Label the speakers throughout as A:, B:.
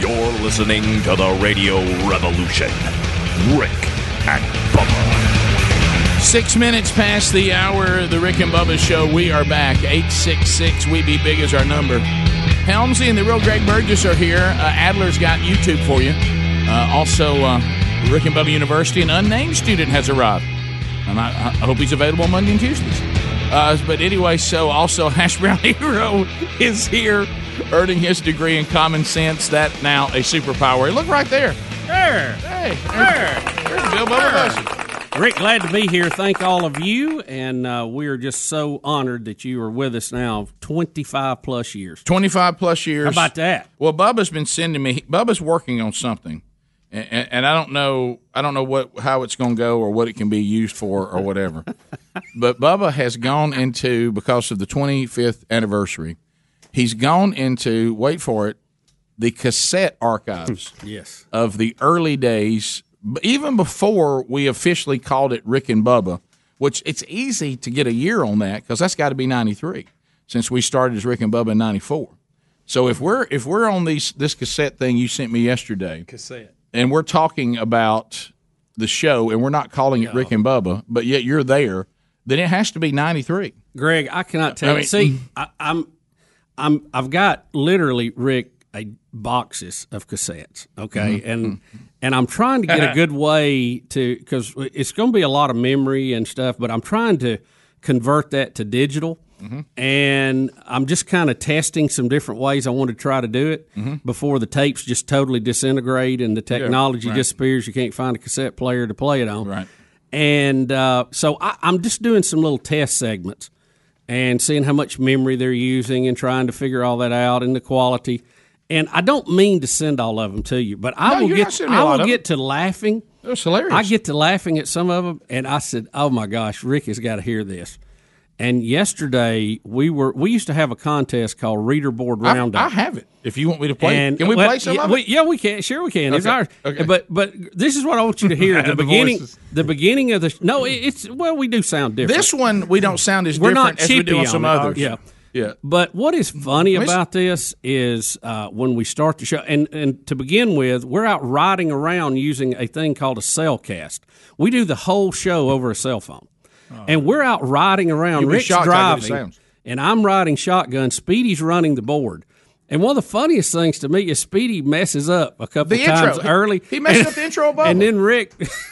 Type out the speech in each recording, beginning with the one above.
A: listening to the Radio Revolution. Rick and Bubba.
B: Six minutes past the hour, the Rick and Bubba Show. We are back. 866 We Be Big is our number. Helmsy and the real Greg Burgess are here. Uh, Adler's got YouTube for you. Uh, also, uh, Rick and Bubba University, an unnamed student has arrived. And I, I hope he's available Monday and Tuesdays. Uh, but anyway, so also Hash Brown Hero is here earning his degree in common sense. That now a superpower. Look right there. Hey, there's, there's Bill Bubba Bussy.
C: Rick, glad to be here. Thank all of you, and uh, we are just so honored that you are with us now, twenty five plus years.
B: 25 plus years.
C: How about that?
B: Well, Bubba's been sending me. Bubba's working on something, and, and, and I don't know. I don't know what how it's going to go or what it can be used for or whatever. but Bubba has gone into because of the 25th anniversary. He's gone into wait for it, the cassette archives
C: Yes.
B: of the early days, b- even before we officially called it Rick and Bubba, which it's easy to get a year on that because that's got to be '93 since we started as Rick and Bubba in '94. So if we're if we're on these this cassette thing you sent me yesterday,
C: Cassette.
B: and we're talking about the show and we're not calling it Rick and Bubba, but yet you're there, then it has to be '93.
C: Greg, I cannot tell
B: I
C: you.
B: mean- mm-hmm.
C: See, I, I'm, I'm, I've got literally Rick a boxes of cassettes. Okay,
B: Mm-hmm.
C: and and I'm trying to get a good way to because it's going to be a lot of memory and stuff, but I'm trying to convert that to digital. And I'm just kind of testing some different ways I want to try to do it
B: Mm-hmm.
C: before the tapes just totally disintegrate and the technology disappears. You can't find a cassette player to play it on.
B: Right.
C: And uh, so I, I'm just doing some little test segments and seeing how much memory they're using and trying to figure all that out and the quality. And I don't mean to send all of them to you, but I
B: No,
C: will
B: you're not
C: get
B: sending a
C: I
B: lot
C: will
B: of
C: get to laughing.
B: That's hilarious.
C: I get to laughing at some of them, and I said, "Oh my gosh, Rick has got to hear this." And yesterday we were we used to have a contest called Reader Board
B: I,
C: Roundup.
B: I have it. If you want me to play, it. can we
C: well,
B: play some
C: yeah,
B: of it?
C: we- yeah, we can. Sure, we can. It's
B: Okay,
C: ours.
B: okay.
C: But but this is what I want you to hear: the,
D: The
C: beginning,
D: voices.
C: the beginning of the. No, it, it's well, we do sound different.
B: this one we don't sound as
C: We're
B: different
C: not
B: as we do
C: chippy
B: on some
C: on it. Oh,
B: others.
C: Yeah.
B: yeah.
C: But what is funny
B: me s-
C: about this is uh, when we start the show, and, and to begin with, we're out riding around using a thing called a cell cast. We do the whole show over a cell phone. And we're out riding around.
B: You'd Oh. be
C: Rick's
B: shocked how good it
C: driving,
B: sounds.
C: and I'm riding shotgun. Speedy's running the board. And one of the funniest things to me is Speedy messes up a couple
B: The
C: times
B: intro
C: early.
B: He messed up the intro above.
C: And then Rick.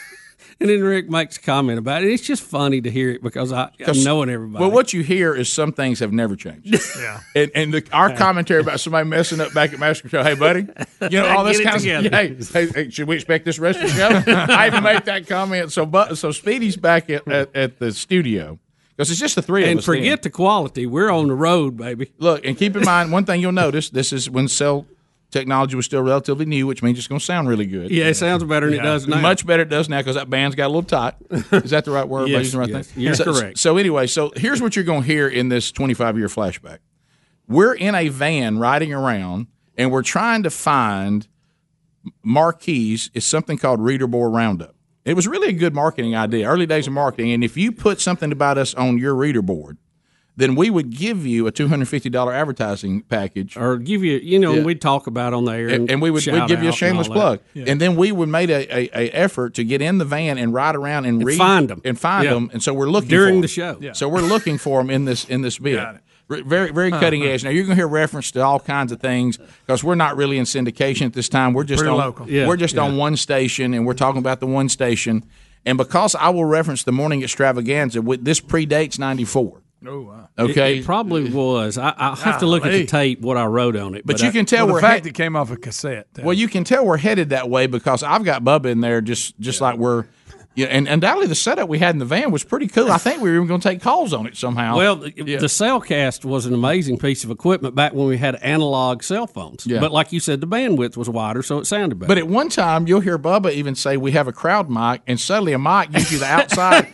C: And then Rick makes a comment about it. It's just funny to hear it because I, I'm knowing everybody.
B: Well, what you hear is some things have never changed.
D: Yeah.
B: And, and the, our commentary about somebody messing up back at Master Show, hey, buddy, you know, all this
C: Get it
B: kind of stuff. Hey, hey, hey, should we expect this rest of the show? I even made that comment. So, but, so Speedy's back at, at, at the studio because it's just the three of
C: and
B: us. then.
C: forget the quality. We're on the road, baby.
B: Look, and keep in mind, one thing you'll notice this is when cell technology was still relatively new, which means it's going to sound really good.
C: Yeah, it sounds better than it does now.
B: Much better it does now because that band's got a little tight. Is that the right word? Am I
C: Yes,
B: using the right
C: yes.
B: thing?
C: You're
B: so,
C: correct.
B: So anyway, so here's what you're going to hear in this 25 year flashback. We're in a van riding around, and we're trying to find marquees. Is something called Reader Board Roundup. It was really a good marketing idea, early days of marketing. And if you put something about us on your reader board, then we would give you a $250 advertising package
C: or give you, you know,
B: Yeah.
C: we'd talk about on there, and,
B: and, and we would we'd
C: shout
B: give you a
C: out and
B: shameless
C: all that.
B: plug, and then we would made a, a, a effort to get in the van and ride around and, read,
C: find 'em.
B: and find
C: Yeah.
B: them, and so we're looking
C: During
B: for
C: the
B: 'em.
C: show. Yeah.
B: So we're looking for them in this in this bit. Re- Very very cutting edge. Now you're going to hear reference to all kinds of things because we're not really in syndication at this time. We're just
D: Pretty
B: on
D: local.
C: Yeah.
B: we're just on one station, and we're talking about the one station. And because I will reference the morning extravaganza, with- this predates '94.
D: Oh, wow.
B: Okay,
C: It probably was. I, I'll have to look at the
D: Golly.
C: tape what I wrote on it.
B: but, you
C: I-
B: can tell
D: Well,
B: we're
D: the fact
B: he-
D: it came off a cassette.
B: Well, you can tell we're headed that way because I've got Bubba in there just just like we're. Yeah, and undoubtedly the setup we had in the van was pretty cool. I think we were even going to take calls on it somehow.
C: Well, the, the Cellcast was an amazing piece of equipment back when we had analog cell phones.
B: Yeah.
C: But like you said, the bandwidth was wider, so it sounded better.
B: but at one time you'll hear Bubba even say we have a crowd mic, and suddenly a mic gives you the outside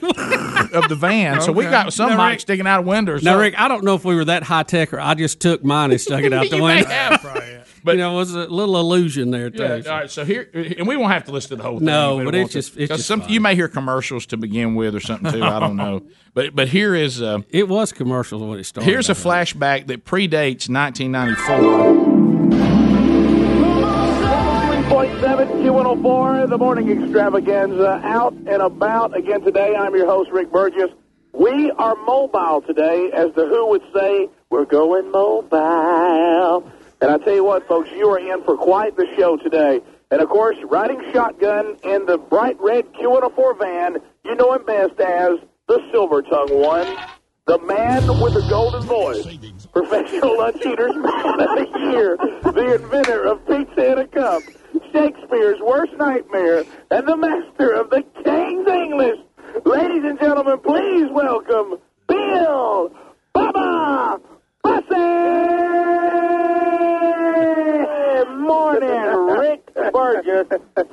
B: of the van. So we got some
D: Now,
B: mic
D: Rick-
B: sticking out of windows.
C: now,
B: So-
C: Rick, I don't know if we were that high tech or I just took mine and stuck it out the
B: You may
C: window.
B: have.
C: you know, it was a little illusion there, too.
B: Yeah, all right, so here, and we won't have to listen to the whole thing.
C: No,
B: We don't
C: but it's
B: want to.
C: just- it's
B: 'Cause
C: just
B: some-
C: fun.
B: you may hear commercials to begin with or something too. I don't know, but but here is uh,
C: It was commercial when it started.
B: Here's a
C: I think.
B: flashback that predates 1994.
E: 404, the morning extravaganza, out and about again today. I'm your host, Rick Burgess. We are mobile today, as the Who would say, we're going mobile. And I tell you what, folks, you are in for quite the show today. And of course, riding shotgun in the bright red Q104 van, you know him best as the Silver Tongue One, the man with the golden voice, professional lunch eater's man of the year, the inventor of pizza in a cup, Shakespeare's worst nightmare, and the master of the King's English. Ladies and gentlemen, please welcome Bill Baba Bussy!
F: morning, Rick Burgess,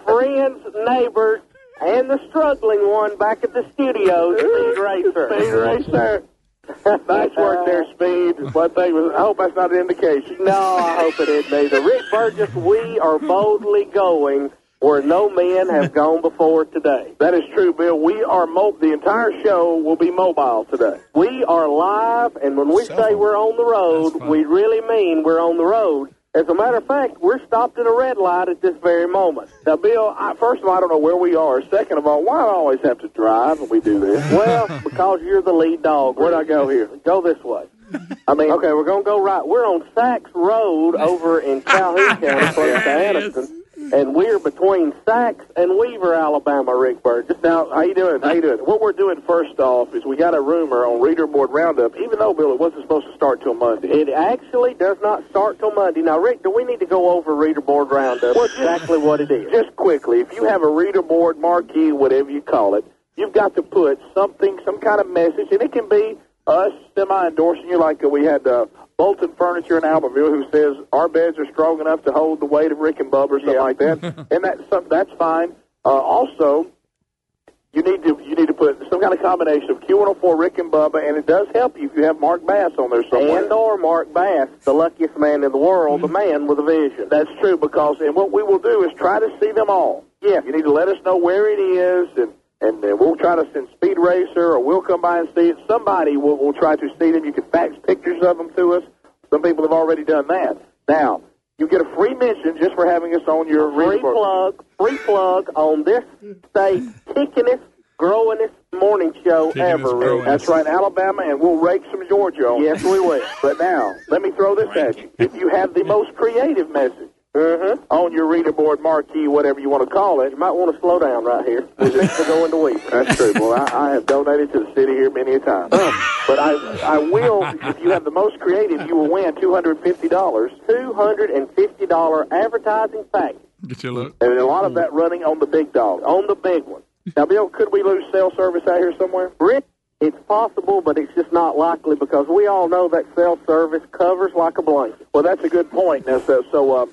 F: friends, neighbors, and the struggling one back at the studios, Speed
E: Speed
F: Racer.
E: racer. nice work there, Speed. One thing was, I hope that's not an indication.
F: No, I hope it isn't either. Rick Burgess, we are boldly going where no men have gone before today.
E: That is true, Bill. We are mo- the entire show will be mobile today.
F: We are live, and when we say we're on the road, we really mean we're on the road. As a matter of fact, we're stopped at a red light at this very moment.
E: Now, Bill, I, first of all, I don't know where we are. Second of all, why do I always have to drive when we do this?
F: Well, because you're the lead dog.
E: Where'd I go here?
F: Go this way. I mean, okay, we're gonna go right. We're on Sachs Road over in Calhoun County, close to Addison, and we're between Sachs and Weaver, Alabama. Rick Burgess.
E: Now, how you doing? How you doing? What we're doing first off is we got a rumor on Reader Board Roundup, even though, Bill, it wasn't supposed to start till Monday.
F: It actually does not start till Monday. Now, Rick, do we need to go over Reader Board Roundup? exactly what it is?
E: Just quickly, if you have a reader board, marquee, whatever you call it, you've got to put something, some kind of message, and it can be us semi-endorsing you, like uh, we had uh, Bolton Furniture in Albertville, who says our beds are strong enough to hold the weight of Rick and Bubba, or something like that, and that's some, that's fine. Uh, also, you need to you need to put some kind of combination of Q104 Rick and Bubba, and it does help you if you have Mark Bass on there somewhere. Mm-hmm.
F: And or Mark Bass, the luckiest man in the world, the man with a vision.
E: That's true because, and what we will do is try to see them all. Yeah, you need to let us know where it is, and and uh, we'll try to send Speed Racer, or we'll come by and see it. Somebody will will try to see them. You can fax pictures of them to us. Some people have already done that. Now you get a free mention just for having us on your
F: free
E: reading board.
F: plug, free plug on this state's kickinest, growingest morning show ever. Rick.
E: That's right, Alabama, and we'll rake some Georgia on.
F: Yes, we will.
E: But now, let me throw this at you. If you have the most creative message on your reader board, marquee, whatever you want to call it,
F: Mm-hmm. You might want to slow down right here. We're fixing to go into week.
E: That's true. Well, I, I have donated to the city here many a time. Um, But I, I will, if you have the most creative, you will win $250.
F: Two hundred and fifty dollar advertising package
B: Get your look.
E: And a lot
F: Hmm.
E: of that running on the big dog.
F: on the big one.
E: Now, Bill, could we lose cell service out here somewhere?
F: Rick, it's possible, but it's just not likely because we all know that cell service covers like a blanket.
E: Well, that's a good point. Now, so, so, um,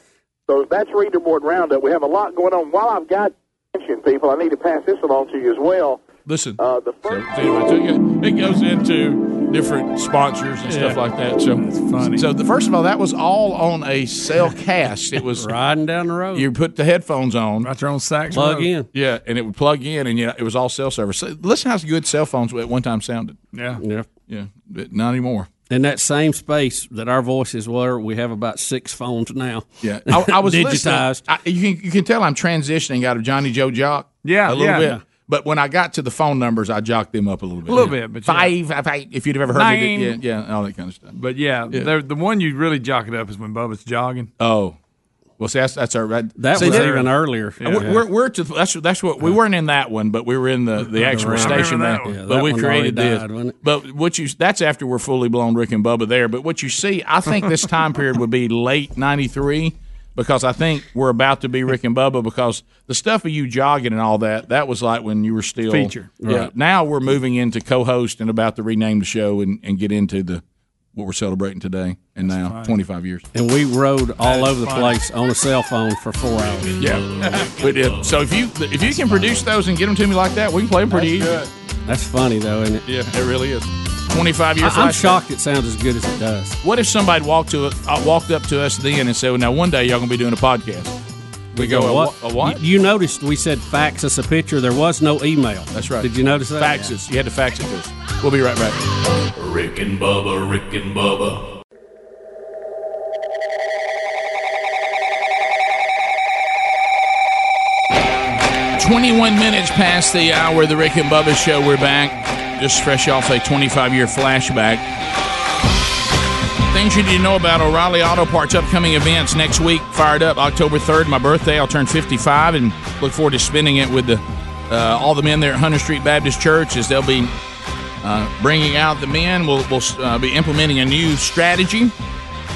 E: so that's Reader Board Roundup. We have a lot going on. While I've got attention, people, I need to pass this along to you as well.
B: Listen.
E: Uh, the
B: So,
E: first.
B: anyway, so you- it goes into different sponsors and stuff like that. So
G: That's funny.
B: So the, first of all, that was all on a cell cast. It was
C: Riding down the road.
B: you put the headphones on.
D: Right there on Sachs
C: plug
D: Road.
C: in.
B: Yeah, and it would plug in, and yeah, it was all cell service. So listen how good cell phones at one time sounded.
D: Yeah.
C: Yeah.
B: Yeah, but not anymore.
C: In that same space that our voices were, we have about six phones now.
B: Yeah, I, I was listening.
C: digitized.
B: I, you can you can tell I'm transitioning out of Johnny Joe Jock.
D: Yeah,
B: a little
D: yeah.
B: bit. But when I got to the phone numbers, I jocked them up a little bit. A
D: Little bit, but yeah.
B: five, I- I- if you'd have ever heard
D: Nine.
B: it, yeah, yeah, all that kind of stuff.
D: But yeah, they're the one you really jock it up is when Bubba's jogging.
B: Oh, well, see, that's that's our that,
C: That
B: see,
C: was
B: that-
C: even earlier.
B: We're, we're, we're to that's that's what we weren't in that one, but we were in the, the actual
D: remember
B: station
D: that
B: there.
D: one. Yeah,
B: but
C: that
B: we
C: one
B: created
C: already
B: this.
C: died, wasn't it?
B: but what you that's after we're fully blown Rick and Bubba there. But what you see, I think this time period would be late '93 because I think we're about to be Rick and Bubba because the stuff of you jogging and all that that was like when you were still
D: Feature.
B: Yeah. Now we're moving into co-host and about to rename the show and, and get into the what we're celebrating today and now 25 years.
C: And we rode all over the place on a cell phone for four hours.
B: Yeah, we did. So if you if you can produce those and get them to me like that, we can play them pretty easy.
C: That's funny, though, isn't it?
B: Yeah, it really is. Twenty five years.
C: I, am
B: last
C: shocked it sounds as good as it does.
B: year. What if somebody walked to uh, walked up to us then and said, well, "Now one day y'all gonna be doing a podcast." We go, "A wha- A what?
C: You, you noticed we said fax us a picture. There was no email.
B: That's right.
C: Did you notice that?
B: fax us. You had to fax it to us. We'll be right back.
H: Mm-hmm.
I: Rick and Bubba, Rick and Bubba.
B: 21 minutes past the hour of the Rick and Bubba show. We're back. Just fresh off a 25 year flashback. Things you need to know about O'Reilly Auto Parts upcoming events next week. Fired up October 3rd, my birthday. I'll turn 55 and look forward to spending it with the uh, all the men there at Hunter Street Baptist Church as they'll be uh, bringing out the men. We'll, we'll uh, be implementing a new strategy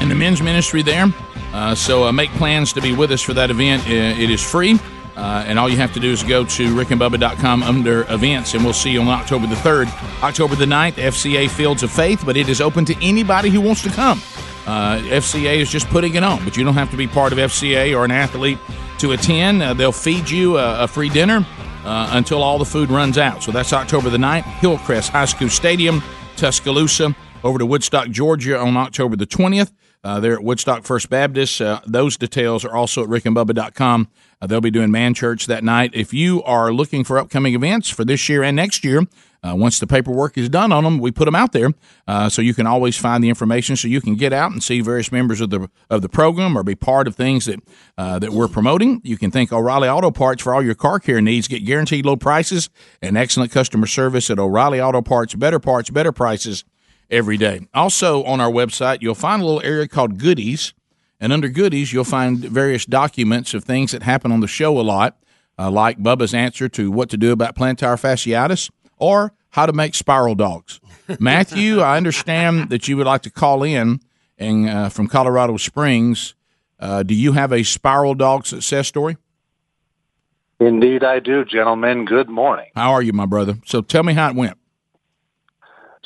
B: in the men's ministry there. Uh, so uh, make plans to be with us for that event. Uh, It is free. Uh, and all you have to do is go to rickandbubba.com under events, and we'll see you on October the 3rd. October the 9th, FCA Fields of Faith, but it is open to anybody who wants to come. Uh, FCA is just putting it on, but you don't have to be part of FCA or an athlete to attend. Uh, they'll feed you a, a free dinner uh, until all the food runs out. So that's October the 9th, Hillcrest High School Stadium, Tuscaloosa, over to Woodstock, Georgia on October the 20th. Uh, there at Woodstock First Baptist. Uh, those details are also at rickandbubba.com. Uh, they'll be doing man church that night. If you are looking for upcoming events for this year and next year, uh, once the paperwork is done on them, we put them out there, uh, so you can always find the information, so you can get out and see various members of the of the program or be part of things that uh, that we're promoting. You can thank O'Reilly Auto Parts for all your car care needs. Get guaranteed low prices and excellent customer service at O'Reilly Auto Parts. Better parts, better prices every day. Also on our website, you'll find a little area called goodies, and under goodies, you'll find various documents of things that happen on the show a lot, uh, like Bubba's answer to what to do about plantar fasciitis or how to make spiral dogs. Matthew, I understand that you would like to call in and uh, from Colorado Springs. Uh, do you have a spiral dog success story?
J: Indeed, I do, gentlemen. Good morning.
B: How are you, my brother? So tell me how it went.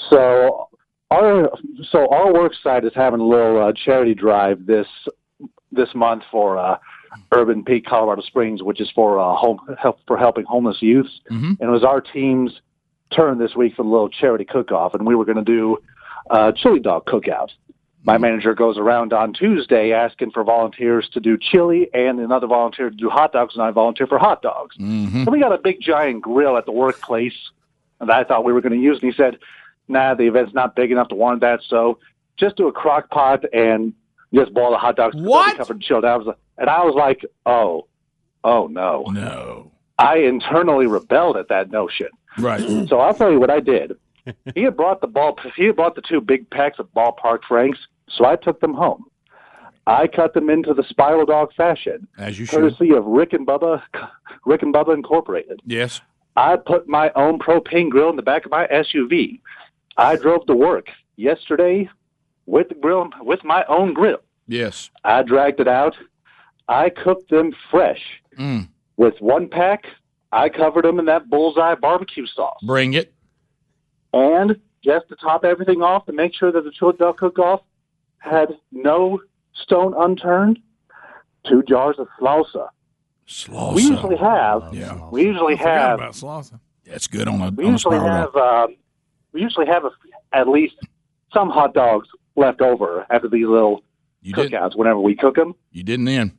J: So our so our work site is having a little uh, charity drive this this month for uh, Urban Peak Colorado Springs, which is for uh, home help for helping homeless youths.
B: mm-hmm.
J: And it was our team's turn this week for the little charity cook-off, and we were going to do uh, chili dog cookout.
B: Mm-hmm.
J: My manager goes around on Tuesday asking for volunteers to do chili and another volunteer to do hot dogs, and I volunteer for hot dogs.
B: Mm-hmm.
J: So we got a big giant grill at the workplace that I thought we were going to use, and he said, nah, the event's not big enough to warrant that. So just do a crock pot and just boil the hot dogs.
B: What?
J: Covered and chilled. I was, and I was like, oh, oh no.
B: No.
J: I internally rebelled at that notion.
B: Right.
J: So I'll tell you what I did. He had brought the ball. He had brought the two big packs of ballpark franks. So I took them home. I cut them into the spiral dog fashion,
B: As you should.
J: courtesy of Rick and Bubba, Rick and Bubba Incorporated.
B: Yes.
J: I put my own propane grill in the back of my SUV. I drove to work yesterday with the grill with my own grill.
B: Yes.
J: I dragged it out. I cooked them fresh
B: Mm.
J: with one pack. I covered them in that bullseye barbecue sauce,
B: Bring it.
J: and just to top everything off, to make sure that the chili dog cook-off had no stone unturned, two jars of salsa.
B: Slow.
J: We usually have.
B: Yeah.
J: We usually
D: Forgot
J: have
D: about salsa.
B: That's good on a,
J: We
B: on a
J: usually
B: spiral dog.
J: have um, we usually have a, at least some hot dogs left over after these little
B: You did.
J: cookouts. Whenever we cook them,
B: You didn't then.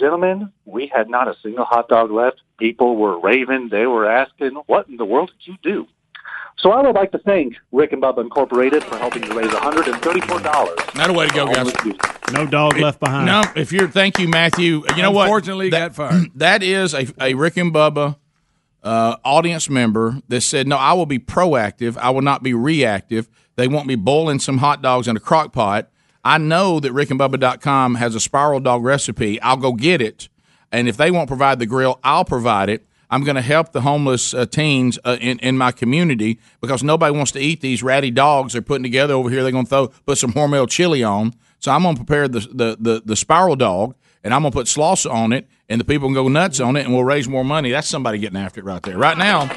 J: gentlemen, we had not a single hot dog left. People were raving. They were asking, "What in the world did you do?" So I would like to thank Rick and Bubba Incorporated for helping to raise one hundred and thirty-four dollars.
B: Not a way to go, guys.
C: No dog left behind.
B: No, if you're, thank you, Matthew. You know what?
D: Unfortunately,
B: That-
D: got fired.
B: that is a, a Rick and Bubba uh, audience member that said, No, I will be proactive. I will not be reactive. They won't be boiling some hot dogs in a crock pot. I know that rickandbubba.com has a spiral dog recipe. I'll go get it. And if they won't provide the grill, I'll provide it. I'm going to help the homeless uh, teens uh, in, in my community because nobody wants to eat these ratty dogs they're putting together over here. They're going to throw put some Hormel chili on. So I'm going to prepare the, the, the, the spiral dog and I'm gonna put salsa on it, and the people can go nuts on it, and we'll raise more money. That's somebody getting after it right there, right now.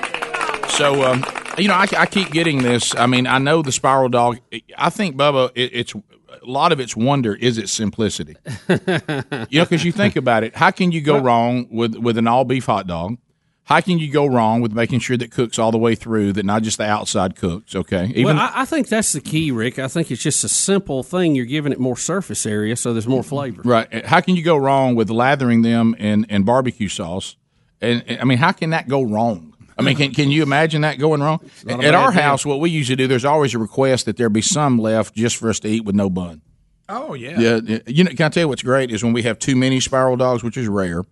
B: So, um, you know, I, I keep getting this. I mean, I know the spiral dog. I think Bubba, it, it's a lot of its wonder is its simplicity. you know, because you think about it, how can you go wrong with with an all beef hot dog? How can you go wrong with making sure that cooks all the way through, that not just the outside cooks? Okay, even
C: well, I, I think that's the key, Rick. I think it's just a simple thing. You're giving it more surface area, so there's more flavor.
B: Right. How can you go wrong with lathering them in, in barbecue sauce? And, and- I mean, how can that go wrong? I mean, can, can you imagine that going wrong? At at our house, what we usually do, there's always a request that there be some left just for us to eat with no bun.
D: Oh yeah.
B: Yeah. yeah. You know, can I tell you what's great is when we have too many spiral dogs, which is rare,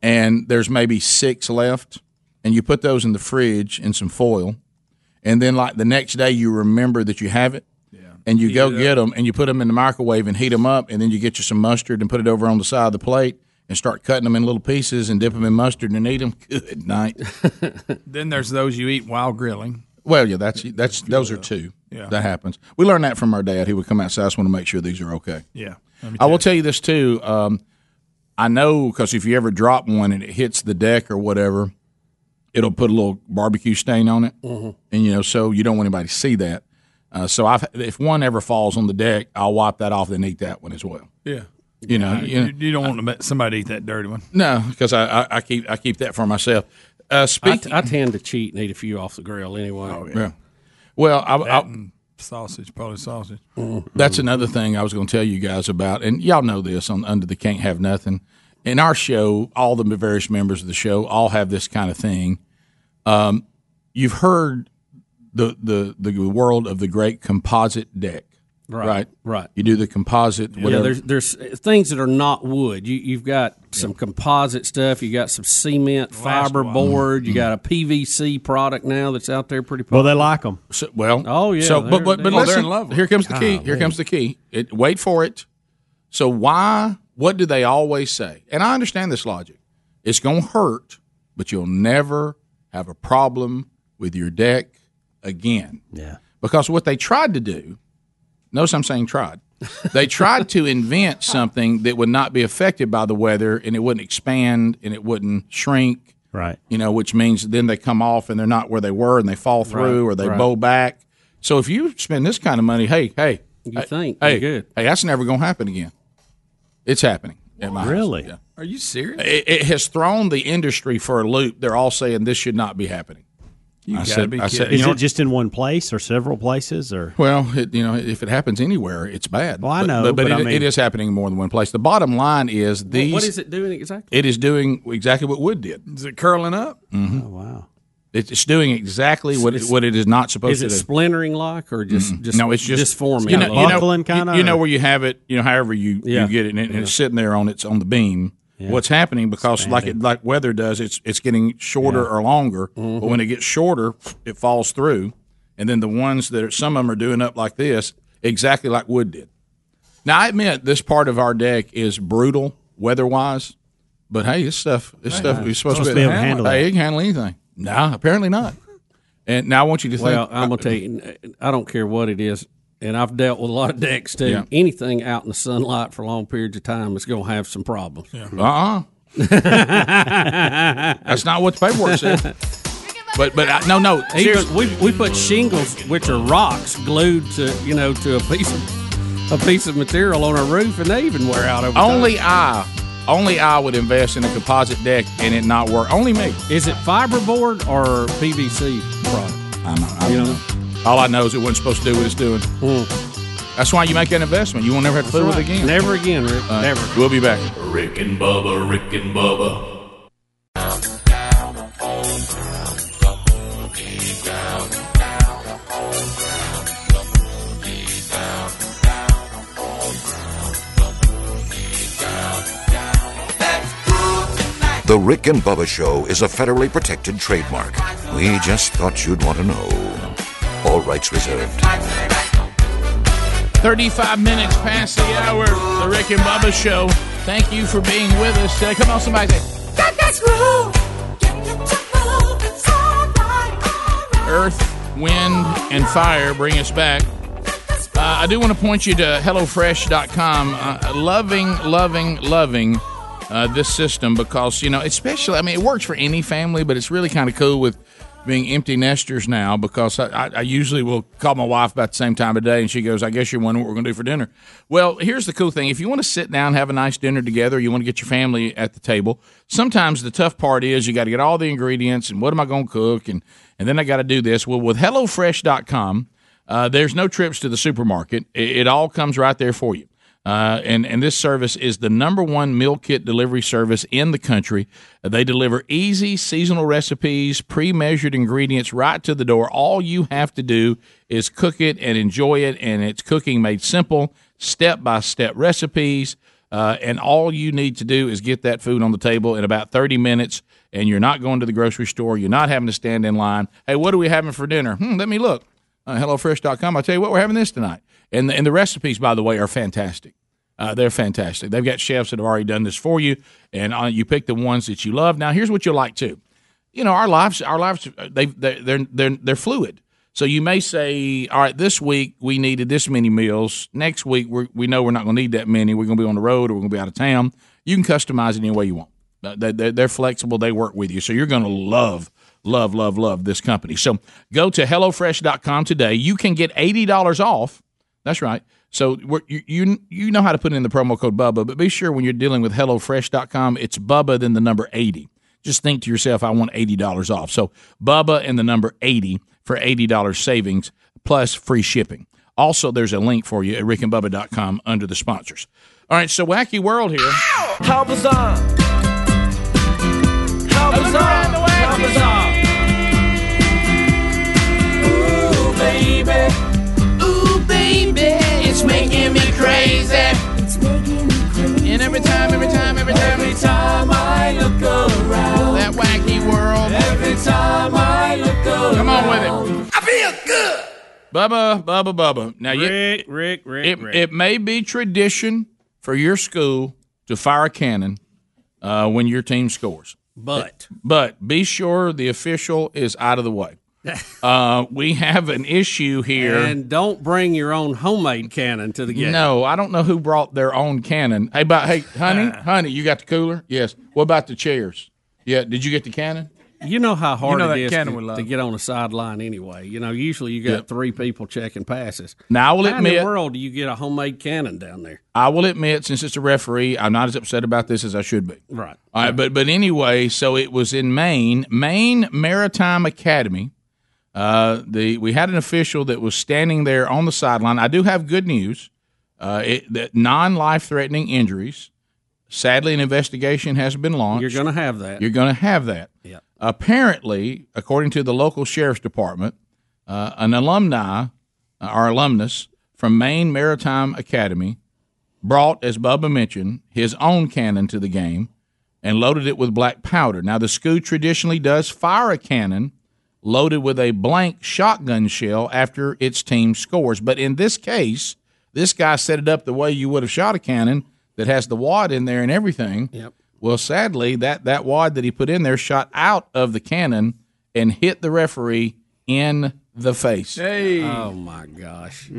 B: and there's maybe six left, and you put those in the fridge in some foil, and then like the next day you remember that you have it, and you go get them and you put them in the microwave and heat them up, and then you get you some mustard and put it over on the side of the plate and start cutting them in little pieces and dip them in mustard and eat them. Good night.
D: Then there's those you eat while grilling.
B: Well, yeah, that's that's those are two.
D: Yeah.
B: that happens. We learned that from our dad. He would come outside. I just want to make sure these are okay.
D: Yeah.
B: I will tell you this too. Um, I know because if you ever drop one and it hits the deck or whatever, it'll put a little barbecue stain on it, and you know, so you don't want anybody to see that. Uh, so I've, if one ever falls on the deck, I'll wipe that off and eat that one as well.
C: Mm-hmm.
D: Yeah.
B: You know, Uh, you know
D: You, you don't want to let somebody eat that dirty one.
B: no, because I, I, I keep I keep that for myself. Uh,
C: I,
B: speaking,
C: t- I tend to cheat and eat a few off the grill anyway.
D: Oh,
B: yeah. Well, I, I,
D: Sausage, probably sausage.
B: That's another thing I was going to tell you guys about, and y'all know this on Under the Can't Have Nothing. In our show, all the various members of the show all have this kind of thing. Um, you've heard the the the world of the great composite deck, right? Right.
C: Right.
B: You do the composite,
C: Yeah,
B: whatever.
C: there's there's uh, things that are not wood. You you've got some composite stuff. You got some cement fiber board.
B: Mm-hmm.
C: You got a PVC product now that's out there pretty
K: Well, they
C: popular.
K: like them.
B: So- well,
C: Oh, yeah,
B: So, but
C: they're-
B: but but
C: they- Oh, they're
B: listen,
D: in love with
B: here comes the key.
C: Ah,
B: Here comes the key. It, wait for it. So why? What do they always say? And I understand this logic. It's going to hurt, but you'll never have a problem with your deck again.
K: Yeah.
B: Because what they tried to do, notice I'm saying tried. They tried to invent something that would not be affected by the weather, and it wouldn't expand, and it wouldn't shrink
K: Right.
B: you know, which means then they come off and they're not where they were and they fall through or they bow back. So if you spend this kind of money, hey, hey,
C: you think
B: hey,
C: You're good?
B: hey, that's never going to happen again. It's happening at my house.
K: Really?
B: Yeah.
D: Are you serious?
B: It, it has thrown the industry for a loop. They're all saying this should not be happening. You I
D: gotta
B: said,
D: be
B: I said,
D: kidding.
B: you
K: Is
B: know,
K: it just in one place or several places or?
B: well, it, you know, if it happens anywhere, it's bad.
K: Well, I
B: But-
K: know,
B: but, but,
K: but I
B: it-
K: mean-
B: it is happening in more than one place. The bottom line is these.
C: What is it doing exactly?
B: It is doing exactly what wood did. Mm-hmm.
D: Is it curling up?
K: Oh, wow.
B: It's it's doing exactly what it, what it is not supposed
C: Is
B: to
C: it
B: do.
C: splintering like or just Mm-hmm. just
B: no, it's just
C: disforming?
B: You know, you know,
K: Buckling kinda,
B: you- you know
K: or-
B: where you have it. You know, however you,
C: Yeah.
B: you get it, and, it- and it's sitting there on its on the beam. What's happening because like it like weather does, it's it's getting shorter or longer. But when it gets shorter, it falls through, and then the ones that are, some of them are doing up like this, exactly like wood did. Now I admit this part of our deck is brutal weather wise, but hey, this stuff this stuff is supposed, to
K: Supposed to
B: be,
K: be able to handle
B: Hey,
K: it.
B: it can handle anything. Nah, apparently not. And now I want you to think.
C: Well, I'm gonna tell you, I don't care what it is, and I've dealt with a lot of decks too.
B: Yeah.
C: Anything out in the sunlight for long periods of time is gonna have some problems.
B: Uh uh That's not what the paperwork said. But but I, no no
C: Even-
B: seriously.
C: we, we put shingles, which are rocks, glued to you know to a piece of a piece of material on a roof, and they even wear out over time.
B: only I only I would invest in a composite deck and it not work. Only me.
C: Is it fiberboard or PVC product?
B: I know. I
C: You
B: don't
C: know.
B: know. All I know is it wasn't supposed to do what it's doing. That's why you make that investment. You won't never have to fool with it again.
C: Hmm. Never again, Rick.
B: Uh,
C: Never.
B: We'll be back.
I: Rick and Bubba, Rick and Bubba.
L: The Rick and Bubba Show is a federally protected trademark. We just thought you'd want to know. All rights reserved.
G: 35 minutes past the hour, the Rick and Bubba Show. Thank you for being with us today. Come on, somebody say, Earth,
B: Wind and fire bring us back. Uh, I do want to point you to HelloFresh.com. Uh, loving, loving, loving uh, this system because, you know, especially, I mean, it works for any family, but it's really kind of cool with being empty nesters now because I, I, I usually will call my wife about the same time of day and she goes, I guess you're wondering what we're going to do for dinner. Well, here's the cool thing if you want to sit down, have a nice dinner together, you want to get your family at the table, sometimes the tough part is you got to get all the ingredients and what am I going to cook? And, and then I got to do this. Well, with HelloFresh.com, uh, there's no trips to the supermarket. It, it all comes right there for you. Uh, and, and this service is the number one meal kit delivery service in the country. They deliver easy seasonal recipes, pre measured ingredients right to the door. All you have to do is cook it and enjoy it, and it's cooking made simple, step by step recipes. Uh, and all you need to do is get that food on the table in about 30 minutes, and you're not going to the grocery store. You're not having to stand in line. Hey, what are we having for dinner? Hmm, let me look. Uh, HelloFresh.com. I'll tell you what, we're having this tonight. And the, and the recipes, by the way, are fantastic. Uh, they're fantastic. They've got chefs that have already done this for you, and uh, you pick the ones that you love. Now, here's what you'll like too. You know, our lives, our lives, uh, they they- they're they're they're fluid. So you may say, all right, this week we needed this many meals. Next week we we know we're not going to need that many. We're going to be on the road or we're going to be out of town. You can customize it any way you want. Uh, they- They're, they're flexible. They work with you. So you're going to love, love, love, love this company. So go to HelloFresh.com today. You can get $80 off. That's right. So we're, you, you you know how to put in the promo code Bubba, but be sure when you're dealing with HelloFresh.com, it's Bubba then the number eighty. Just think to yourself, I want eighty dollars off. So Bubba and the number eighty for eighty dollars savings plus free shipping. Also, there's a link for you at rickandbubba.com under the sponsors. All right, so wacky world here.
M: How bizarre. How bizarre. How bizarre. Ooh, baby. Ooh, baby. It's making me crazy. And every time, every time, every time, every time I look around, that wacky world. Every time I look around,
B: Come on with
M: it. I feel good.
B: Bubba, Bubba, Bubba. Now, Rick, you,
C: Rick, Rick,
B: it,
M: Rick.
B: it may be tradition for your school to fire a cannon uh, when your team scores,
C: But.
B: but be sure the official is out of the way. Uh, we have an issue here.
C: And don't bring your own homemade cannon to the game.
B: No, I don't know who brought their own cannon. Hey, but hey, honey,
C: Uh.
B: honey, you got the cooler? Yes. What about the chairs? Yeah. Did you get the cannon?
C: You know how hard
B: You know
C: it
B: that
C: is
B: cannon we
C: to,
B: love.
C: to get on a sideline anyway. You know, usually you got
B: Yep.
C: three people checking passes.
B: Now I will
C: how in
B: admit-
C: the world do you get a homemade cannon down there?
B: I will admit, since it's a referee, I'm not as upset about this as I should be.
C: Right.
B: All right, but but anyway, so it was in Maine, Maine Maritime Academy. Uh, the we had an official that was standing there on the sideline. I do have good news. Uh, it, that non-life threatening injuries. Sadly, an investigation has been launched. You're
C: going to have that.
B: You're going to have that.
C: Yeah.
B: Apparently, according to the local sheriff's department, uh, an alumni uh, or alumnus from Maine Maritime Academy brought, as Bubba mentioned, his own cannon to the game and loaded it with black powder. Now, the school traditionally does fire a cannon loaded with a blank shotgun shell after its team scores. But in this case, this guy set it up the way you would have shot a cannon that has the wad in there and everything. Yep. Well, sadly, that, that wad that he put in there shot out of the cannon and hit the referee in the face.
D: Hey.
C: Oh my gosh.
B: Oh,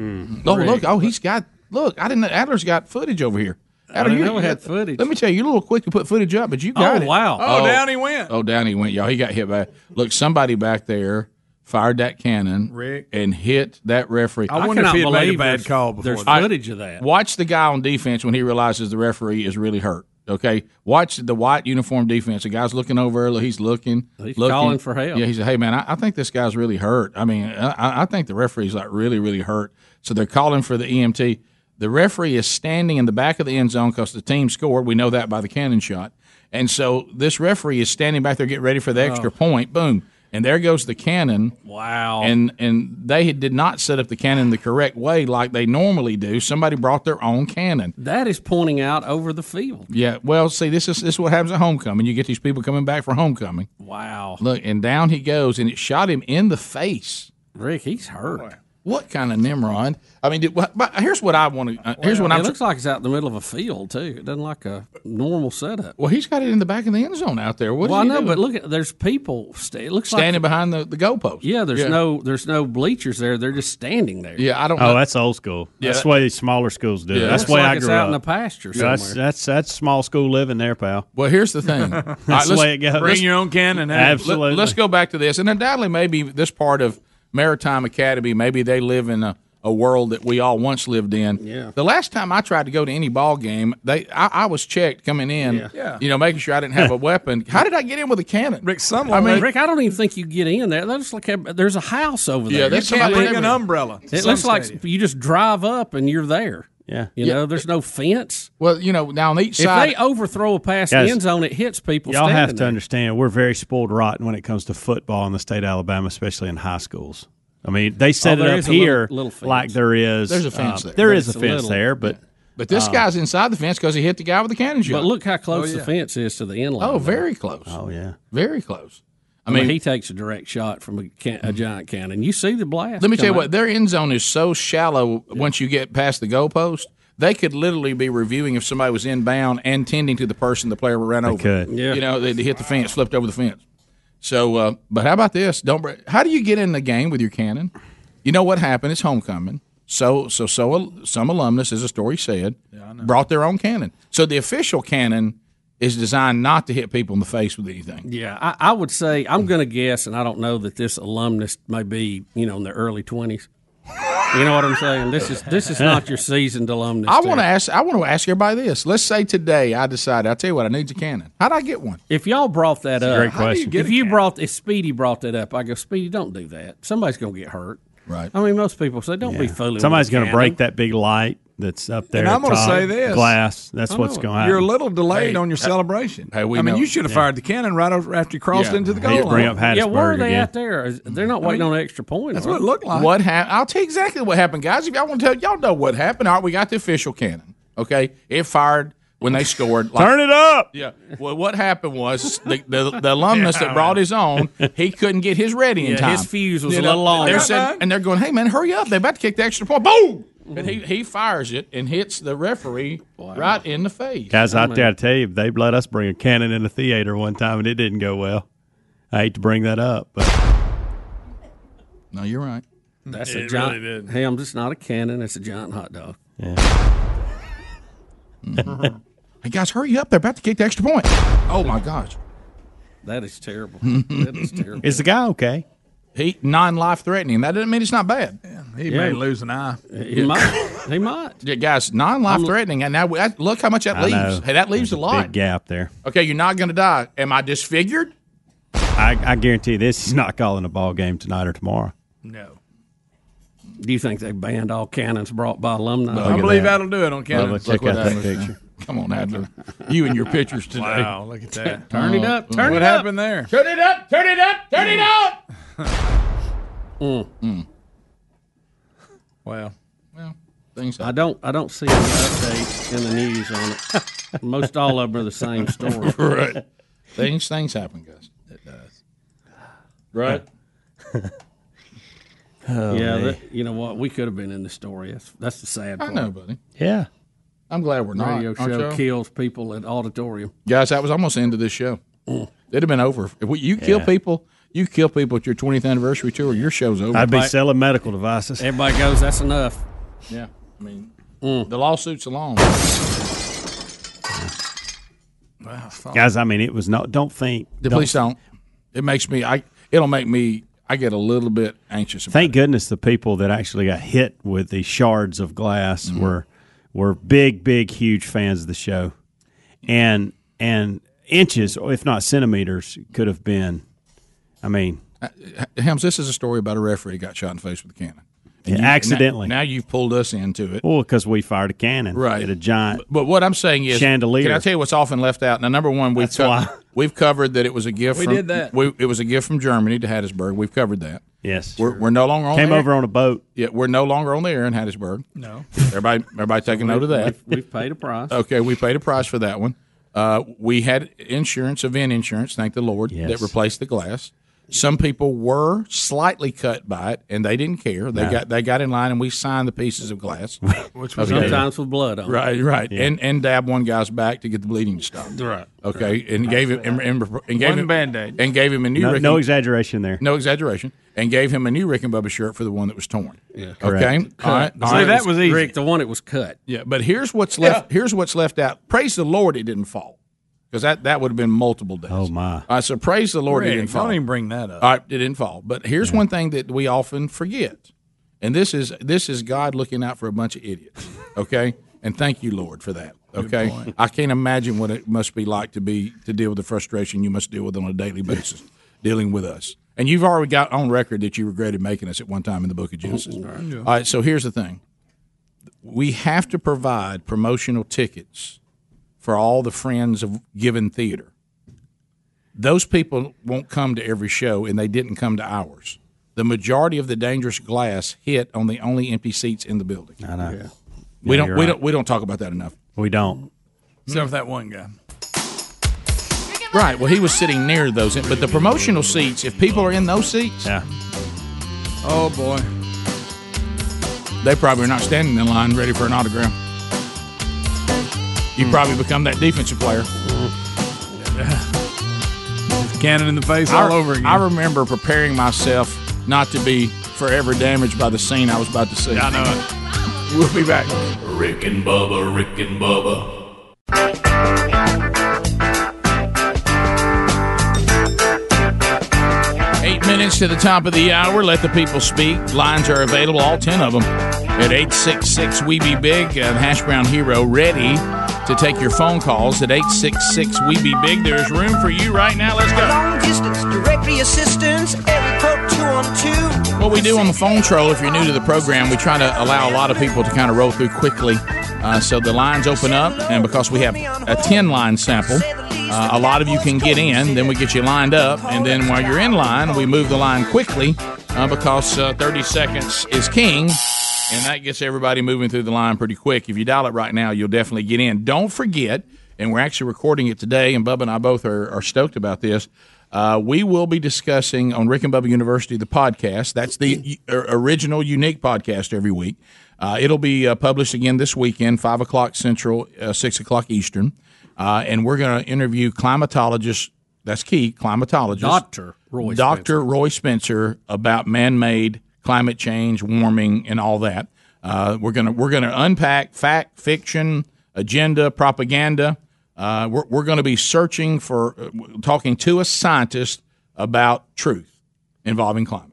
B: look. Oh, he's got. Look, I didn't. Adler's got footage over here.
C: I
B: Adler, you
C: never had footage.
B: Let me tell you, you're a little quick to put footage up, but you got
C: Oh,
B: it.
C: wow. Oh, down he went.
B: Oh, down he went, y'all. He got hit by. Look, somebody back there fired that cannon
D: Rick.
B: and hit that referee.
D: I I wonder if cannot he had made a believe bad there's- call before there's that. footage
B: I-
D: of that.
B: Watch the guy on defense when he realizes the referee is really hurt. Okay, watch the white uniform defense. The guy's looking over. early. He's looking.
C: He's
B: looking.
C: calling for help.
B: Yeah, he said, "Hey man, I, I think this guy's really hurt. I mean, I, I think the referee's like really, really hurt." So they're calling for the EMT. The referee is standing in the back of the end zone because the team scored. We know that by the cannon shot. And so this referee is standing back there getting ready for the extra
G: Oh.
B: point. Boom! And there goes the cannon.
C: Wow.
B: And and they had- did not set up the cannon the correct way like they normally do. Somebody brought their own cannon.
C: That is pointing out over the field.
B: Yeah. Well, see, this is this is what happens at homecoming. You get these people coming back for homecoming.
C: Wow.
B: Look, and down he goes, and it shot him in the face.
C: Rick, he's hurt.
B: What kind of Nimrod? I mean, did, what, but here's what I want to. Uh, here's what
C: Well,
B: I'm.
C: It looks like it's out in the middle of a field too. It doesn't like a normal setup.
B: Well, he's got it in the back of the end zone out there. What is
C: well, I
B: he
C: know,
B: doing?
C: but look at there's people. Sta- it looks
B: standing
C: like,
B: behind the, the goalpost.
C: Yeah, there's
B: Yeah.
C: no there's no bleachers there. They're just standing there.
B: Yeah, I
K: Oh, that's old school.
C: Yeah,
K: that's
C: that-
K: the way smaller schools do.
C: Yeah.
K: it. That's
C: Looks
K: the way
C: like
K: I
C: it's
K: grew
C: out
K: up.
C: in a pasture
K: Yeah, that's,
C: somewhere.
K: that's that's small school living there, pal.
B: Well, here's the thing. All
K: that's
B: right,
K: the
B: let's-
K: way it goes.
B: let's- uh, let-
K: Absolutely.
B: Let's go back to this, and undoubtedly, maybe this part of Maritime Academy, maybe they live in a, a world that we all once lived in. Yeah. The last time I tried to go to any ball game, they I, I was checked coming in.
C: Yeah. Yeah.
B: You know, making sure I didn't have a weapon. How did I get in with a cannon,
D: Rick? Someone.
C: I mean, Rick, I don't even think you get in there. That looks like a, there's a house over there.
B: Yeah, that's
C: Somebody-
B: somebody- Bring an
D: umbrella.
C: It
B: Some
C: looks like
B: stadium.
C: you just drive up and you're there.
K: Yeah,
C: you know, there's no fence.
B: Well, you know, now on each
C: If
K: side-
C: they overthrow a pass
K: Guys,
C: the end zone, it hits people.
K: Y'all have to
C: standing there.
K: understand we're very spoiled rotten when it comes to football in the state of Alabama, especially in high schools. I mean, they set
C: Oh,
K: it
C: there
K: up
C: is a little-
K: here
C: little fence.
K: like there is. uh,
B: There's a fence there.
K: There
B: But
K: is a
B: it's a
K: fence
B: little-
K: there, but
B: But this
C: Uh,
B: guy's inside the fence because he hit the guy with the cannon shot.
C: But look how close the fence is to the end line.
B: Oh,
C: though.
B: very close.
K: Oh yeah,
B: very close. I
C: I mean,
B: mean-
C: he takes a direct shot from a, can- a giant cannon. You see the blast.
B: Let me tell you
C: come
B: what,
C: out.
B: their end zone is so shallow once you get past the goalpost, they could literally be reviewing if somebody was inbound and tending to the person the player ran over.
K: could.
B: Yeah. You know, they, they hit the fence, flipped over the fence. So, uh, but how about this? Don't. br- How do you get in the game with your cannon? You know what happened? It's homecoming. So, so, so al- some alumnus, as the story said, brought their own cannon. So the official cannon is designed not to hit people in the face with anything.
C: Yeah, I, I would say I'm going to guess, and I don't know that this alumnus may be, you know, in the early 20s. You know what I'm saying? This is this is not your seasoned alumnus.
B: I want to ask. I want to ask everybody this. Let's say today I decide. I tell you what. I need a cannon. How'd I get one?
C: If y'all brought that up,
B: great How do you question. get
C: If
B: a
C: you brought if Speedy brought that up, I go, Speedy, don't do that. Somebody's going to get hurt.
B: Right.
C: I mean, most people say, don't be fooling.
K: Somebody's
C: going
K: going to break that big light that's up there.
C: And I'm
K: going
C: gonna
K: to
C: say this.
K: glass. That's
C: I
K: what's
C: know it.
K: going to happen.
D: You're a little delayed
K: Hey,
D: on your
K: that-
D: celebration.
K: Hey, we
D: I mean,
K: know-
D: you should have
K: Yeah.
D: fired the cannon right over- after you crossed into the goal line.
C: Yeah, where are they at there? Is- They're not
B: I
C: waiting
B: mean,
C: on an extra point.
B: That's
C: are
B: what it
C: they?
B: looked like. What happened? I'll tell you exactly what happened, guys. If y'all want to tell, y'all know what happened. All right, we got the official cannon. Okay, it fired when they scored.
K: Turn it up.
B: Yeah. Well, what happened was the, the, the alumnus
K: Yeah,
B: that brought his own, he couldn't get his ready in
K: Yeah,
B: time.
K: his fuse was a little
B: long.
K: longer.
B: They're saying- and they're going, "Hey man, hurry up! They're about to kick the extra point." Boom! And he he fires it and hits the referee right in the face.
K: Guys
B: I
K: out
B: mean-
K: there, I tell you, they've let us bring a cannon in the theater one time, and it didn't go well. I hate to bring that up, but
B: No, you're right.
C: That's
B: It
C: a giant
B: really did.
C: ham. It's not a cannon. It's a giant hot dog.
B: Hey guys, hurry up! They're about to kick the extra point. Oh my gosh!
C: That is terrible. that is terrible.
K: Is the guy okay?
B: He non-life threatening. That doesn't mean it's not bad.
D: He may lose an eye.
B: He might.
C: He might.
B: Yeah, guys, non-life threatening, and now we- that, look how much that
K: I
B: leaves.
K: know.
B: Hey, that leaves a lot.
K: big gap there.
B: Okay, you're not going to die. Am I disfigured?
K: I, I guarantee this he's not calling a ball game tonight or tomorrow.
B: No.
C: Do you think they banned all cannons brought by alumni?
K: Look I at believe that. that'll
D: do it on
K: cannons. Look, check
C: what
K: out that
C: happens.
K: picture.
B: Come on, Adler. You and your pictures today.
D: Wow, look at that. Oh,
C: Turn it up. Turn
D: what
C: it up.
D: happened there?
B: Turn it up. Turn it up. Turn it up.
C: Mm.
B: Mm. Well, well, things.
C: I don't. I don't see any updates in the news on it. Most all of them are the same story.
B: right. Things things happen, guys. It does. Right.
K: Oh,
C: yeah.
B: man.
C: That, you know what? We could have been in the story. That's that's the sad
B: I
C: part.
B: know, buddy.
K: Yeah.
B: I'm glad we're not.
C: Radio
B: aren't
C: show
B: y'all?
C: kills people at auditorium.
B: Guys, that was almost the end of this show. It'd have been over. If we, you kill
C: Yeah.
B: people, you kill people at your 20th anniversary tour, your show's over.
K: I'd be selling medical devices.
C: Everybody goes. That's enough.
B: Yeah. I mean,
K: Mm.
B: the lawsuits alone.
K: Guys, I mean, it was no. Don't think.
B: Ah, The police don't. It makes me. I. It'll make me. I get a little bit anxious. About
K: Thank goodness the people that actually got hit with the shards of glass
B: Mm-hmm.
K: were were big, big, huge fans of the show, and and inches, or if not centimeters, could have been. I mean,
B: it. Uh, Helms, this is a story about a referee who got shot in the face with a cannon.
K: Yeah,
B: now-
K: accidentally.
B: Now, you've pulled us into it.
K: well, because we fired a cannon
B: Right.
K: at a giant.
B: But what I'm saying is,
K: Chandelier.
B: Can I tell you what's often left out? Now, number one, we've co- we've covered that it was a gift.
K: We
B: from,
K: did that.
B: We, it was a gift from Germany to Hattiesburg. We've covered that.
K: Yes,
B: we're, we're no longer on
K: Came
B: the air.
K: over on a boat.
B: Yeah, we're no longer on the air in Hattiesburg.
D: No.
B: Everybody, everybody, take a note of that.
C: We've, we've paid a price.
B: Okay, we paid a price for that one. Uh, we had insurance, event insurance, thank the Lord, that replaced the glass. Some people were slightly cut by it, and they didn't care. They
C: No.
B: got they got in line, and we signed the pieces of glass,
C: Which was sometimes with blood on it.
B: Right, right,
C: Yeah.
B: and and dab one guy's back to get the bleeding to stop.
C: Right.
B: Okay, and gave him and, and, and gave
D: One
B: him
D: Band-Aid.
B: and gave him a new
K: No,
B: Rick
K: no
B: and-
K: exaggeration there.
B: no exaggeration, and gave him a new Rick and Bubba shirt for the one that was torn. Yeah. Okay.
K: Correct.
B: All right.
C: Cut.
B: All
C: See,
B: right.
C: that was easy. Rick, the one that was cut.
B: Yeah, but here's what's left. Here's what's left out. Praise the Lord, it didn't fall because that that would have been multiple days. Oh
K: my!
B: All right, so praise the Lord, it
D: Rick,
B: didn't fall.
D: Don't even bring that up.
B: All right, it didn't fall. But here's one thing that we often forget, and this is this is God looking out for a bunch of idiots. Okay, and thank you, Lord, for that. Okay, I can't imagine what it must be like to be to deal with the frustration you must deal with on a daily basis, dealing with us. And you've already got on record that you regretted making us at one time in the Book of Genesis.
D: Yeah.
B: All right, so here's the thing: we have to provide promotional tickets for all the friends of given theater those people won't come to every show, and they didn't come to ours. The majority of the dangerous glass hit on the only empty seats in the building.
K: I know.
B: We
K: Yeah,
B: don't.
K: you're
B: We
K: right.
B: don't. We don't talk about that enough.
K: We don't.
D: Except for that one guy.
B: Right. Well, he was sitting near those, but the promotional seats. If people are in those seats,
K: yeah,
B: Oh boy. They probably are not standing in line ready for an autograph. You probably become that defensive player. Cannon in the face
D: all over again.
B: I remember preparing myself not to be forever damaged by the scene I was about to see. I know it. We'll be back.
H: Rick and Bubba, Rick and Bubba.
B: Eight minutes to the top of the hour. Let the people speak. Lines are available, all 10 of them, at 866 We Be Big. Uh, the Hash Brown Hero ready to take your phone calls at 866 We Be Big. There's room for you right now. Let's go.
G: Long distance directory assistance, every code two on two.
B: What we do on the phone troll, if you're new to the program, we try to allow a lot of people to kind of roll through quickly. Uh, so the lines open up, and because we have a 10 line sample, uh, a lot of you can get in. Then we get you lined up, and then while you're in line, we move the line quickly uh, because uh, 30 seconds is king. And that gets everybody moving through the line pretty quick. If you dial it right now, you'll definitely get in. Don't forget, and we're actually recording it today, and Bubba and I both are, are stoked about this. Uh, we will be discussing on Rick and Bubba University the podcast. That's the o- original, unique podcast every week. Uh, it'll be uh, published again this weekend, five o'clock Central, uh, six o'clock Eastern, uh, and we're going to interview climatologist. That's key, climatologist,
C: Dr. Roy
B: Dr. Roy Spencer about man-made climate change, warming, and all that. Uh, we're gonna we're gonna unpack fact, fiction, agenda, propaganda. Uh, we're we're gonna be searching for uh, w- talking to a scientist about truth involving climate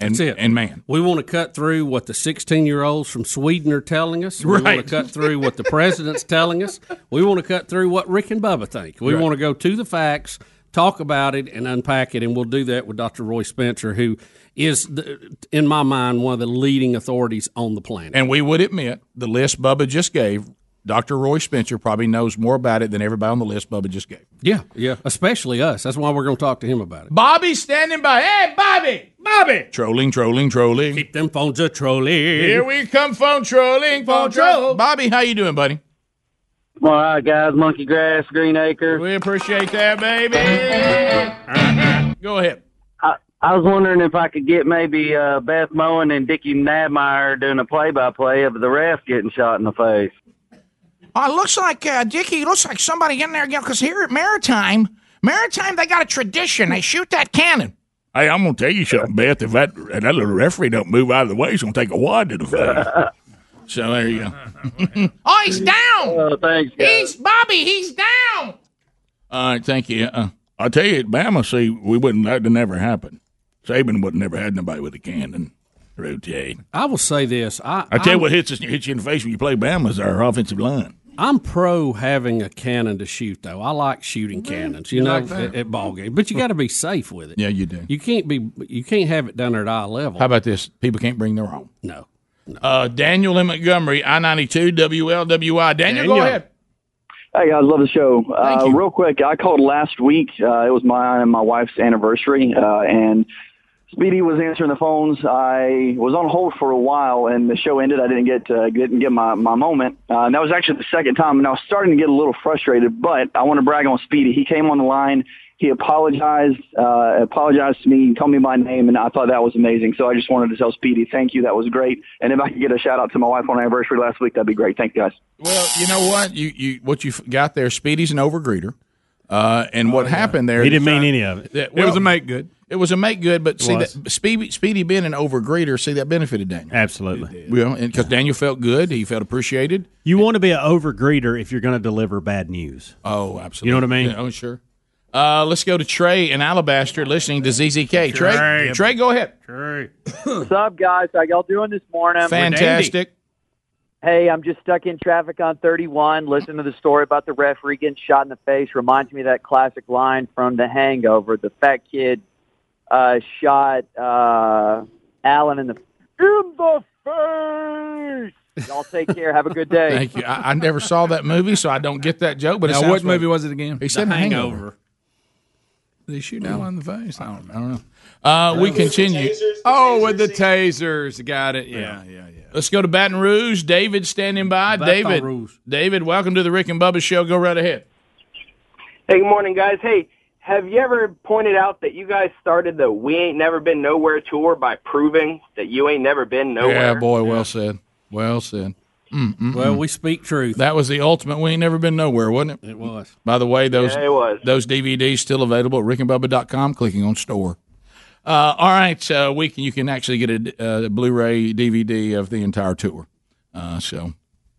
B: and
C: That's it.
B: and man.
C: We want to cut through what the 16 year olds from Sweden are telling us. We want
B: Right.
C: to cut through what the president's telling us. We want to cut through what Rick and Bubba think. We
B: Right.
C: want to go to the facts, talk about it, and unpack it. And we'll do that with Dr. Roy Spencer, who is, the, in my mind, one of the leading authorities on the planet.
B: And we would admit the list Bubba just gave. Dr. Roy Spencer probably knows more about it than everybody on the list Bubba just gave.
C: Yeah, yeah, especially us. That's why we're going to talk to him about it.
B: Bobby standing by. Hey, Bobby, Bobby. Trolling, trolling, trolling.
C: Keep them phones a trolling.
B: Here we come, phone trolling, phone troll. Bobby, how you doing, buddy?
N: All right, guys. Monkey Grass, Green Acre.
B: We appreciate that, baby. Go ahead.
N: I, I was wondering if I could get maybe uh, Beth Moen and Dickie Nadmeyer doing a play-by-play of the ref getting shot in the face.
G: Oh, it looks like uh, Dickie. Looks like somebody in there again. Because here at Maritime, Maritime, they got a tradition. They shoot that cannon.
H: Hey, I'm gonna tell you something, Beth. If that if that little referee don't move out of the way, he's gonna take a wad to the face.
B: so there you go.
G: Oh, he's down.
N: Oh, thanks,
G: He's Bobby. He's down.
B: All right, thank you. Uh,
H: I tell you, at Bama, see, we wouldn't that never happen. Saban would never had nobody with a cannon rotate.
C: I will say this. I,
H: I tell you
C: I'm-
H: what hits us, hits you in the face when you play Bama is our offensive line.
C: I'm pro having a cannon to shoot, though. I like shooting cannons, you
H: Mm-hmm. You
C: know,
H: like that?
C: at, at ball games. But you got to be safe with it.
B: Yeah, you do.
C: You can't be. You can't have it down there at eye level.
B: How about this? People can't bring their own.
C: No.
B: Uh, Daniel in Montgomery, I ninety two WLWI. Daniel, go
O: Daniel.
B: ahead.
O: Hey, I love the show. Uh, real quick, I called last week. Uh, it was my and my wife's anniversary, uh, and Speedy was answering the phones. I was on hold for a while, and the show ended. I didn't get uh, didn't get my my moment. Uh, and that was actually the second time, and I was starting to get a little frustrated. But I want to brag on Speedy. He came on the line. He apologized, uh, apologized to me, called me by name, and I thought that was amazing. So I just wanted to tell Speedy, thank you. That was great. And if I could get a shout out to my wife on anniversary last week, that'd be great. Thank you guys.
B: Well, you know what? You you what you got there? Speedy's an overgreeter, uh, and what happened there?
K: Oh, He didn't mean any of it.
B: That-
K: It was a
B: make good. It was a make good, but
K: It
B: see
K: was.
B: that Speedy, Speedy being an overgreeter, see that benefited Daniel.
K: Absolutely.
B: Well, because Daniel felt good, he felt appreciated.
K: You want to be an overgreeter if you're going to deliver bad news.
B: Oh, absolutely.
K: You know what I mean?
B: Yeah, oh, sure. Uh, let's go to Trey in Alabaster, listening to ZZK. Trey, Trey,
P: Trey.
B: go ahead.
P: What's up, guys? How y'all doing this morning?
B: Fantastic.
P: Hey, I'm just stuck in traffic on 31. Listen to the story about the referee getting shot in the face. Reminds me of that classic line from The Hangover. The fat kid uh, shot uh, Alan in the in the face. Y'all take care. Have a good day.
B: Thank you. I, I never saw that movie, so I don't get that joke. But it
D: Now,
B: sounds
D: what
B: funny.
D: movie was it again?
B: He
D: The
B: said Hangover.
D: Hangover.
B: Did he shoot Alan in the face? I don't, I don't know. Uh, we continue.
D: Oh, with the tasers. Got it. Yeah. yeah.
B: Let's go to Baton Rouge. David standing by.
G: Baton
B: David,
G: Rouge.
B: David, welcome to the Rick and Bubba Show. Go right ahead.
Q: Hey, good morning, guys. Hey, have you ever pointed out that you guys started the "We Ain't Never Been Nowhere" tour by proving that you ain't never been
B: Yeah,
Q: nowhere?
B: boy, well said. Well said. Mm, mm,
Q: Well,
B: mm.
Q: we
C: speak truth.
B: That was the ultimate. We ain't never been nowhere, wasn't it?
C: It was.
B: By the way, those
Q: Yeah, it was.
B: those DVDs still available at rickandbubba.com, clicking on store. Uh, all right, uh, we can you can actually get a uh, Blu-ray DVD of the entire tour. Uh, so,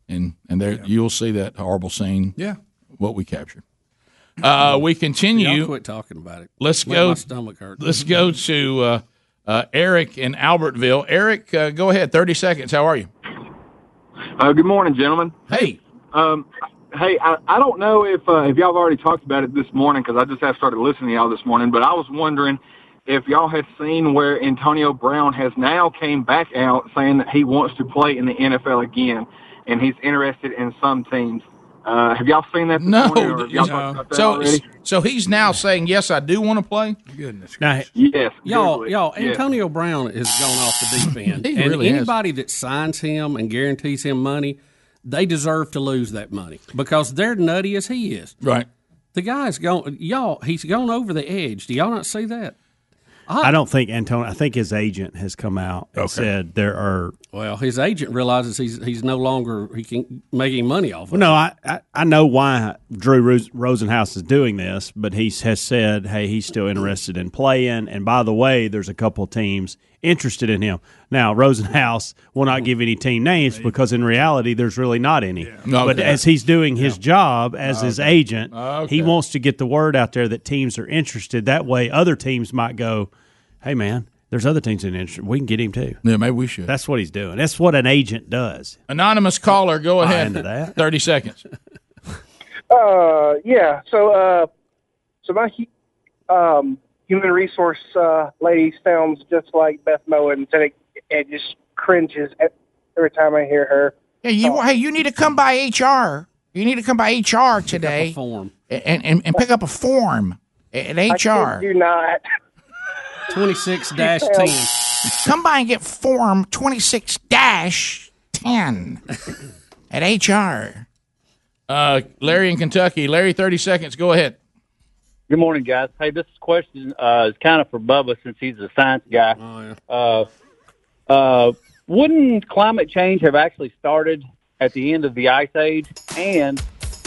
B: and and there you'll see that horrible scene.
C: Yeah.
B: what we captured. Uh, we continue.
C: Y'all quit talking about it.
B: Let's
C: Made
B: go.
C: My stomach hurt.
B: Let's go to uh, uh, Eric in Albertville. Eric, uh, go ahead. Thirty seconds. How are you?
R: Uh, good morning, gentlemen.
B: Hey.
R: Um, hey, I, I don't know if uh, if y'all have already talked about it this morning because I just have started listening to y'all this morning, but I was wondering if y'all had seen where Antonio Brown has now came back out saying that he wants to play in the NFL again, and he's interested in some teams. Uh, have y'all seen that? This
B: No.
R: morning, or have y'all talked about that
B: So
R: already?
B: so he's now saying yes, I do want to play.
C: Goodness.
K: Now,
R: yes,
C: Y'all, y'all,
B: Yeah.
C: Antonio Brown has gone off the deep end.
B: He
C: and
B: really has.
C: anybody that signs him and guarantees him money, they deserve to lose that money because they're nutty as he is.
B: Right.
C: The guy's gone, y'all, he's gone over the edge. Do y'all not see that?
K: I don't think Antonio. I think his agent has come out and
C: Okay.
K: said there are.
C: Well, his agent realizes he's he's no longer he can making money off of
K: Well, no, I, I, I know why Drew Ros- Rosenhaus is doing this, but he has said, hey, he's still interested in playing. And by the way, there's a couple of teams interested in him. Now, Rosenhaus will not give any team names because in reality, there's really not any.
B: No,
K: But
B: okay.
K: as he's doing his job as his
B: Oh, Okay.
K: agent,
B: Okay.
K: he wants to get the word out there that teams are interested. That way, other teams might go, hey, man, there's other teams in the industry. We can get him too.
B: Yeah, maybe we should.
K: That's what he's doing. That's what an agent does.
B: Anonymous caller, go ahead.
K: into that.
B: Thirty seconds.
S: Uh, yeah. So, uh, so my hu- um, human resource uh, lady sounds just like Beth Moen, and it, it just cringes e- every time I hear her. Uh,
M: Hey, you, hey, you need to come by HR. You need to come by HR today.
C: form.
M: And, and, and pick up a form at
S: I
M: HR.
S: kid you not.
C: 26
M: Come by and get form 26 dash 10 at HR.
B: Uh, Larry in Kentucky. Larry, thirty seconds. Go ahead.
T: Good morning, guys. Hey, this question uh, is kind of for Bubba since he's a science guy.
D: Oh,
T: uh, uh, wouldn't climate change have actually started at the end of the ice age? And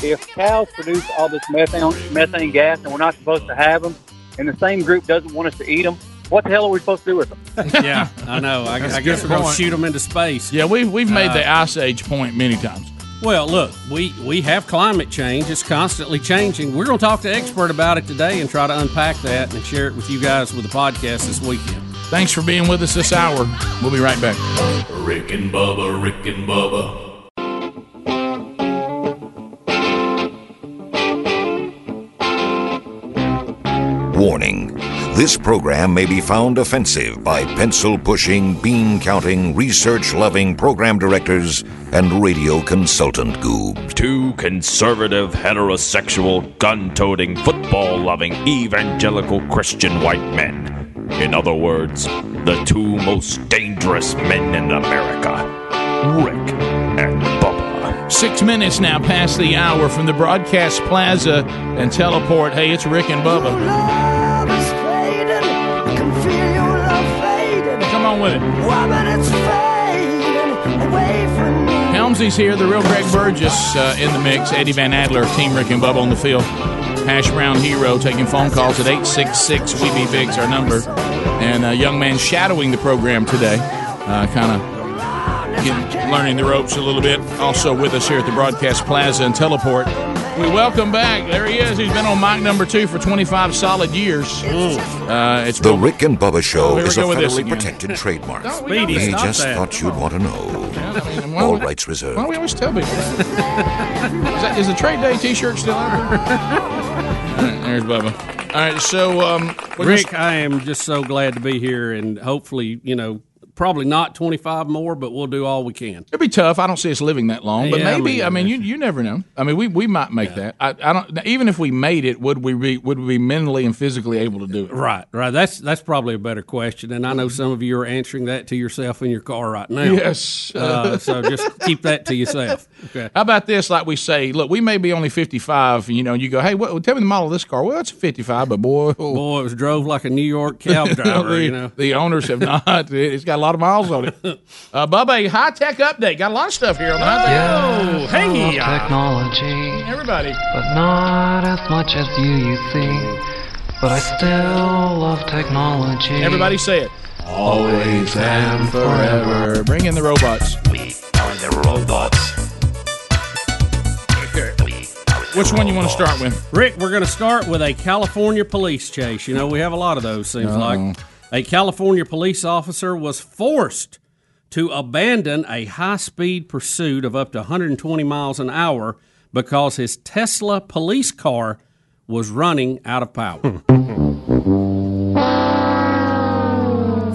T: if cows produce all this methane, methane gas and we're not supposed to have them, and the same group doesn't want us to eat them, what the hell are we supposed to do with them?
C: yeah, I know. I,
B: That's a
C: I guess
B: good
C: we're going to
B: point.
C: shoot them into space.
B: Yeah, we've we've made
C: Uh,
B: the ice age point many times.
C: Well, look, we, we have climate change. It's constantly changing. We're going to talk to expert about it today and try to unpack that and share it with you guys with the podcast this weekend.
B: Thanks for being with us this hour. We'll be right back.
H: Rick and Bubba, Rick and Bubba,
L: Warning this program may be found offensive by pencil pushing, bean counting, research loving program directors and radio consultant goobs.
A: Two conservative, heterosexual, gun toting, football loving, evangelical Christian white men. In other words, the two most dangerous men in America Rick and Bubba.
B: Six minutes now past the hour from the broadcast plaza and teleport. Hey, it's Rick and Bubba.
M: I can feel your love fading.
B: Come on with it.
M: Woman, it's fading away from me.
B: Helmsy's here, the real Greg Burgess uh, in the mix. Eddie Van Adler, Team Rick and Bubba on the field. Hash Brown Hero taking phone calls at 866 We Be Big's our number. And a young man shadowing the program today, uh, kind of learning the ropes a little bit. Also with us here at the Broadcast Plaza and Teleport. We welcome back. There he is. He's been on mic number two for 25 solid years. Uh, it's
L: the Rick and Bubba Show
B: here we
L: is a
B: go with this
L: federally
B: again.
L: protected trademark.
B: Don't we
L: we
B: gotta stop
L: just
B: that.
L: thought you'd want to know.
B: why
L: All
B: would-
L: rights reserved.
B: Why do we always tell people that? is, that is the trade day T-shirt still out there? All right, there's Bubba. All right, so um, we're
C: Rick,
B: just-
C: I am just so glad to be here, and hopefully, you know, probably not 25 more, but we'll do all we can.
B: It'd be tough. I don't see us living that long, but
C: Yeah, I
B: maybe. I mean, you you never know. I mean, we, we might make that. I, I don't. now, Even if we made it, would we be would we be mentally and physically able to do it? Mm-hmm.
C: Right, right. That's that's probably a better question, and I know some of you are answering that to yourself in your car right now.
B: Yes.
C: Uh, so just keep that to yourself. Okay.
B: How about this? Like we say, look, we may be only fifty five. You know, and you go, hey, what, tell me the model of this car. Well, it's fifty five, but boy, oh.
C: boy, it was drove like a New York cab driver,
B: the,
C: you know.
B: the owners have not. It's got a lot of miles on it. Uh, Bubba, high tech update. Got a lot of stuff here on the high tech. Oh, hey, uh,
U: technology,
B: everybody.
U: but not as much as you, you see. But I still love technology.
B: Everybody say it. Always and forever. Bring in the robots. We are the robots. Okay. Which one you want to start with?
C: Rick, we're going to start with a California police chase. You know, we have a lot of those, seems
B: Uh-oh.
C: like. A California police officer was forced to abandon a high speed pursuit of up to 120 miles an hour because his Tesla police car was running out of
B: Hmm.
C: power.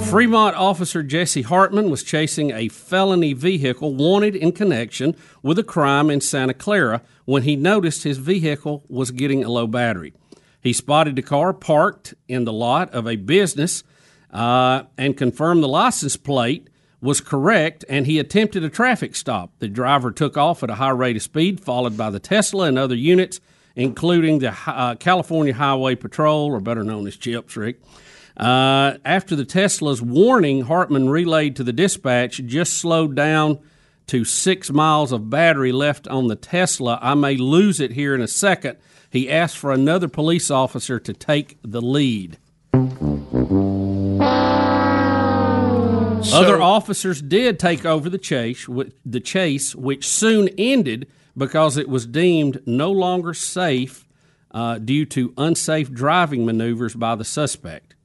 C: Fremont officer Jesse Hartman was chasing a felony vehicle wanted in connection with a crime in Santa Clara when he noticed his vehicle was getting a low battery. He spotted the car parked in the lot of a business uh, and confirmed the license plate was correct, and he attempted a traffic stop. The driver took off at a high rate of speed, followed by the Tesla and other units, including the uh, California Highway Patrol, or better known as CHIPS, Rick. Uh, after the Tesla's warning, Hartman relayed to the dispatch, just slowed down to six miles of battery left on the Tesla. I may lose it here in a second. He asked for another police officer to take the lead. Other officers did take over the chase, wh- the chase, which soon ended because it was deemed no longer safe uh, due to unsafe driving maneuvers by the suspect.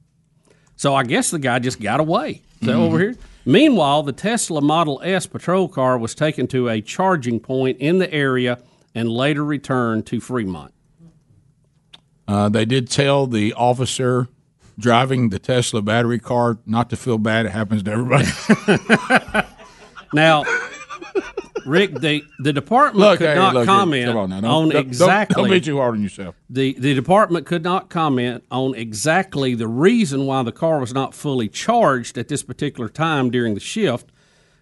C: So I guess the guy just got away. Is that what
B: Mm-hmm.
C: we're hearing? Meanwhile, the Tesla Model S patrol car was taken to a charging point in the area and later returned to Fremont.
B: Uh, they did tell the officer driving the Tesla battery car not to feel bad. It happens to everybody.
C: Now, Rick, the, the department
B: Look,
C: could
B: hey,
C: not
B: look here.
C: comment
B: Come on now. Don't-
C: on
B: don't- don't-
C: exactly.
B: don't be too hard on yourself.
C: The the department could not comment on exactly the reason why the car was not fully charged at this particular time during the shift.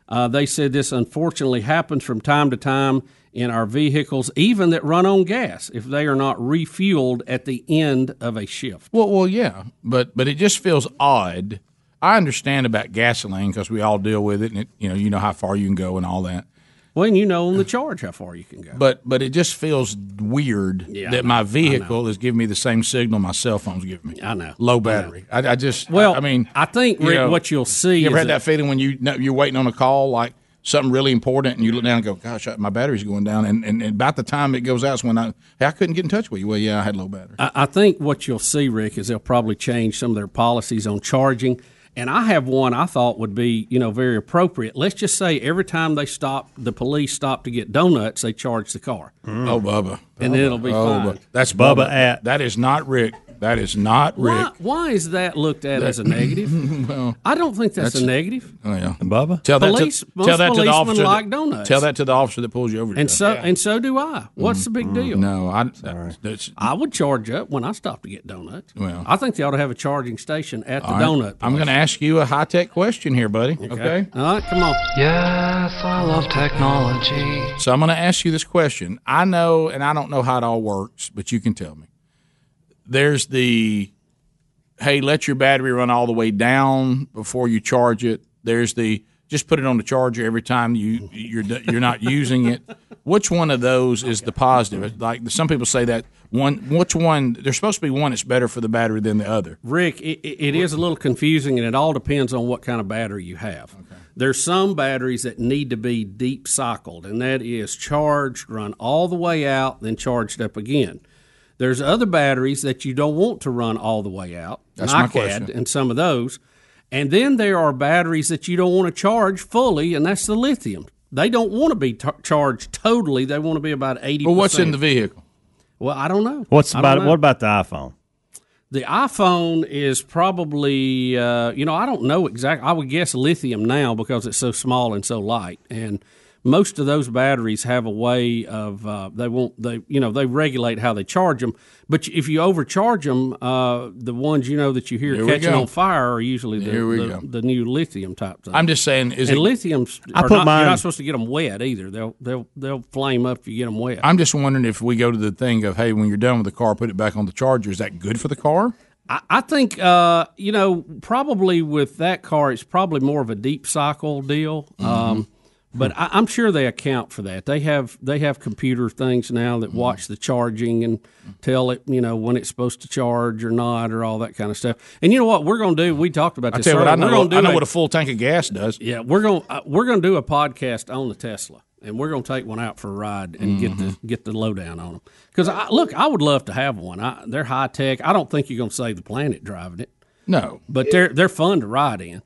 C: Uh, they said this unfortunately happens from time to time in our vehicles, even that run on gas, if they are not refueled at the end of a shift.
B: Well, well, yeah, but but it just feels odd. I understand about gasoline because we all deal with it, and it, you know you know how far you can go and all that.
C: Well, and you know on the charge how far you can go.
B: But but it just feels weird
C: Yeah, I
B: that
C: know, I
B: my
C: know.
B: vehicle is giving me the same signal my cell phone's giving me. I
C: know
B: low battery. I, I just
C: Well,
B: I, mean,
C: I think Rick, what you'll see
B: You ever
C: is
B: had
C: that-
B: that feeling when you know, you're waiting on a call like something really important, and you look down and go, "Gosh, I- my battery's going down," and, and, and about the time it goes out is when I hey, I couldn't get in touch with you. Well, yeah, I had low battery.
C: I, I think what you'll see, Rick, is they'll probably change some of their policies on charging. And I have one I thought would be, you know, very appropriate. Let's just say every time they stop, the police stop to get donuts, they charge the car.
B: Oh, Bubba,
C: And then it'll be
B: Oh,
C: fine.
B: Bu- That's Bubba. at. That is not Rick. That is not Rick.
C: Why, why is that looked at
B: That-
C: as a negative?
B: well,
C: I don't think that's,
B: that's-
C: a negative.
B: Oh yeah, Bubba. Tell
C: Police-
B: that to,
C: most
B: tell that to the
C: policemen
B: officer. that-
C: like donuts.
B: Tell that to the officer that pulls you over.
C: And so and so do I. What's the big deal?
B: No, I. That's,
C: I would charge up when I stop to get donuts.
B: Well.
C: I think they ought to have a charging station at the
B: all right.
C: donut.
B: I'm going to ask you a high tech question here, buddy. Okay.
C: All right, come on.
U: Yes, I love technology.
B: So I'm going to ask you this question. I know, and I don't know how it all works, but you can tell me. There's the hey, let your battery run all the way down before you charge it. There's the just put it on the charger every time you you're do- you're not using it. Which one of those is the positive? Like some people say that one. Which one? There's supposed to be one that's better for the battery than the other.
C: Rick, it, it is a little confusing, and it all depends on what kind of battery you have. There's some batteries that need to be deep cycled, and that is charged, run all the way out, then charged up again. There's other batteries that you don't want to run all the way out.
B: That's
C: and
B: my
C: I had
B: question.
C: And some of those. And then there are batteries that you don't want to charge fully, and that's the lithium. They don't want to be t- charged totally. They want to be about 80%.
B: Well, what's in the vehicle?
C: Well, I don't know.
K: What's
C: I don't
K: about
C: know.
K: what about the iPhone?
C: The iPhone is probably, uh, you know, I don't know exactly. I would guess lithium now because it's so small and so light, and most of those batteries have a way of uh, they won't they you know they regulate how they charge them. But if you overcharge them, uh, the ones you know that you hear
G: Here we
C: catching
G: go.
C: on fire are usually the,
G: Here we
C: the,
G: go.
C: the new lithium type thing.
G: I'm just saying, is
C: and
G: it-
C: lithiums
G: I
C: are
G: put
C: not,
G: mine-
C: you're not supposed to get them wet either. They'll they'll they'll flame up if you get them wet.
B: I'm just wondering if we go to the thing of hey, when you're done with the car, put it back on the charger. Is that good for the car?
C: I, I think uh, you know probably with that car, it's probably more of a deep cycle deal. Um,
B: Mm-hmm.
C: but I, I'm sure they account for that. They have they have computer things now
B: Mm-hmm.
C: that watch the charging and tell it you know when it's supposed to charge or not or all that kind of stuff. And you know what we're going to do? We talked about
B: I
C: this.
B: tell you what,
C: earlier.
B: I know-
C: We're gonna do
B: I know
C: a-
B: what a full tank of gas does.
C: Yeah, we're going to we're going to do a podcast on the Tesla, and we're going to take one out for a ride and get
B: Mm-hmm.
C: the get the lowdown on them. Because I, look, I would love to have one. I, they're high tech. I don't think you're going to save the planet driving it.
B: No,
C: but they're they're fun to ride in.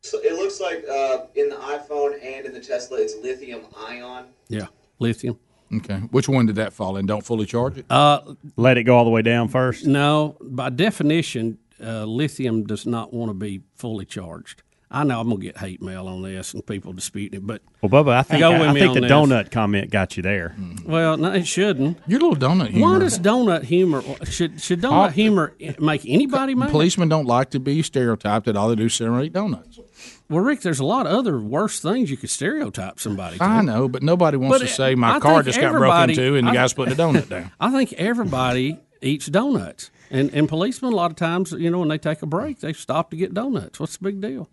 F: So it looks like uh, in the iPhone and in the Tesla, it's lithium ion.
C: Yeah, lithium.
B: Okay, which one did that fall in? Don't fully charge it.
C: Uh,
K: Let it go all the way down first.
C: No, by definition, uh, lithium does not want to be fully charged. I know I'm going to get hate mail on this and people disputing it, but
K: Well, Bubba, I think
C: Go with
K: I,
C: me
K: think
C: on
K: the
C: this.
K: donut comment got you there.
B: Hmm.
C: Well, no, it shouldn't.
B: Your little donut
C: Why
K: humor.
C: does donut humor should should donut
B: All-
C: humor make anybody mad?
B: Policemen don't like to be stereotyped that all they do is sit around and eat donuts.
C: Well, Rick, there's a lot of other worse things you could stereotype somebody. To.
B: I know, but nobody wants
C: But
B: to say my
C: I
B: car
C: think
B: just got broken
C: everybody-
B: into and the
C: I-
B: guy split the donut down.
C: I think everybody eats donuts, and and policemen a lot of times, you know, when they take a break, they stop to get donuts. What's the big deal?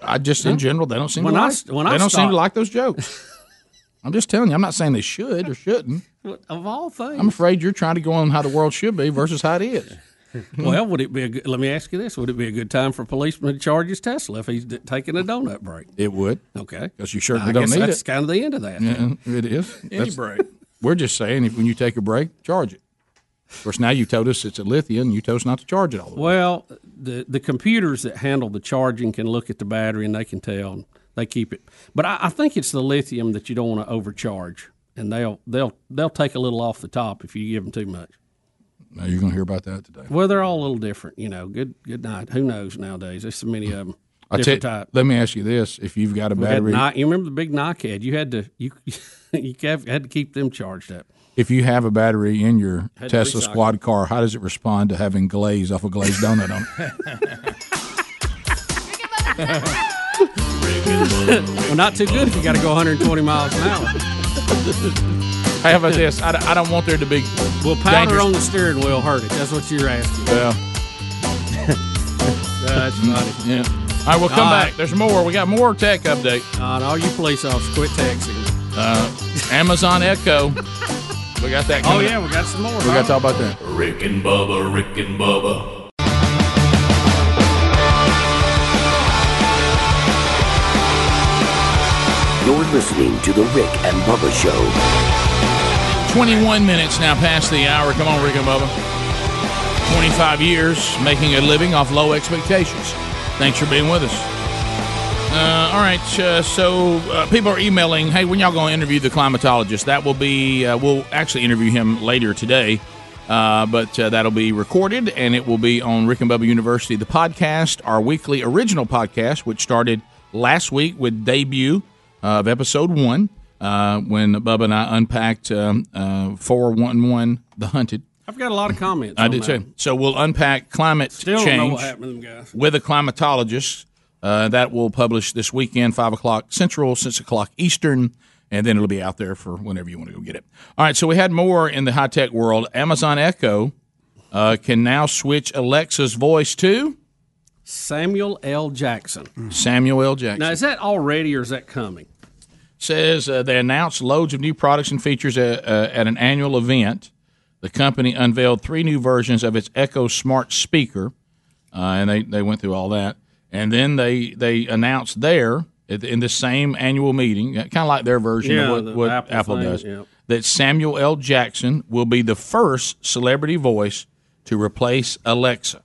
B: I just in general, they don't seem
C: When
B: to
C: I
B: like.
C: s- when
B: they
C: I
B: don't seem
C: stopped-
B: to like those jokes. I'm just telling you. I'm not saying they should or shouldn't.
C: Of all things,
B: I'm afraid you're trying to go on how the world should be versus how it is.
C: well, would it be a good, let me ask you this? Would it be a good time for a policeman to charge his Tesla if he's d- taking a donut break?
B: It would.
C: Okay.
B: Because you certainly
C: I
B: don't
C: guess
B: need
C: that's
B: it.
C: kind of the end of that.
B: Yeah, it is.
C: Any
B: That's-
C: break.
B: We're just saying if when you take a break, charge it. Of course, now you told us it's a lithium. You told us not to charge it all.
C: Well, the the computers that handle the charging can look at the battery and they can tell. And they keep it, but I, I think it's the lithium that you don't want to overcharge, and they'll they'll they'll take a little off the top if you give them too much.
B: Now you're going to hear about that today.
C: Well, they're all a little different, you know. Good good night. Who knows nowadays? There's so many of them.
B: I tell-
C: Different type.
B: let me ask you this: If you've got a
C: We had
B: battery,
C: Ni- you remember the big Nike ad? You had to you you kept- had to keep them charged up.
B: if you have a battery in your
C: Had to
B: Tesla
C: recycle.
B: squad car, how does it respond to having glaze off a glazed donut on it?
C: well, not too good if you got to go 120 miles an hour.
B: How about this? I, I don't want there to be.
C: Well, powder
B: dangerous-
C: on the steering wheel hurt it. That's what you're asking.
B: Yeah. Mm,
C: That's funny.
B: Yeah. All right, we'll come
C: All
B: back.
C: right.
B: There's more. We got more tech update.
C: God, all you police officers, quit texting.
B: Uh, Amazon Echo. We got that.
C: Oh
B: coming up.
C: yeah, we got some more.
B: We got to talk about that.
H: Rick and Bubba, Rick and Bubba.
V: You're listening to The Rick and Bubba Show.
B: 21 minutes now past the hour. Come on, Rick and Bubba. 25 years making a living off low expectations. Thanks for being with us. Uh, all right, uh, so uh, people are emailing. Hey, when y'all going to interview the climatologist? That will be uh, we'll actually interview him later today, uh, but uh, that'll be recorded and it will be on Rick and Bubba University, the podcast, our weekly original podcast, which started last week with debut of episode one uh, when Bubba and I unpacked um, uh, four one one the hunted.
C: I've got a lot of comments.
B: I
C: on
B: did
C: that.
B: too. So we'll unpack climate
C: Still don't know
B: change
C: what happened to them guys.
B: with a climatologist. Uh, that will publish this weekend, five o'clock Central, six o'clock Eastern, and then it'll be out there for whenever you want to go get it. All right. So we had more in the high tech world. Amazon Echo uh, can now switch Alexa's voice to
C: Samuel L. Jackson.
B: Mm. Samuel L. Jackson.
C: Now is that already or is that coming?
B: says uh, they announced loads of new products and features at, uh, at an annual event. The company unveiled three new versions of its Echo Smart Speaker, uh, and they, they went through all that. And then they they announced there at the- in the same annual meeting, kind of like their version
C: Yeah,
B: of
C: the
B: what, what
C: Apple
B: Apple,
C: thing,
B: does,
C: yep.
B: that Samuel L. Jackson will be the first celebrity voice to replace Alexa.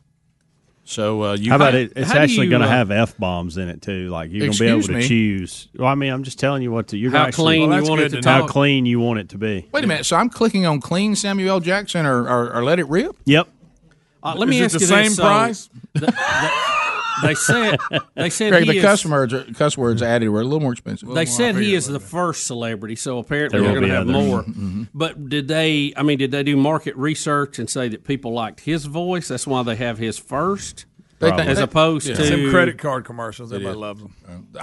B: So uh, you
K: How about
B: might-
K: it? It's actually
C: uh,
K: going to have f bombs in it too. Like you're going to be able
B: Excuse
K: to
B: me?
K: choose. Well, I mean, I'm just telling you what to. You're
B: How
K: gonna actually-
B: clean Well, you that's want it good to to know.
K: How
B: talk.
K: clean you want it to be.
B: Wait a minute. So I'm clicking on clean Samuel L. Jackson or, or, or let it rip.
K: Yep.
C: Uh, let me
B: Is it
C: ask
B: the
C: you
B: same
C: this. So,
B: price?
C: th- th- they said they said
B: Craig,
C: he
B: the
C: is-
B: cuss words, are- cuss words added were a little more expensive.
C: They said he is the first celebrity, so apparently
B: There
C: they're
B: will
C: going
B: be
C: to have
B: others.
C: more.
B: Mhm.
C: But did they? I mean, did they do market research and say that people liked his voice? That's why they have his first,
D: They think-
C: as
D: they-
C: opposed
D: yeah.
C: to
D: Some credit card commercials.
C: It
D: Everybody
C: is.
D: loves them.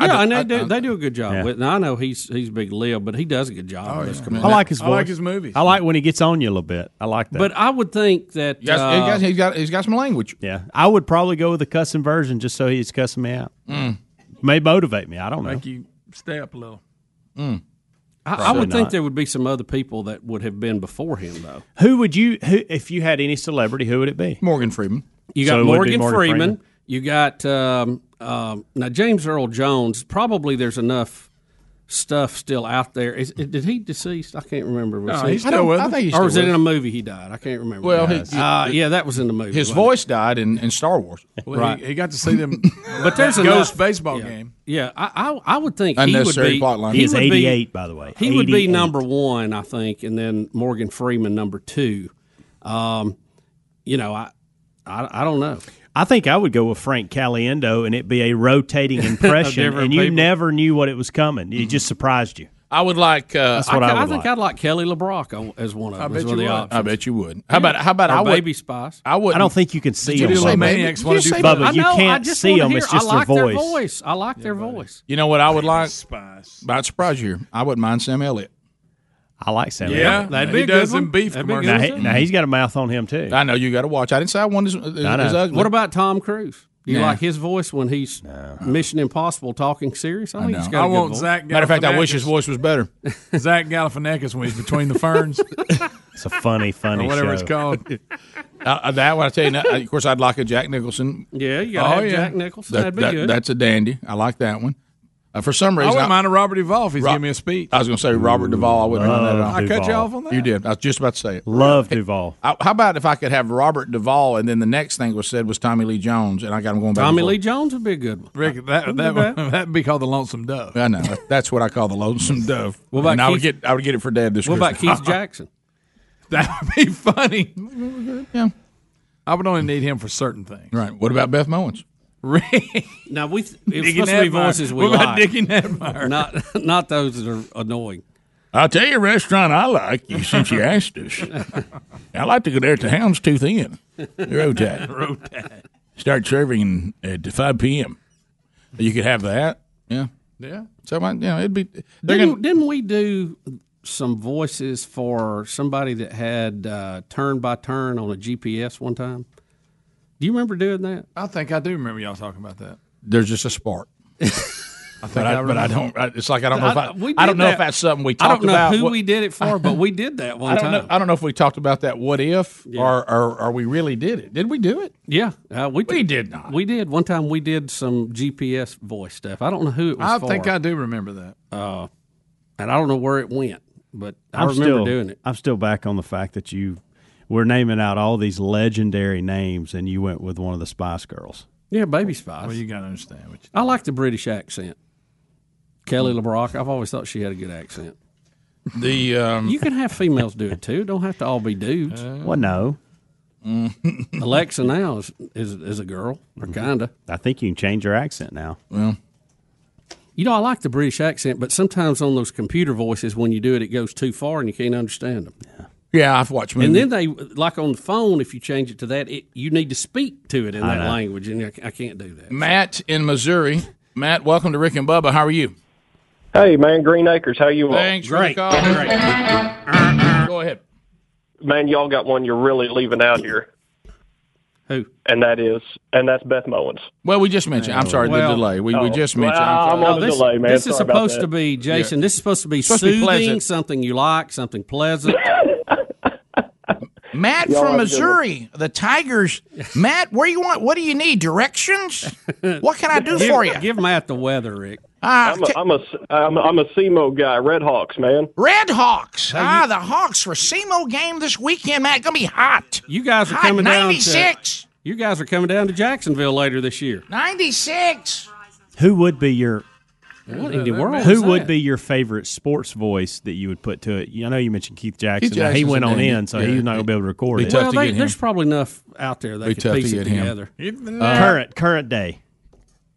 C: Yeah, and they do. they do a good job.
K: Yeah.
C: With, and I know he's he's big lib, but he does a good job.
D: Oh,
C: with his
K: I
C: commercials.
K: like his. Voice. I like when he gets on you a little bit. I like that.
C: But I would think that
K: Yes, he
C: uh,
K: got- he
B: got he's got some language.
K: yeah, I would probably go with the cussing version just so he's cussing me out.
D: Mm.
K: May motivate me. I don't know.
D: Make you stay up a little.
B: Mm.
C: I, I
K: Probably
C: would think
K: not.
C: there would be some other people that would have been before him, though.
K: Who would you? Who, if you had any celebrity, who would it be?
B: Morgan Freeman.
C: You got Morgan, Freeman. You got um, um, now James Earl Jones. Probably there's enough stuff still out there. Is, did he deceased? I can't remember. Was
B: No,
C: he-
B: he's
C: I
B: still
C: don't-
B: with
C: I
B: us.
C: think he's
B: Or
C: still
B: was it
C: with
B: in
C: us.
B: a
C: movie he died? I can't remember.
B: Well, he-
C: uh, yeah, that was in the movie.
B: His
C: wasn't it?
B: voice died in, in Star Wars.
D: Well, he-
C: Right.
D: he, got to see them.
C: But there's
D: that
C: enough-
D: ghost baseball
C: yeah.
D: game.
C: Yeah, I I, I would think
B: Unnecessary
C: he would be.
B: plot line.
K: He is
C: would be-
K: 88, by the way.
C: He would be
K: 88.
C: number one, I think, and then Morgan Freeman number two. Um, you know, I I, I don't know.
K: I think I would go with Frank Caliendo, and it'd be a rotating impression,
C: different
K: and you
C: people.
K: never knew what it was coming. It
B: Mm-hmm.
K: just surprised you.
B: I would like. Uh,
K: That's what I,
C: I,
K: would
C: think
K: like.
C: I'd like Kelly LeBrock on- as one of
B: I
C: them.
B: bet
C: as
B: you
C: one of the
B: would.
C: options.
B: I bet you would. How about- how about
C: Or
B: I would-
C: Baby Spice?
B: I would.
K: I don't think you can see
B: Did you
K: them.
B: say Maniacs
K: Did
B: wanna
K: you
B: do
K: say
B: that?
K: Bubba,
B: I
K: you
B: know, I
K: can't
B: just
K: see
B: wanna
K: them.
B: hear-
K: It's just
B: I like
K: their
B: their
K: voice.
C: voice. I like their voice.
B: You know what I would like?
D: Spice.
B: Might surprise you. I wouldn't mind Sam Elliott.
K: I like Sam.
B: Yeah,
K: Elliott.
B: that'd be He a good does them one. beef That'd be a good
K: Now,
B: one.
K: he- now he's got a mouth on him too.
B: I know you got to watch. I didn't say I wanted. His, his,
K: I know.
B: ugly.
C: What about Tom Cruise? Do you
B: Nah.
C: like his voice when he's Mission Impossible talking serious? I think he's got a
D: I
C: good
D: want
C: voice.
D: Zach.
B: Matter of fact, I wish his voice was better.
D: Zach Galifianakis when he's between the ferns.
K: It's a funny, funny
D: Or whatever
K: show.
D: it's called.
B: Uh, uh, that one I tell you. now, Of course, I'd like a Jack Nicholson. Oh,
C: Yeah, you gotta have Jack Nicholson. That'd be good.
B: That's a dandy. I like that one. Uh, for some
D: I
B: reason,
D: wouldn't mind a Robert Duvall if he's
B: Ro-
D: giving me a speech.
B: I was going to say Robert Duvall. I wouldn't mind that at all.
D: I cut you off on that.
B: You did. I was just about to say it.
K: Love Duvall.
B: I, how about if I could have Robert Duvall, and then the next thing was said was Tommy Lee Jones, and I got him going back.
C: Tommy
B: and
C: Lee Jones would be a good one.
D: Rick, that that
C: bad.
D: one- that'd be called the Lonesome Dove.
B: forth. I know that's what I call the lonesome dove.
D: What about
B: and I would
D: Keith-
B: get I would get it for Dad this
D: What about
B: Christmas.
D: Keith
C: Jackson?
D: That'd be funny.
B: Yeah.
D: I would only need him for certain things.
B: right. What about Beth Mowens?
C: Now we th- it was
D: Dickie
C: supposed to be
D: Nedmeyer.
C: voices we
D: What about
C: like.
D: Dickie Nedmeyer?
C: Not not those that are annoying.
I: I'll tell you a restaurant I like you, since you asked us. I like to go there at the Houndstooth Inn, the Rotat.
D: Rotat.
I: Start serving at 5 p.m.
B: You could have that. Yeah.
D: Yeah.
B: So I, you know, it'd be. They're
C: Didn't,
B: gonna,
C: didn't we do some voices for somebody that had uh, turn by turn on a GPS one time? Do you remember doing that?
D: I think I do remember y'all talking about that.
B: there's just a spark. I
D: think
B: but, I,
D: I
B: but I
D: remember.
B: don't. I, it's like I don't know if I.
C: we
B: I
C: did
B: don't know
C: that.
B: if that's something we
C: I
B: talked
C: don't know
B: about.
C: who
B: What-
C: we did it for, but we did that one
B: I don't know.
C: time.
B: I don't know if we talked about that. What if? Or, or or we really did it? Did we do it?
C: Yeah, uh, we
B: We did not.
C: We did one time. We did some GPS voice stuff. I don't know who it was.
D: I
C: for.
D: think I do remember that.
C: Uh, and I don't know where it went, but I
K: I'm
C: remember
K: still,
C: doing it.
K: I'm still back on the fact that you were naming out all these legendary names, and you went with one of the Spice Girls.
C: Yeah, Baby Spice.
D: Well, you got to understand. What
C: I like the British accent. Kelly LeBrock. I've always thought she had a good accent.
B: The um,
C: You can have females do it too. Don't have to all be dudes.
D: Uh,
K: Well, no,
B: Mm-hmm.
C: Alexa now is is, is a girl or kinda.
K: Mm-hmm. I think you can change your accent now.
B: Well,
C: You know, I like the British accent, but sometimes on those computer voices, when you do it, it goes too far and you can't understand them.
B: Yeah, I've watched movies.
C: And then they, like on the phone, if you change it to that, it, you need to speak to it in
B: I
C: that
B: know.
C: language, and I, ca- I can't do that.
B: Matt in Missouri. Matt, welcome to Rick and Bubba. How are you?
E: Hey man, Green Acres, how you all?
B: Thanks for the
E: Great.
B: call. Great. Go ahead.
E: Man, y'all got one you're really leaving out here.
C: Who?
E: And that is, and that's Beth Mowens.
B: Well, we just mentioned. I'm sorry,
E: Well-
B: the delay. We, we
E: Oh.
B: just mentioned.
E: Well, I'm
B: sorry.
E: on the delay, man.
C: This is
E: Sorry about
C: supposed
E: that.
C: to be, Jason. This is supposed to be
B: Supposed to be
C: soothing,
B: pleasant.
C: something you like, something pleasant.
B: Matt
C: Y'all
B: from
C: have a good
B: Missouri, the Tigers. Matt, where you want? What do you need? Directions? What can I do
E: Give-
B: for Ah, you?
C: Give Matt the weather, Rick.
E: I'm a, I'm a, I'm a, I'm a SEMO guy, Red Hawks, man.
B: Red Hawks. Ah, the Hawks for SEMO game this weekend, Matt. Gonna be hot.
C: You guys are
B: Hot
C: coming down
B: 96.
C: to. You guys are coming down to Jacksonville later this year.
B: 96.
K: Who would be your
C: What in the world?
K: Who would be your favorite sports voice that you would put to it? You- I know you mentioned Keith Jackson.
C: Keith
K: Now, he
C: Jackson's
K: went
C: a
K: on
C: name.
K: in, so
C: Yeah,
K: he's not going to be able to record
C: Well,
K: it.
C: they- there's probably enough out there
K: Be
C: they could
K: tough to
C: piece it
K: get him.
C: together.
K: Uh, current current day,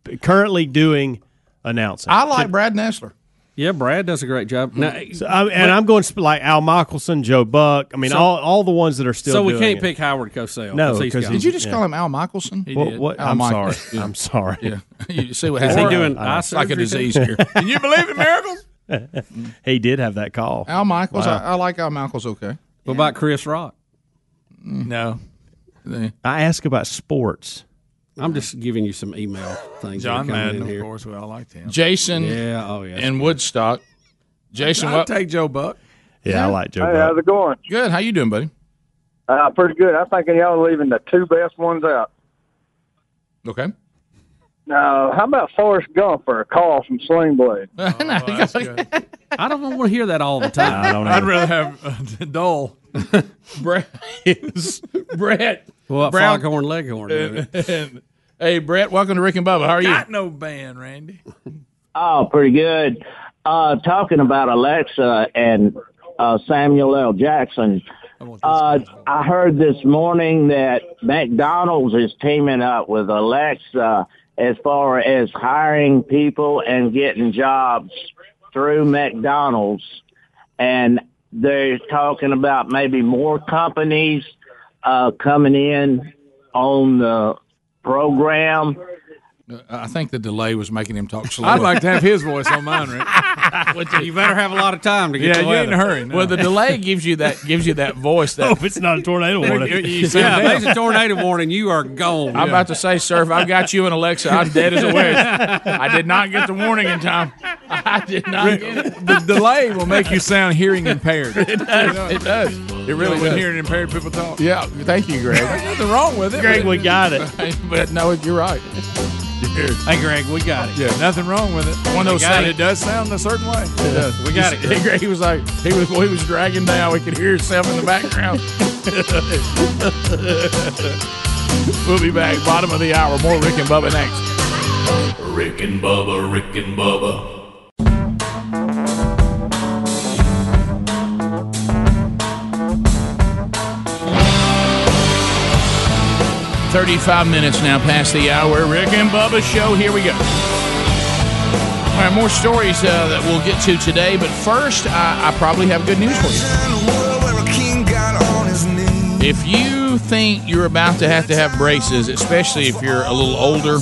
K: B- currently doing announcing.
B: I like Brad Nessler.
C: Yeah, Brad does a great job. Now,
K: So, I'm, and I'm going sp- like Al Michelson, Joe Buck. I mean,
C: So-
K: all, all the ones that are still.
C: so we
K: doing
C: can't
K: it.
C: pick Howard Cosell.
K: No,
C: 'cause he's
K: 'cause
C: gone.
K: he-
B: Did you just
K: Yeah.
B: call him Al Michelson? Oh, He
K: What, what? I'm
B: Michael.
K: sorry. I'm sorry.
B: Yeah. You see what
K: Is he
B: happened?
K: doing eye
B: It's like a
K: surgery
B: disease
K: too?
B: here. Can you believe in miracles?
K: he did have that call.
B: Al Michaels,
K: Wow.
B: Oh, I, I like Al Michaels. Okay.
C: What about Chris Rock?
B: No.
K: I ask about sports.
C: I'm just giving you some email things. that are
D: John
C: coming in
D: Madden, of
C: here.
D: course. Well, I liked him.
B: Jason.
C: Yeah. Oh yeah.
B: In Woodstock. Jason,
D: I'd
B: what?
D: take Joe Buck.
K: Yeah, I like Joe.
D: Hey,
K: Buck.
D: how's
B: it
J: going?
B: Good. How you doing, buddy?
J: Uh, pretty good. I'm thinking y'all are leaving the two best ones out.
B: Okay.
J: Now, how about Forrest Gump or a call from Slingblade?
C: I don't want to hear that all the time.
K: I don't
D: I'd rather have uh, Dole.
B: Brett. Is Brett.
C: Well,
B: Brown-
C: Foghorn Leghorn.
B: And- and- hey, Brett, welcome to Rick and Bubba. How are you?
D: Got no band, Randy.
W: Oh, pretty good. Uh, talking about Alexa and uh, Samuel L. Jackson, uh, I heard this morning that McDonald's is teaming up with Alexa as far as hiring people and getting jobs through McDonald's. And they're talking about maybe more companies uh, coming in on the program.
B: I think the delay was making him talk slow.
D: I'd like to have his voice on mine, Rick.
C: you better have a lot of time to get.
D: Yeah,
C: the
D: you ain't in a
C: weather.
D: hurry. no.
B: Well, the delay gives you that gives you that voice. That,
K: Oh, it's not a tornado
B: warning.
C: yeah, if there's a tornado warning, you are gone.
B: I'm about to say, Surf, I've got you and Alexa. I'm dead as a witch. I did not get the warning in time. I did not
D: Rick,
B: get it.
D: the delay will make you sound hearing impaired.
B: It does. It does. It really
D: when
B: does.
D: hearing impaired people talk.
B: Yeah, thank you, Greg.
D: There's nothing wrong with it.
B: Greg, we
K: got it.
B: but no, you're right.
D: Hey, Greg, we got it. Yeah, nothing wrong with it.
B: One of those
D: that
B: things-
D: it does sound a certain way.
B: It does.
D: We got it.
B: He- Greg, he was like, he was, he was dragging down. We could hear himself in the background. we'll be back. Bottom of the hour. More Rick and Bubba next.
H: Rick and Bubba, Rick and Bubba,
B: Thirty-five minutes now past the hour. Rick and Bubba show. Here we go. All right, more stories uh, that we'll get to today. But first, I, I probably have good news for you. If you think you're about to have to have braces, especially if you're a little older,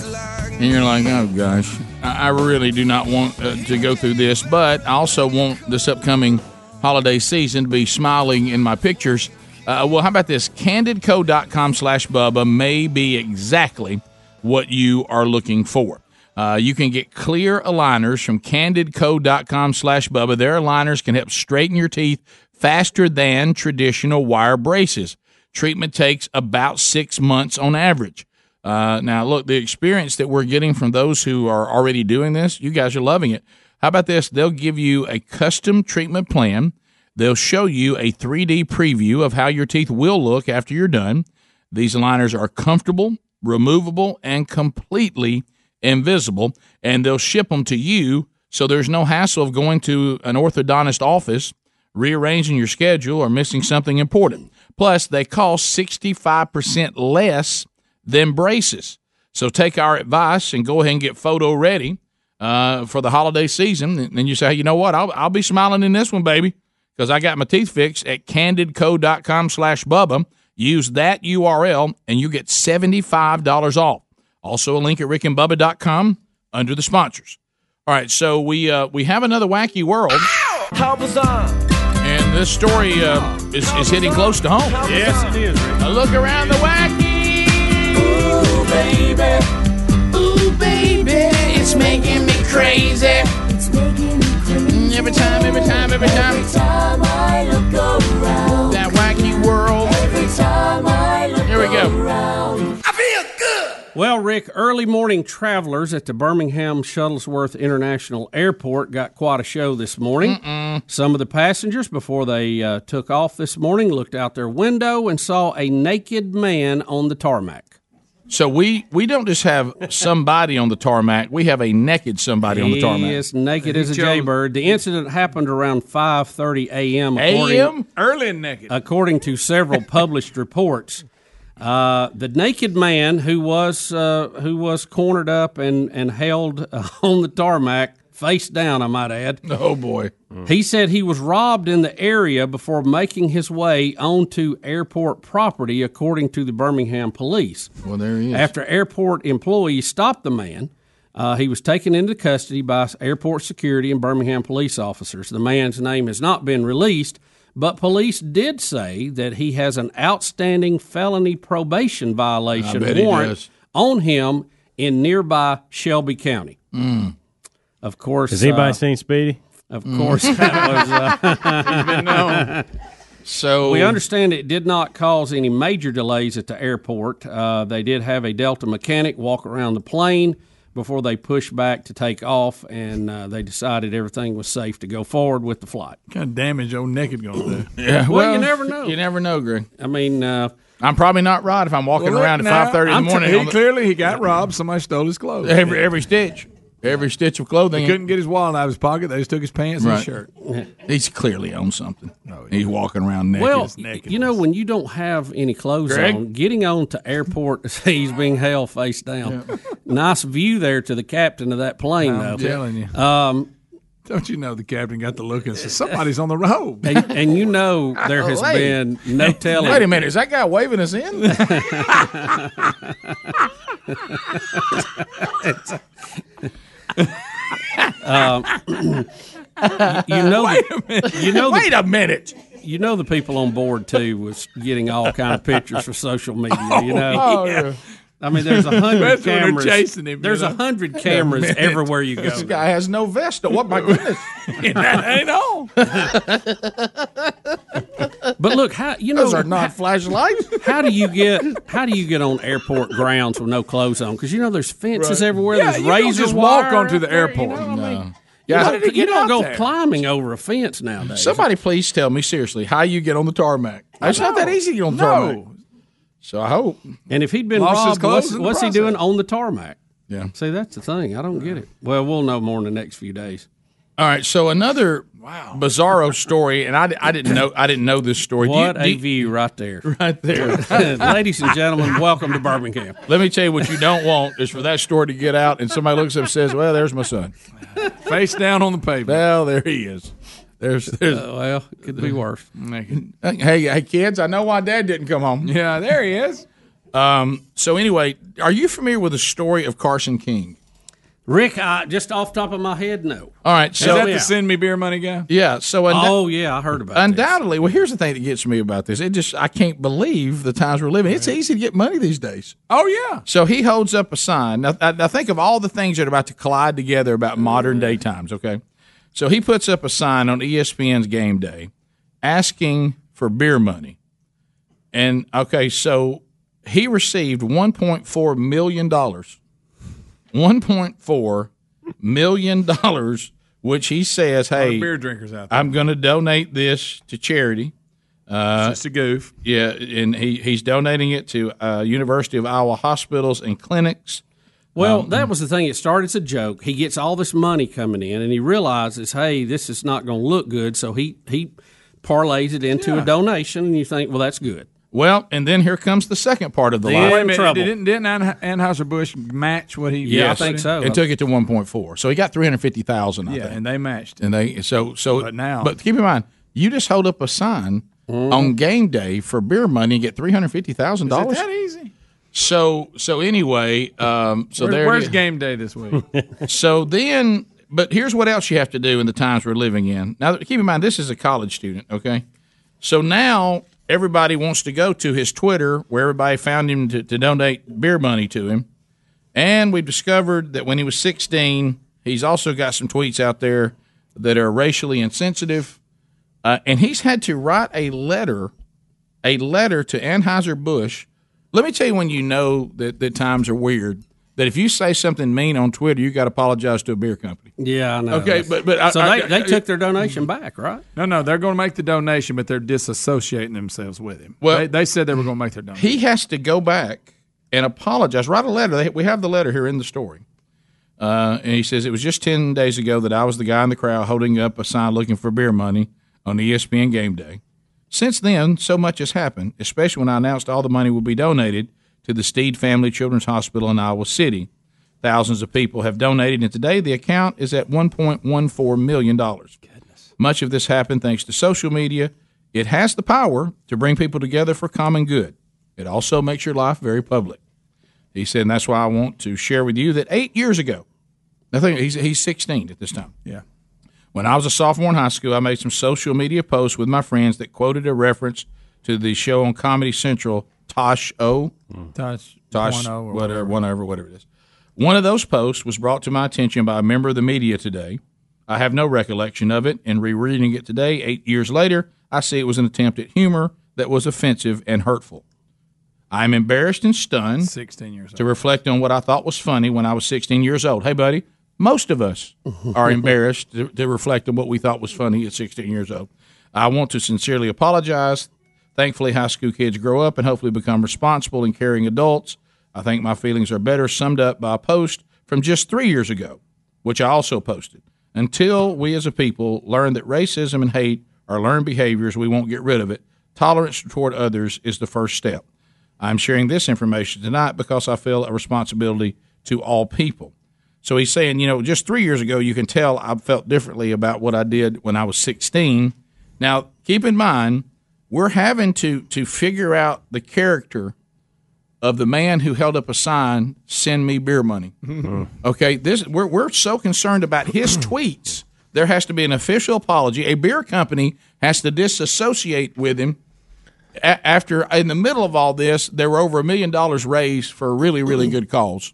B: and you're like, oh gosh, I, I really do not want uh, to go through this, but I also want this upcoming holiday season to be smiling in my pictures. Uh, well, how about this? CandidCo.com slash Bubba may be exactly what you are looking for. Uh, you can get clear aligners from candidco.com slash Bubba. Their aligners can help straighten your teeth faster than traditional wire braces. Treatment takes about six months on average. Uh, now, look, the experience that we're getting from those who are already doing this, you guys are loving it. How about this? They'll give you a custom treatment plan. They'll show you a 3D preview of how your teeth will look after you're done. These aligners are comfortable, removable, and completely invisible, and they'll ship them to you so there's no hassle of going to an orthodontist office, rearranging your schedule, or missing something important. Plus, they cost 65% less than braces. So take our advice and go ahead and get photo ready uh, for the holiday season. And then you say, you know what? I'll, I'll be smiling in this one, baby, because I got my teeth fixed at candidco.com slash Bubba. Use that URL and you get $75 off. Also a link at rickandbubba.com under the sponsors. All right, so we uh, we have another wacky world. And this story uh, is, is hitting close to home.
M: Yes,
B: it is. A look around the wacky.
M: Ooh, baby. Ooh, baby. It's making me crazy. It's making me crazy. Every time, every time, every time. Every time I look around.
B: That wacky world.
M: Every time I look
B: Here we go.
M: around.
C: Well, Rick, early morning travelers at the Birmingham Shuttlesworth International Airport got quite a show this morning. Some of the passengers, before they uh, took off this morning, looked out their window and saw a naked man on the tarmac.
B: So we we don't just have somebody on the tarmac; we have a naked somebody on the
C: He
B: tarmac.
C: is naked as a
B: chose-
C: jaybird. The incident happened around 5:30 a.m. according-
B: A.M. early and naked.
C: According to several published reports, uh, the naked man who was uh, who was cornered up and and held uh, on the tarmac, face down, I might add.
B: Oh boy!
C: He said he was robbed in the area before making his way onto airport property, according to the Birmingham police.
B: Well, there he is.
C: After airport employees stopped the man, uh, he was taken into custody by airport security and Birmingham police officers. The man's name has not been released, but police did say that he has an outstanding felony probation violation
B: I bet he
C: warrant
B: does.
C: on him in nearby Shelby County.
K: Mm.
C: Of course,
K: Has anybody
C: uh,
K: seen Speedy?
C: Of course, that was. Uh,
B: Mm. He's been known. So
C: we understand it did not cause any major delays at the airport. Uh, they did have a Delta mechanic walk around the plane before they pushed back to take off, and uh, they decided everything was safe to go forward with the flight.
D: kind of damage old naked gonna do.
B: Yeah,
C: Well, you never know.
B: You never know, Greg.
C: I mean, uh,
B: I'm probably not right if I'm walking
D: Well, look
B: around at
D: now,
B: 5:30 in
D: I'm
B: the
D: t-
B: morning.
D: he
B: on the-
D: clearly he got robbed. Somebody stole his clothes.
B: Every- every stitch, every stitch of clothing.
D: He couldn't get his wallet out of his pocket. They just took his pants and his shirt.
B: Right. He's clearly on something. He's walking around naked.
C: well, you know, when you don't have any clothes
B: Greg?
C: on, getting on to airport, he's being held face down. nice view there to the captain of that plane,
D: I'm
C: though.
D: telling you.
C: Um,
D: Don't you know the captain got the look and said, somebody's on the road.
C: and, and you know there has
D: Golly.
C: been no telling.
B: Oh, Wait a minute, is that guy waving us in?
C: Um, you know,
B: Wait
C: the-
B: a minute.
C: You know,
B: Wait a minute.
C: You know, the people on board too was getting all kind of pictures for social media. you know,
D: Oh, yeah.
C: I mean, there's a hundred
D: That's when they're
C: cameras.
D: chasing him, you
C: there's a
D: know.
C: hundred
D: Wait a
C: cameras
D: minute.
C: everywhere you go.
B: This guy has no vest. on. What my goodness? that ain't all.
C: But look, how you know
B: Those are not flashlights.
C: How do you get how do you get on airport grounds with no clothes on? Because you know there's fences
D: Right.
C: everywhere.
D: Yeah,
C: there's
D: you don't
C: razor
D: just walk
C: wire
D: onto
C: out
D: the
C: there,
D: airport.
C: You know, what I mean?
B: Yeah,
C: You
B: how
C: don't-
B: did he
C: you
B: get
C: don't
B: out
C: go
B: there?
C: climbing over a fence nowadays.
B: Somebody please tell me seriously how you get on the tarmac. It's not that easy to get on the
C: No.
B: tarmac. So I hope.
C: And if he'd been
B: Lost his
C: robbed,
B: clothes
C: what's,
B: in the
C: what's he
B: process.
C: doing on the tarmac?
B: Yeah.
C: See, that's the thing. I don't get it. Well, we'll know more in the next few days.
B: All right, so another bizarro story, and I, I didn't know I didn't know this story. Do you-
C: What
B: do
C: a
B: you-
C: view right there.
B: Right there.
C: Ladies and gentlemen, welcome to Birmingham.
B: Let me tell you what you don't want is for that story to get out and somebody looks up and says, "Well, there's my son,
D: face down on the pavement."
B: Well, there he is. There's, there's
C: well, could be worse.
B: Hey, hey, kids! I know why Dad didn't come home.
D: Yeah, there he is.
B: Um, so anyway, are you familiar with the story of Carson King?
C: Rick, I, just off top of my head, no.
B: All right, so
C: Help me out.
D: send me beer money guy?
B: yeah, so unda-
C: oh yeah, I heard about it.
B: undoubtedly. Well, here's the thing that gets me about this: it just I can't believe the times we're living. It's easy to get money these days.
D: Oh yeah.
B: So he holds up a sign. Now, I, now think of all the things that are about to collide together about modern day times. Okay, so he puts up a sign on E ESPN's game day, asking for beer money, and okay, so he received one point four million dollars, one point four million dollars, which he says,
D: A lot of
B: "Hey,
D: beer drinkers out there.
B: I'm going to donate this to charity." Uh,
D: just a goof.
B: Yeah, and he, he's donating it to uh, University of Iowa hospitals and clinics. Um,
C: Well, that was the thing. It started as a joke. He gets all this money coming in, and he realizes, hey, this is not going to look good. So he he parlays it into a donation, and you think, well, that's good.
B: Well, and then here comes the second part of the
D: Wait a
B: line.
D: minute, Didn't, didn't An- Anheuser Busch match what he?
B: Yes. And took it to 1.4. So he got 350,000, I
D: Yeah,
B: think.
D: and they matched.
B: And they so so
D: But now-
B: But keep in mind, you just hold up a sign
D: Mm-hmm.
B: on game day for beer money and get $350,000.
D: Is it that easy?
B: So so anyway, um, so
D: Where-
B: there it
D: where's
B: is.
D: game day this week?
B: so then, but here's what else you have to do in the times we're living in. Now, keep in mind, this is a college student, okay? So now everybody wants to go to his Twitter where everybody found him to, to donate beer money to him. And we've discovered that when he was 16, he's also got some tweets out there that are racially insensitive. Uh, and he's had to write a letter, a letter to Anheuser-Busch. Let me tell you when you know that, that times are weird, that if you say something mean on Twitter, you got to apologize to a beer company.
C: Yeah, I know.
B: Okay,
C: That's-
B: but- but I-
C: so
B: I-
C: they, they
B: I-
C: took their donation back, right?
D: no, no, they're going to make the donation, but they're disassociating themselves with him.
B: Well-
D: they, they said they were going to make their donation.
B: He has to go back and apologize. Write a letter. They, we have the letter here in the story. Uh, and he says, It was just 10 days ago that I was the guy in the crowd holding up a sign looking for beer money on E ESPN game day. Since then, so much has happened, especially when I announced all the money would be donated to the Steed Family Children's Hospital in Iowa City. Thousands of people have donated, and today the account is at $1.14 million. Goodness. Much of this happened thanks to social media. It has the power to bring people together for common good. It also makes your life very public. He said, and that's why I want to share with you that eight years ago, I think he's, he's 16 at this time.
I: Yeah.
B: When I was a sophomore in high school, I made some social media posts with my friends that quoted a reference to the show on Comedy Central, Tosh O.
D: Tosh,
B: Tosh,
D: one O or
B: whatever, whatever, whatever it is. One of those posts was brought to my attention by a member of the media today. I have no recollection of it, and rereading it today, eight years later, I see it was an attempt at humor that was offensive and hurtful. I am embarrassed and stunned
D: 16 years
B: to reflect on what I thought was funny when I was 16 years old. Hey, buddy, most of us are embarrassed to, to reflect on what we thought was funny at 16 years old. I want to sincerely apologize. Thankfully, high school kids grow up and hopefully become responsible and caring adults. I think my feelings are better summed up by a post from just three years ago, which I also posted. Until we as a people learn that racism and hate are learned behaviors, we won't get rid of it. Tolerance toward others is the first step. I'm sharing this information tonight because I feel a responsibility to all people. So he's saying, you know, just three years ago, you can tell I felt differently about what I did when I was 16. Now, keep in mind, we're having to to figure out the character of the man who held up a sign, "Send me beer money." Okay, this we're we're so concerned about his tweets. There has to be an official apology. A beer company has to disassociate with him. A- after in the middle of all this, there were over a million dollars raised for a really really
D: Mm-hmm.
B: good cause,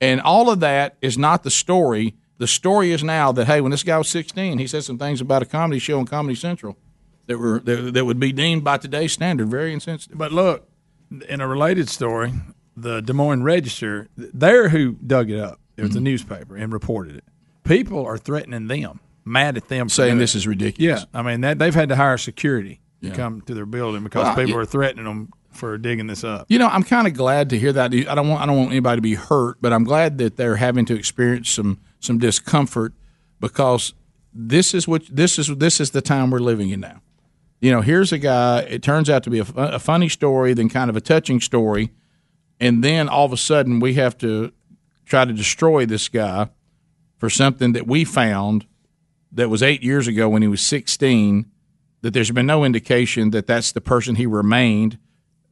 B: and all of that is not the story. The story is now that hey, when this guy was sixteen, he said some things about a comedy show on Comedy Central that were that, that would be deemed by today's standard very insensitive.
D: But look, in a related story, the Des Moines Register, they're who dug it up. It was a newspaper and reported it. People are threatening them, mad at them, for
B: Saying
D: doing
B: this
D: it.
B: is ridiculous.
D: Yeah, I mean that they've had to hire security
B: Yeah.
D: to come to their building because
B: Well,
D: people
B: yeah.
D: are threatening them for digging this up.
B: You know, I'm kind of glad to hear that. I don't want I don't want anybody to be hurt, but I'm glad that they're having to experience some some discomfort because this is what this is this is the time we're living in now. You know, here's a guy. It turns out to be a, fu- a funny story, then kind of a touching story, and then all of a sudden we have to try to destroy this guy for something that we found that was eight years ago when he was 16. That there's been no indication that that's the person he remained.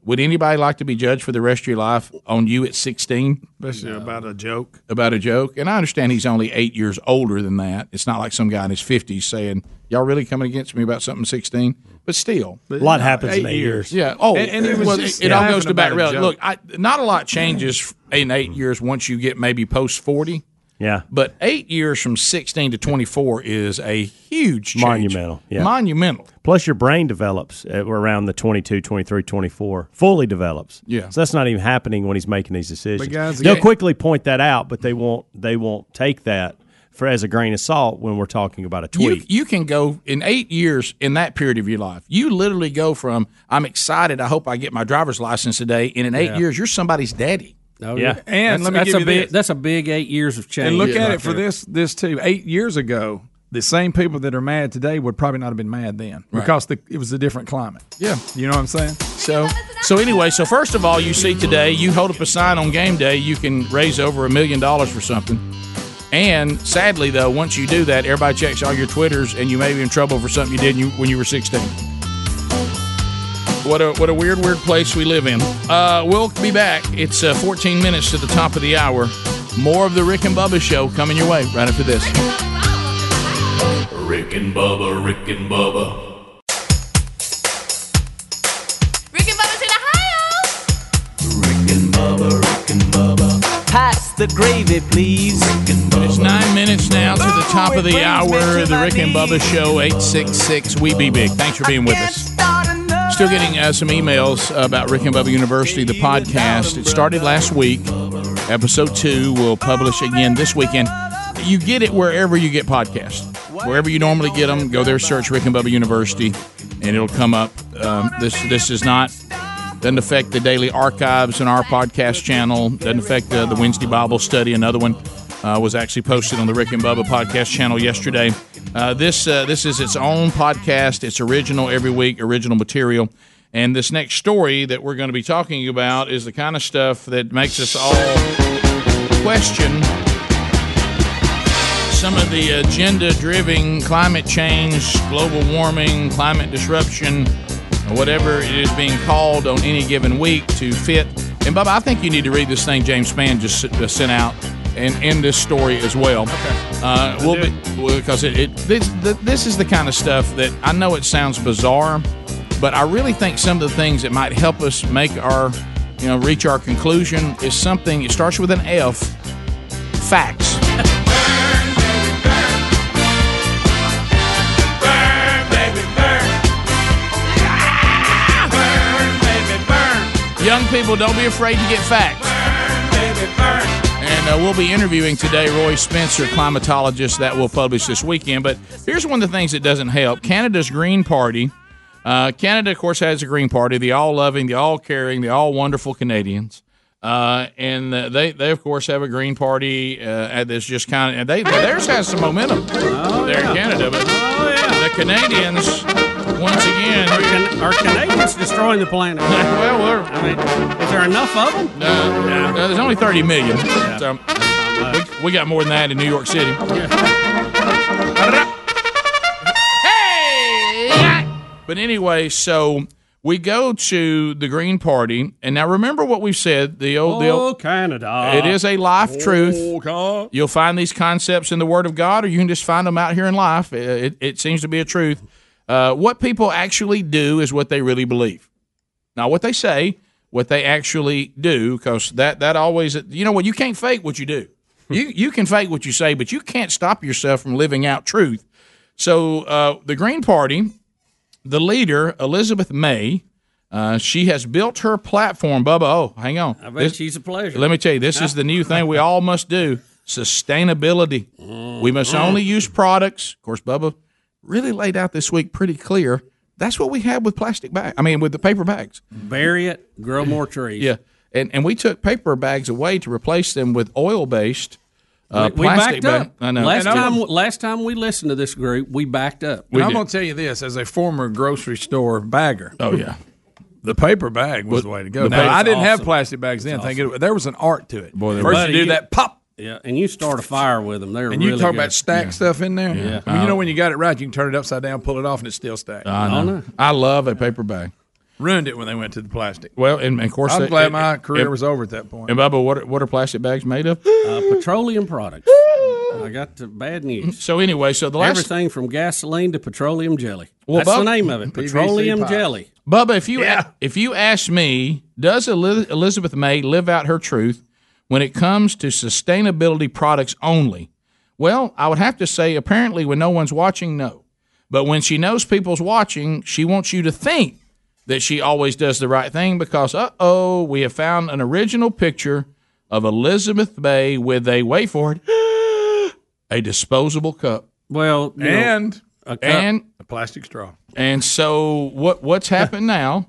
B: Would anybody like to be judged for the rest of your life on you at 16
D: Especially about a joke.
B: about a joke? And I understand he's only eight years older than that. It's not like some guy in his 50s saying, Y'all really coming against me about something 16? But still.
K: A lot happens in eight years.
B: Yeah. Oh,
K: And- and it was
B: well,
K: just
B: it, it all
K: laughing
B: goes to back.
K: about a
B: rel-
K: joke.
B: Look, I, not a lot changes in eight years once you get maybe post 40.
K: Yeah.
B: But eight years from 16 to 24 is a huge change.
K: Monumental. Yeah.
B: Monumental.
K: Plus, your brain develops at around the 22, 23, 24, fully develops.
B: Yeah.
K: So that's not even happening when he's making these decisions.
D: But guys,
K: They'll
D: yeah.
K: quickly point that out, but they won't. They won't take that for as a grain of salt when we're talking about a tweet.
B: You, you can go in eight years in that period of your life. You literally go from I'm excited. I hope I get my driver's license today. And in eight
C: Yeah.
B: years, you're somebody's daddy.
C: Oh,
D: yeah. And let me
C: that's
D: give
C: a
D: you
C: big,
D: this.
C: That's a big eight years of change.
D: And look at
C: right
D: it for
C: there.
D: this this too. Eight years ago, the same people that are mad today would probably not have been mad then
B: Right.
D: because the, it was a different climate.
B: Yeah.
D: You know what I'm saying?
B: So so anyway, so first of all, you see today, you hold up a sign on game day, you can raise over a million dollars for something. And sadly, though, once you do that, everybody checks all your Twitters, and you may be in trouble for something you did you, when you were 16. What a what a weird weird place we live in. Uh, we'll be back. It's uh, 14 minutes to the top of the hour. More of the Rick and Bubba show coming your way right after this.
H: Rick and Bubba, Rick and Bubba,
M: Rick and Bubba's in Ohio.
B: Pass the gravy, please. It's nine minutes now to the top of the hour. The Rick and Bubba Show, 866 We Be Big. Thanks for being with us. Still getting uh, some emails about Rick and Bubba University, the podcast. It started last week. Episode two will publish again this weekend. You get it wherever you get podcasts. Wherever you normally get them, go there, search Rick and Bubba University, and it'll come up. Um, this this is not Doesn't affect the daily archives and our podcast channel. Doesn't affect uh, the Wednesday Bible study. Another one uh, was actually posted on the Rick and Bubba podcast channel yesterday. Uh, this uh, this is its own podcast. It's original every week, original material. And this next story that we're going to be talking about is the kind of stuff that makes us all question some of the agenda driven climate change, global warming, climate disruption, or whatever it is being called on any given week to fit. And Bob, I think you need to read this thing James Spann just s- uh, sent out and end this story as well. Okay. Uh, we'll be because it, it this th this is the kind of stuff that I know it sounds bizarre, but I really think some of the things that might help us make our you know reach our conclusion is something. It starts with an F. Facts. Young people, don't be afraid to get facts. And uh, we'll be interviewing today Roy Spencer, climatologist, that we'll publish this weekend. But here's one of the things that doesn't help Canada's Green Party. Uh, Canada, of course, has a Green Party, the all loving, the all caring, the all wonderful Canadians. Uh, and uh, they, they, of course, have a Green Party uh, that's just kind of, and they, theirs has some momentum there in Canada. But the Canadians, once again,
C: Are Canadians destroying the planet?
B: well, we're.
C: I mean, is there enough of them?
B: No, no. Uh, there's only 30 million. So we, we got more than that in New York City. But anyway, so we go to the Green Party, and now remember what we've said. The old, the
C: Oh,
B: old
C: Canada.
B: it is a life truth. You'll find these concepts in the Word of God, or you can just find them out here in life. It, it seems to be a truth. Uh, what people actually do is what they really believe. Not what they say, what they actually do, because that that always you know what you can't fake what you do. You you can fake what you say, but you can't stop yourself from living out truth. So uh, the Green Party, the leader Elizabeth May, uh, she has built her platform. Bubba, oh, hang on.
C: I bet she's a pleasure.
B: Let me tell you, this is the new thing we all must do: sustainability.
C: Mm.
B: We must only use products. Of course, Bubba really laid out this week pretty clear. That's what we had with plastic bags. I mean, with the paper bags.
C: Bury it, grow more trees.
B: Yeah, and and we took paper bags away to replace them with oil based uh,
C: we, we
B: plastic
C: backed
B: bags.
C: up.
B: I know.
C: Last
B: And I'm-
C: time, last time we listened to this group, we backed up.
D: And I'm going to tell you this as a former grocery store bagger.
B: Oh, yeah.
D: The paper bag was the way to go.
B: the
D: Now,
B: paper's
D: I didn't have
B: awesome.
D: plastic bags then.
B: It's
D: Thank you. There was an art to it.
B: Boy, there
D: First
B: was.
D: you do that pop.
C: Yeah, and you start a fire with them. They're
D: And you
C: really
D: talk
C: good.
D: about stack stuff in there.
C: Yeah.
D: I mean, you know when you got it right, you can turn it upside down, pull it off, and it's still stacked.
B: I know. I love a paper bag.
D: Ruined it when they went to the plastic.
B: Well, and, and of course,
D: I'm
B: it-
D: glad
B: it-
D: my
B: it-
D: career
B: it-
D: was over at that point.
B: And Bubba, what are, what are plastic bags made of?
C: Uh, petroleum products. I got the bad news.
B: So anyway, so the last-
C: everything from gasoline to petroleum jelly.
B: Well,
C: That's
B: Bub-
C: the name of it.
B: PVC
C: Petroleum
B: pipe.
C: jelly.
B: Bubba, if you if you ask me, does Eli- Elizabeth May live out her truth when it comes to sustainability products only? Well, I would have to say, apparently, when no one's watching, no. But when she knows people's watching, she wants you to think that she always does the right thing because, uh oh, we have found an original picture of Elizabeth May with a wait for it, a disposable cup.
C: Well, you know,
D: and
C: a cup-
B: and
D: a plastic straw.
B: and so what what's happened now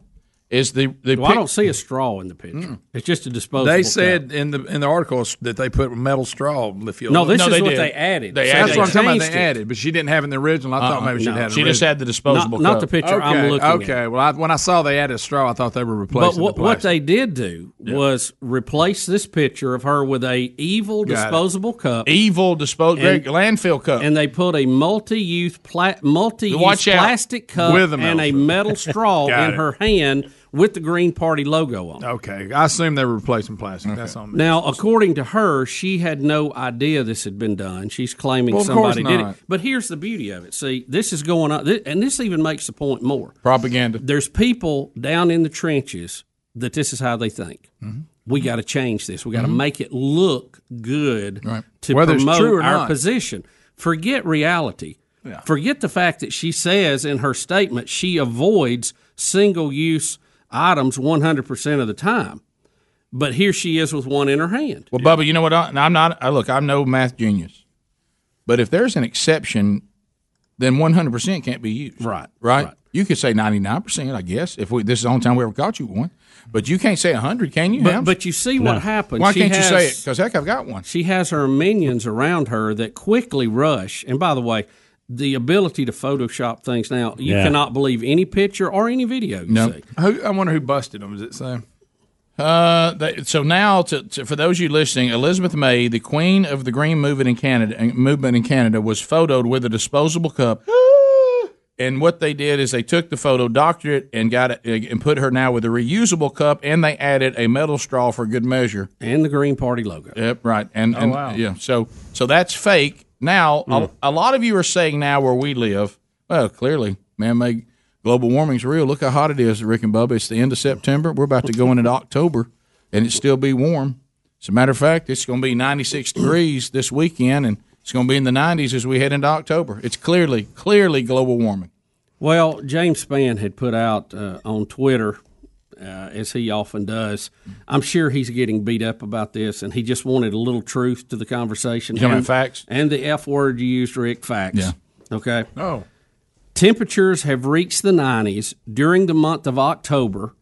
B: is the the
C: Well, I don't see a straw in the picture. It's just a disposable.
D: They
C: cup.
D: said in the in the articles that they put metal straw. If you
C: No, this No, is they what did. they added.
D: They
C: So
D: added.
C: they
D: That's what I'm talking about. They
C: changed it.
D: added, but she didn't have it in the original. I thought
B: Uh-uh.
D: maybe she
B: No.
D: had. it
B: She just
D: original.
B: had the disposable
C: Not- not cup. the picture I'm
D: Okay,
C: looking at.
D: Okay, well, I, when I saw they added straw, I thought they were replacing.
C: But what,
D: the
C: what
D: plastic.
C: they did do was replace this picture of her with a evil
D: Got it.
C: disposable cup,
B: evil disposable
C: And-
B: landfill cup,
C: and they put a multi-use pla- multi-use
B: Watch out.
C: plastic cup
D: With a
C: and a
D: metal-
C: metal straw
D: Got
C: in
D: it.
C: her hand with the Green Party logo on.
D: Okay, I assume they were replacing plastic. That's on me.
C: Now, according to her, she had no idea this had been done. She's claiming
D: Well, of course
C: somebody did
D: not.
C: it. But here's the beauty of it. See, this is going on, thi- and this even makes the point more.
B: Propaganda.
C: There's people down in the trenches that this is how they think. We got to change this. We got to
B: Mhm.
C: make it look good to
B: Whether it's
C: promote
B: true or
C: our
B: not.
C: position. Forget reality.
B: Yeah.
C: Forget the fact that she says in her statement she avoids single use items 100% of the time. But here she is with one in her hand.
B: Well, Bubba, you know what? I, and I'm not. I, look, I'm no math genius, but if there's an exception then 100% can't be used.
C: Right.
B: Right? You could say 99%, I guess, if we, this is the only time we ever caught you one. But you can't say 100, can you?
C: But,
B: Hams?
C: but you see what happened.
B: Why
C: She
B: can't
C: has-
B: you say it? Because, heck, I've got one.
C: She has her minions around her that quickly rush. And by the way, the ability to Photoshop things now, you
B: Yeah.
C: cannot believe any picture or any video you
B: No.
C: see.
D: Who, I wonder who busted them. Is it Sam?
B: Uh, they, so now, to, to, for those of you listening, Elizabeth May, the queen of the Green movement in Canada, movement in Canada, was photoed with a disposable cup. and what they did is they took the photo, doctored it, and got it, uh, and put her now with a reusable cup, and they added a metal straw for good measure,
C: and the Green Party logo.
B: Yep, right. And,
C: Oh,
B: and-
C: wow.
B: yeah, so so that's fake. Now,
C: Mm.
B: a, a lot of you are saying now where we live, well, clearly, man-made global warming's real. Look how hot it is, Rick and Bubba. It's the end of September. We're about to go into October, and it still be warm. As a matter of fact, it's going to be 96 degrees this weekend, and it's going to be in the 90s as we head into October. It's clearly, clearly global warming.
C: Well, James Spann had put out uh, on Twitter, uh, as he often does. I'm sure he's getting beat up about this, and he just wanted a little truth to the conversation.
B: You talking about
C: And-
B: facts?
C: and the F word you used, Rick. Facts.
B: Yeah.
C: Okay.
D: Oh.
C: Temperatures have reached the 90s during the month of October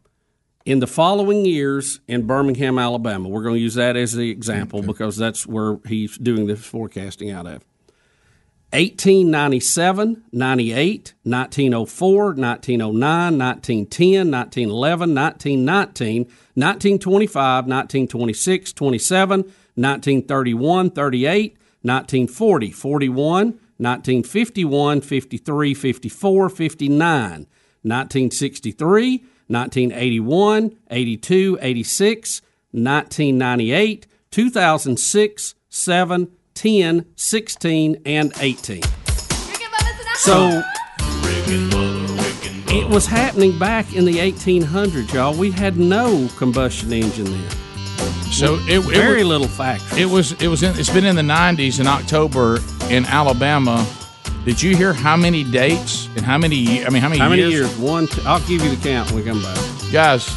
C: in the following years in Birmingham, Alabama. We're going to use that as the example because that's where he's doing this forecasting out of. 1897, 98, 1904, 1909, 1910, 1911, 1919, 1925, 1926, 27, 1931, 38, 1940, 41, 1951, 53, 54, 59, 1963, 1981, 82, 86, 1998, 2006, 7, 10, 16, and 18. So it was happening back in the 1800s, y'all. We had no combustion engine then.
B: So it, it
C: very
B: was-
C: little factory.
B: It was it was in, it's been in the 90s in October in Alabama. Did you hear how many dates and how many ye- I mean how many
C: How many
B: years?
C: years? One. Two, I'll give you the count when we come back.
B: Guys,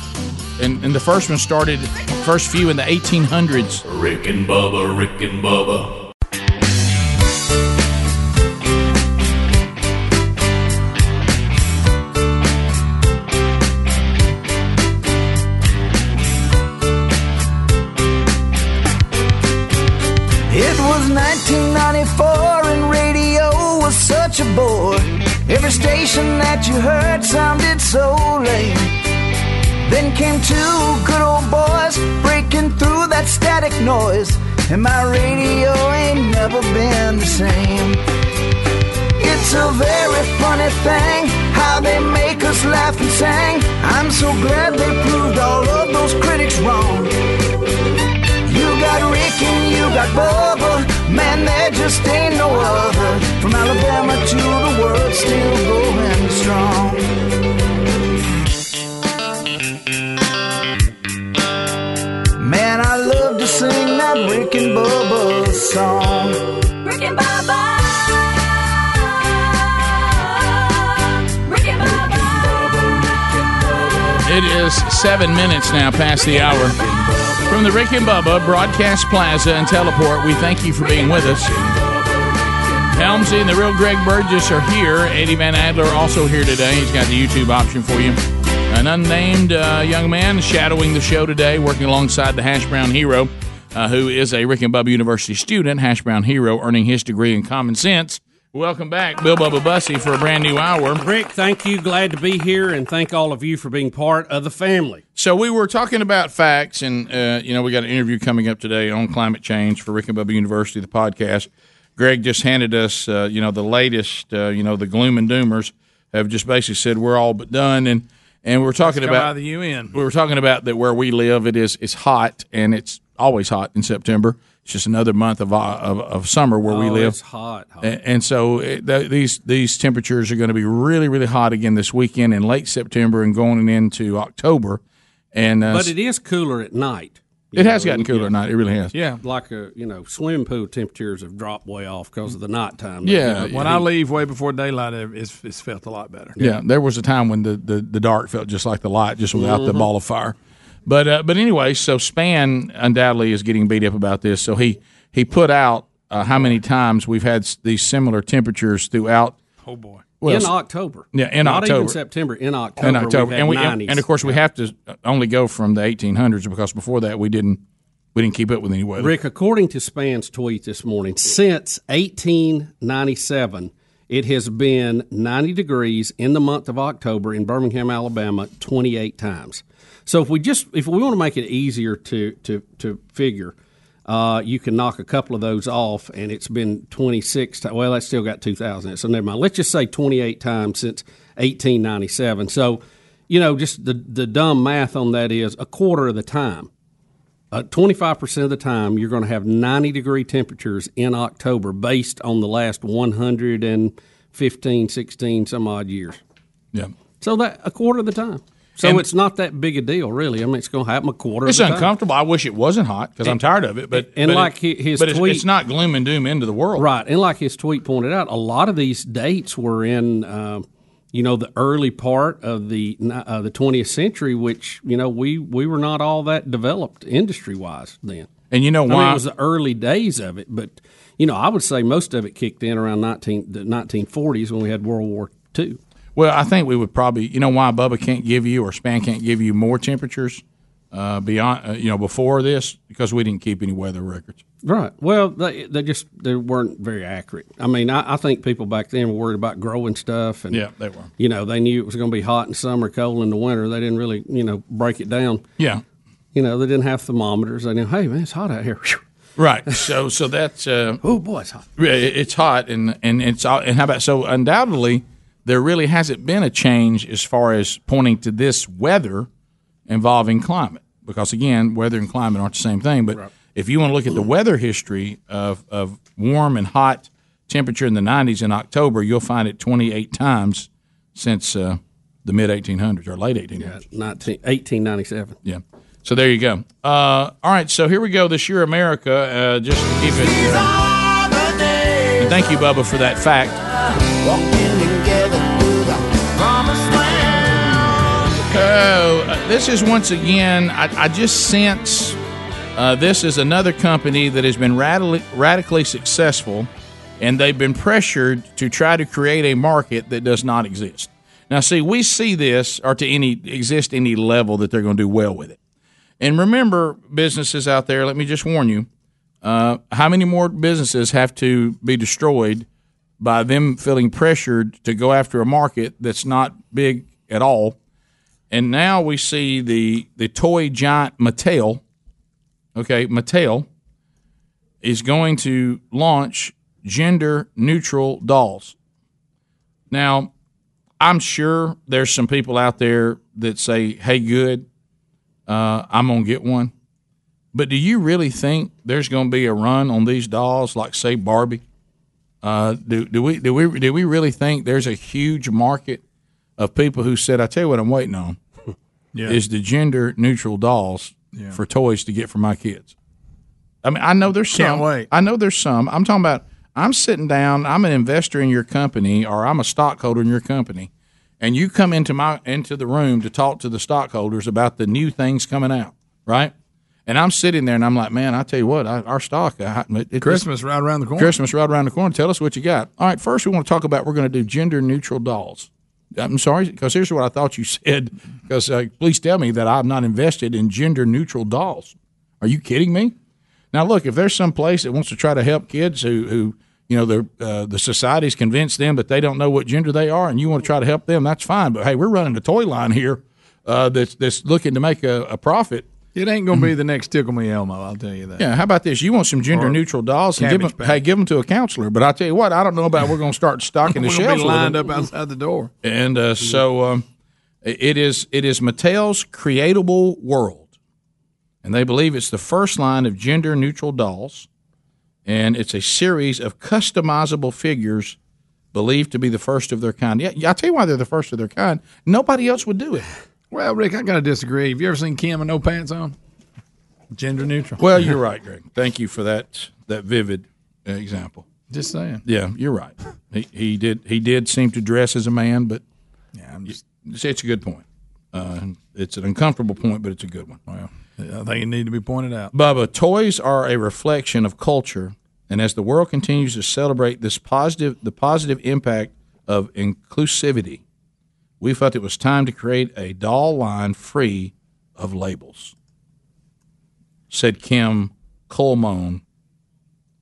B: and, and the first one started first few in the 1800s.
H: Rick and Bubba, Rick and Bubba.
M: It was 1994 and radio was such a bore. Every station that you heard sounded so lame. Then came two good old boys breaking through that static noise, and my radio ain't never been the same. It's a very funny thing how they make us laugh and sing. I'm so glad they proved all of those critics wrong. You got Rick and you got Bubba. Man, there just ain't no other. From Alabama to the world, still going strong. Man, I love to sing that Rick and Bubba song. Rick and Bubba.
B: It is seven minutes now past the hour. From the Rick and Bubba Broadcast Plaza and Teleport, we thank you for being with us. Helmsy and the real Greg Burgess are here. Eddie Van Adler also here today. He's got the YouTube option for you. An unnamed uh, young man shadowing the show today, working alongside the Hash Brown Hero, uh, who is a Rick and Bubba University student. Hash Brown Hero earning his degree in common sense. Welcome back, Bill Bubba Bussy, for a brand new hour.
C: Rick, thank you. Glad to be here, and thank all of you for being part of the family.
B: So we were talking about facts, and uh, you know we got an interview coming up today on climate change for Rick and Bubba University, the podcast. Greg just handed us, uh, you know, the latest. Uh, you know, the gloom and doomers have just basically said we're all but done, and and we're talking
D: Come out
B: about
D: of the UN.
B: we were talking about that where we live, it is it's hot, and it's always hot in September. It's just another month of uh, of, of summer where we
C: Oh,
B: live.
C: it's hot, hot.
B: A- And, so it, th- these these temperatures are going to be really really hot again this weekend in late September and going into October. And uh,
C: But it is cooler at night.
B: It has gotten cooler at night. It really has.
C: Yeah, like a you know, swimming pool temperatures have dropped way off because of the nighttime.
D: When I leave way before daylight, it- it's, it's felt a lot better.
B: Yeah, there was a time when the, the, the dark felt just like the light, just without the
C: Mm-hmm.
D: Mhm.
B: ball of fire. But uh, but anyway, so Span undoubtedly is getting beat up about this. So he he put out uh, how many times we've had s- these similar temperatures throughout
D: Oh boy.
C: in October.
B: Yeah, in
C: Not
B: October.
C: even September. In October.
B: In October,
C: we've had
B: and we
C: 90s.
B: and of course we have to only go from the 1800s because before that we didn't we didn't keep up with any weather.
C: Rick, according to Span's tweet this morning, since 1897, it has been 90 degrees in the month of October in Birmingham, Alabama, 28 times. So if we just if we want to make it easier to to to figure, uh, you can knock a couple of those off, and it's been 26. Ti- well, that's still got 2,000. So never mind. Let's just say 28 times since 1897. So, you know, just the the dumb math on that is a quarter of the time Uh, twenty-five percent of the time, you're going to have ninety-degree temperatures in October, based on the last 115, 16, some odd years.
B: Yeah.
C: So that a quarter of the time. So
B: And-
C: it's not that big a deal, really. I mean, it's going to happen a quarter.
B: It's
C: of the time.
B: uncomfortable. I wish it wasn't hot because I'm
C: And-
B: tired of it. But
C: and
B: but
C: like
B: it-
C: hi- his
B: but it's-
C: tweet-
B: it's not gloom and doom end of the world,
C: right? And like his tweet pointed out, a lot of these dates were in, um, you know, the early part of the ni- uh, the twentieth century, which you know we we were not all that developed industry wise then.
B: And you know
C: I mean,
B: why-
C: it was the early days of it, but you know, I would say most of it kicked in around nineteen the nineteen forties when we had World War Two.
B: Well, I think we would probably, you know, why Bubba can't give you or Span can't give you more temperatures uh, beyond, uh, you know, before this because we didn't keep any weather records.
C: Right. Well, they, they just they weren't very accurate. I mean, I, I think people back then were worried about growing stuff, and
B: Yeah, they were.
C: You know, they knew it was going to be hot in summer, cold in the winter. They didn't really, you know, break it down.
B: Yeah.
C: You know, they didn't have thermometers. They knew, hey man, it's hot out here.
B: Right. So, so that's uh,
C: oh boy, it's hot.
B: It's hot, and and it's all- and how about so undoubtedly there really hasn't been a change as far as pointing to this weather involving climate because again, weather and climate aren't the same thing. But if you want to look at the weather history of of warm and hot temperature in the 90s in October, you'll find it 28 times since uh, the mid 1800s or late 1800s.
C: 19, 1897.
B: Yeah. So there you go. Uh, all right, so here we go. This year, America. Uh, just to keep it. And thank you, Bubba, for that fact. Oh, uh, this is once again. I, I just sense uh, this is another company that has been radically, radically successful, and they've been pressured to try to create a market that does not exist. Now, see, we see this, or to any exist any level that they're going to do well with it. And remember, businesses out there, let me just warn you: uh, how many more businesses have to be destroyed by them feeling pressured to go after a market that's not big at all? And now we see the the toy giant Mattel. Okay, Mattel is going to launch gender neutral dolls. Now, I'm sure there's some people out there that say, "Hey, good, uh, I'm gonna get one." But do you really think there's going to be a run on these dolls, like say Barbie? Uh, do, do we do we do we really think there's a huge market of people who said, "I tell you what, I'm waiting on
D: Yeah.
B: is the gender neutral dolls
D: Yeah.
B: for toys to get for my kids." I mean, I know there's some.
D: Can't wait.
B: I know there's some. I'm talking about. I'm sitting down. I'm an investor in your company, or I'm a stockholder in your company, and you come into my into the room to talk to the stockholders about the new things coming out, right? And I'm sitting there, and I'm like, man, I tell you what, I, our stock, I, it- it-
D: Christmas right around the corner.
B: Christmas right around the corner. Tell us what you got. All right, first we want to talk about we're going to do gender neutral dolls. I'm sorry, because here's what I thought you said. Because uh, please tell me that I'm not invested in gender neutral dolls. Are you kidding me? Now look, if there's some place that wants to try to help kids who who you know the uh, the society's convinced them that they don't know what gender they are, and you want to try to help them, that's fine. But hey, we're running a toy line here uh, that's that's looking to make a, a profit.
D: It ain't going to be the next Tickle Me Elmo, I'll tell you that.
B: Yeah, how about this? You want some gender neutral dolls? And give
D: cabbage
B: them, hey, give them to a counselor. But I tell you what, I don't know about we're going to start stocking the
D: We're gonna
B: shelves.
D: be
B: with
D: lined
B: them.
D: up outside the door.
B: And uh, so um, i- it is. It is Mattel's Creatable World, and they believe it's the first line of gender neutral dolls, and it's a series of customizable figures believed to be the first of their kind. Yeah, yeah, I tell you why they're the first of their kind. Nobody else would do it.
D: Well, Rick, I got to disagree. Have you ever seen Kim with no pants on? Gender neutral.
B: Well, you're right, Greg. Thank you for that that vivid uh, example.
D: Just saying.
B: Yeah, you're right. He, he did he did seem to dress as a man, but
D: yeah, I'm just,
B: it's a good point. Uh, it's an uncomfortable point, but it's a good one. Wow.
D: I think it need to be pointed out.
B: Bubba, toys are a reflection of culture, and as the world continues to celebrate this positive the positive impact of inclusivity, we felt it was time to create a doll line free of labels, said Kim Colmone,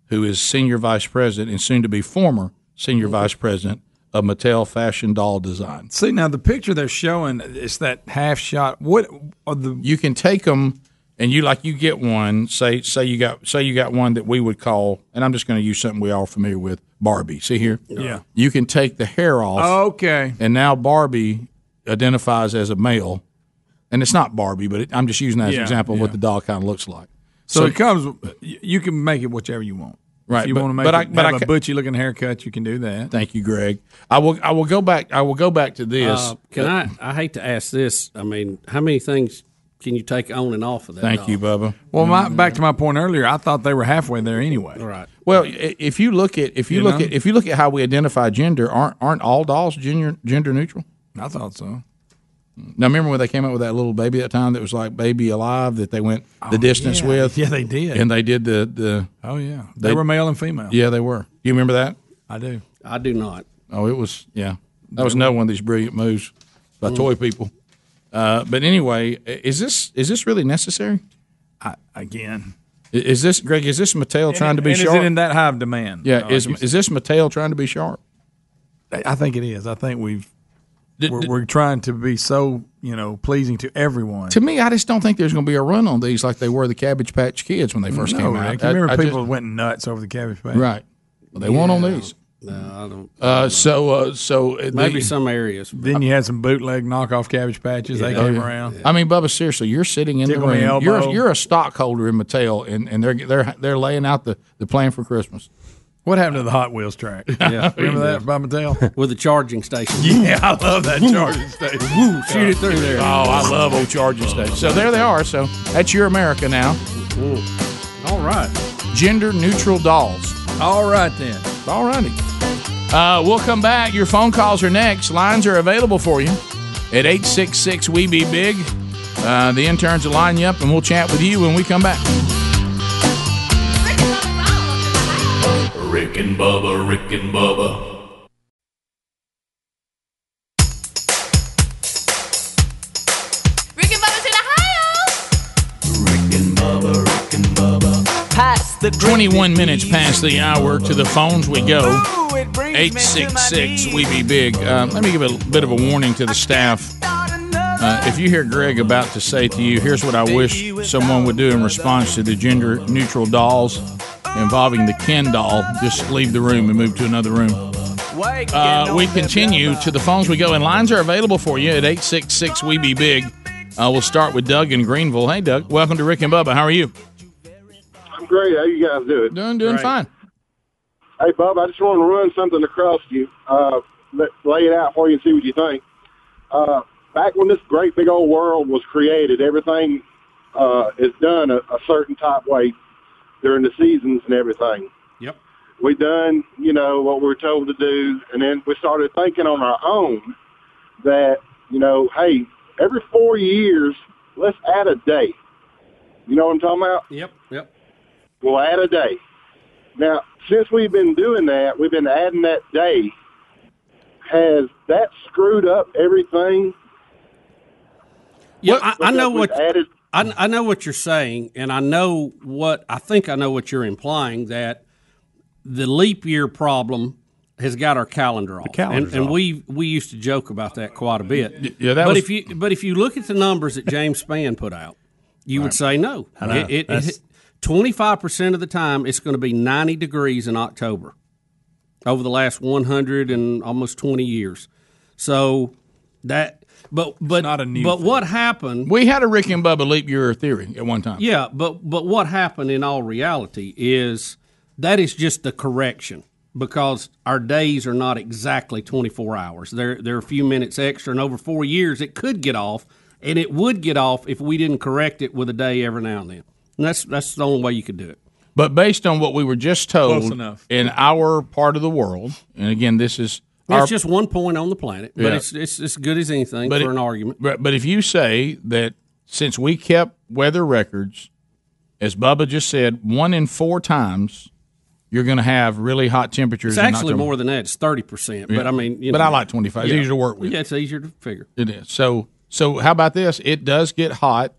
B: who is senior vice president and soon to be former senior vice president of Mattel Fashion Doll Design.
D: See now the picture they're showing is that half shot. What are the?
B: You can take them and you like you get one. Say say you got say you got one that we would call, and I'm just going to use something we all are familiar with, Barbie. See here,
D: Yeah.
B: you can take the hair off.
D: okay.
B: And now Barbie identifies as a male, and it's not Barbie, but it, I'm just using that as
D: Yeah,
B: an example of what the doll kind of looks like.
D: So, it comes. You can make it whichever you want.
B: Right,
D: If you
B: but-
D: want to make
B: but
D: it,
B: I- but
D: have
B: I
D: a
B: ca-
D: butchy looking haircut, you can do that.
B: Thank you, Greg. I will. I will go back. I will go back to this.
C: Uh, can I? I hate to ask this. I mean, how many things can you take on and off of that? dog?
B: Bubba.
D: Well, my, back to my point earlier, I thought they were halfway there anyway.
C: Right.
B: Well, i- if you look at if you,
D: You
B: look
D: know?
B: at if you look at how we identify gender, aren't aren't all dolls gender gender neutral?
D: I thought so.
B: Now remember when they came out with that little baby that time that was like baby alive that they went the distance
D: Oh, yeah.
B: with?
D: Yeah, they did.
B: And they did the the
D: Oh yeah, they, were male and female.
B: Yeah, they were. You remember that?
D: I do.
C: I do not.
B: Oh, it was yeah.
D: They
B: That was
D: were.
B: another one of these brilliant moves by
D: Mm.
B: toy people. Uh, but anyway, i- is this is this really necessary?
D: I, again,
B: I- is this Greg? Is this Mattel trying to be
D: and
B: sharp?
D: Is it in that high of demand?
B: yeah,
D: Uh,
B: is
D: like you
B: is this Mattel trying to be sharp?
D: said. I think it is. I think we've
B: Did-
D: we're,
B: did-
D: we're trying to be so you know pleasing to everyone.
B: To me, I just don't think there's going to be a run on these like they were the Cabbage Patch Kids when they first
D: No,
B: came
D: Rick,
B: out.
D: you
B: I-
D: remember
B: I just-
D: people went nuts over the cabbage patch,
B: right? Well, they won't on these.
C: No, I don't.
B: Uh, so uh, so uh,
D: Maybe
C: some areas.
D: Then you had some bootleg knockoff cabbage patches. They
B: Oh,
D: came
B: yeah.
D: around.
B: I mean, Bubba, seriously, you're sitting in
D: Tickle
B: the
D: me
B: room.
D: elbow.
B: You're a, you're a stockholder in Mattel, and, and they're they're they're laying out the, the plan for Christmas.
D: What happened to the Hot Wheels track?
B: Yeah.
D: remember that by Mattel?
C: With the charging station.
D: Yeah, I love that charging station.
C: shoot it through there.
B: Oh, I love old charging stations. So there they are. So that's your America now.
C: All right.
B: Gender neutral dolls.
D: All right then.
B: All righty. Uh, we'll come back. Your phone calls are next. Lines are available for you at 866 We Be Big. Uh, the interns will line you up and we'll chat with you when we come back.
H: Rick and Bubba, Rick and Bubba,
M: Rick and Bubba's in Ohio.
G: Pass the 21 minutes past the hour to the phones we go.
M: It brings me to my
G: 866
B: We Be Big. Uh, let me give a bit of a warning to the staff. Uh, if you hear Greg about to say to you, here's what I wish someone would do in response to the gender neutral dolls involving the Ken doll, just leave the room and move to another room. Uh, we continue to the phones we go, and lines are available for you at 866 We Be Big. Uh, we'll start with Doug in Greenville. Hey, Doug. Welcome to Rick and Bubba. How are you?
X: I'm great. How you guys doing?
B: Doing, doing fine.
X: Hey, Bob, I just want to run something across you, uh, let- lay it out for you and see what you think. Uh, back when this great big old world was created, everything uh, is done a, a certain type way during the seasons and everything.
C: Yep.
X: We done, you know, what we were told to do, and then we started thinking on our own that, you know, hey, every four years, let's add a day. You know what I'm talking about?
C: Yep. Yep.
X: we'll add a day. Now, since we've been doing that, we've been adding that day. Has that screwed up everything?
C: Yeah, I, I know what
X: Because we've added.
C: I, I know what you're saying, and I know what I think I know what you're implying that the leap year problem has got our calendar off,
K: calendar's
C: and, and
K: off.
C: we we used to joke about that quite a bit.
K: yeah, that
C: but
K: was-
C: if you but if you look at the numbers that James Spann put out, you would say no.
K: I know.
C: It-
K: That's-
C: It twenty five percent of the time it's going to be ninety degrees in October over the last one hundred and almost twenty years. So that but but not a new but what happened?
B: We had a Rick and Bubba leap year theory at one time.
C: Yeah, but but what happened in all reality is that is just the correction because our days are not exactly 24 hours. They're they're a few minutes extra and over 4 years it could get off and it would get off if we didn't correct it with a day every now and then. And that's that's the only way you could do it.
B: But based on what we were just told
C: Close enough.
B: in our part of the world, and again, this is
C: It's
B: our,
C: just one point on the planet, but
B: Yeah.
C: it's it's as good as anything for
B: it-
C: an argument.
B: But, but if you say that since we kept weather records, as Bubba just said, one in four times, you're going to have really hot temperatures.
C: It's
B: in
C: actually
B: October.
C: more than that. It's thirty percent. But
B: Yeah.
C: I mean, you
B: But
C: know.
B: I like 25. It's
C: Yeah.
B: easier to work with.
C: Yeah, it's easier to figure.
B: It is. So so how about this? It does get hot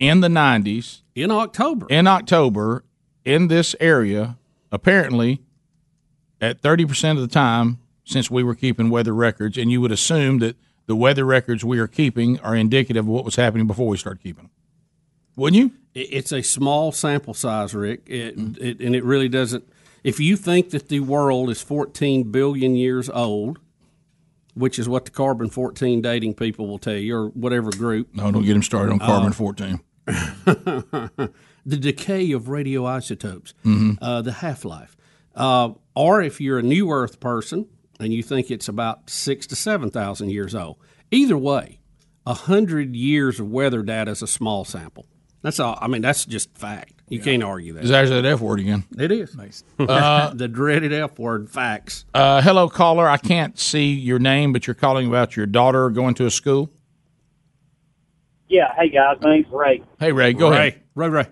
B: in the 90s
C: in October.
B: In October in this area apparently at 30% of the time since we were keeping weather records and you would assume that the weather records we are keeping are indicative of what was happening before we started keeping them. Wouldn't you?
C: It- It's a small sample size, Rick, it, it, and it really doesn't. If you think that the world is 14 billion years old, which is what the carbon 14 dating people will tell you, or whatever group.
B: No, don't get him started on carbon
C: Uh,
B: 14.
C: the decay of radioisotopes,
B: Mhm.
C: uh, the half life. Uh, or if you're a new Earth person and you think it's about six to 7,000 years old. Either way, a 100 years of weather data is a small sample. That's all. I mean, that's just fact. You can't argue that.
B: Is actually that F word again?
C: It is.
B: Uh,
C: the dreaded F word, facts.
B: Uh, hello, caller. I can't see your name, but you're calling about your daughter going to a school.
Y: Yeah, hey guys, my name's Ray.
B: Hey, Ray, go
C: Ray.
B: ahead.
C: Ray, Ray.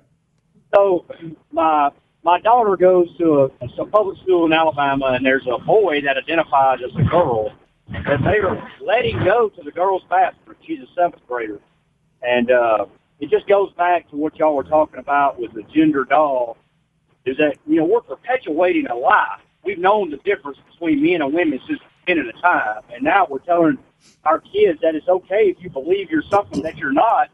Y: So my my daughter goes to a, a public school in Alabama, and there's a boy that identifies as a girl, and they are letting go to the girls' bathroom. She's a seventh grader, and uh, it just goes back to what y'all were talking about with the gender doll. Is that you know we're perpetuating a lie. We've known the difference between men and women since the beginning of time, and now we're telling our kids that it's okay if you believe you're something that you're not.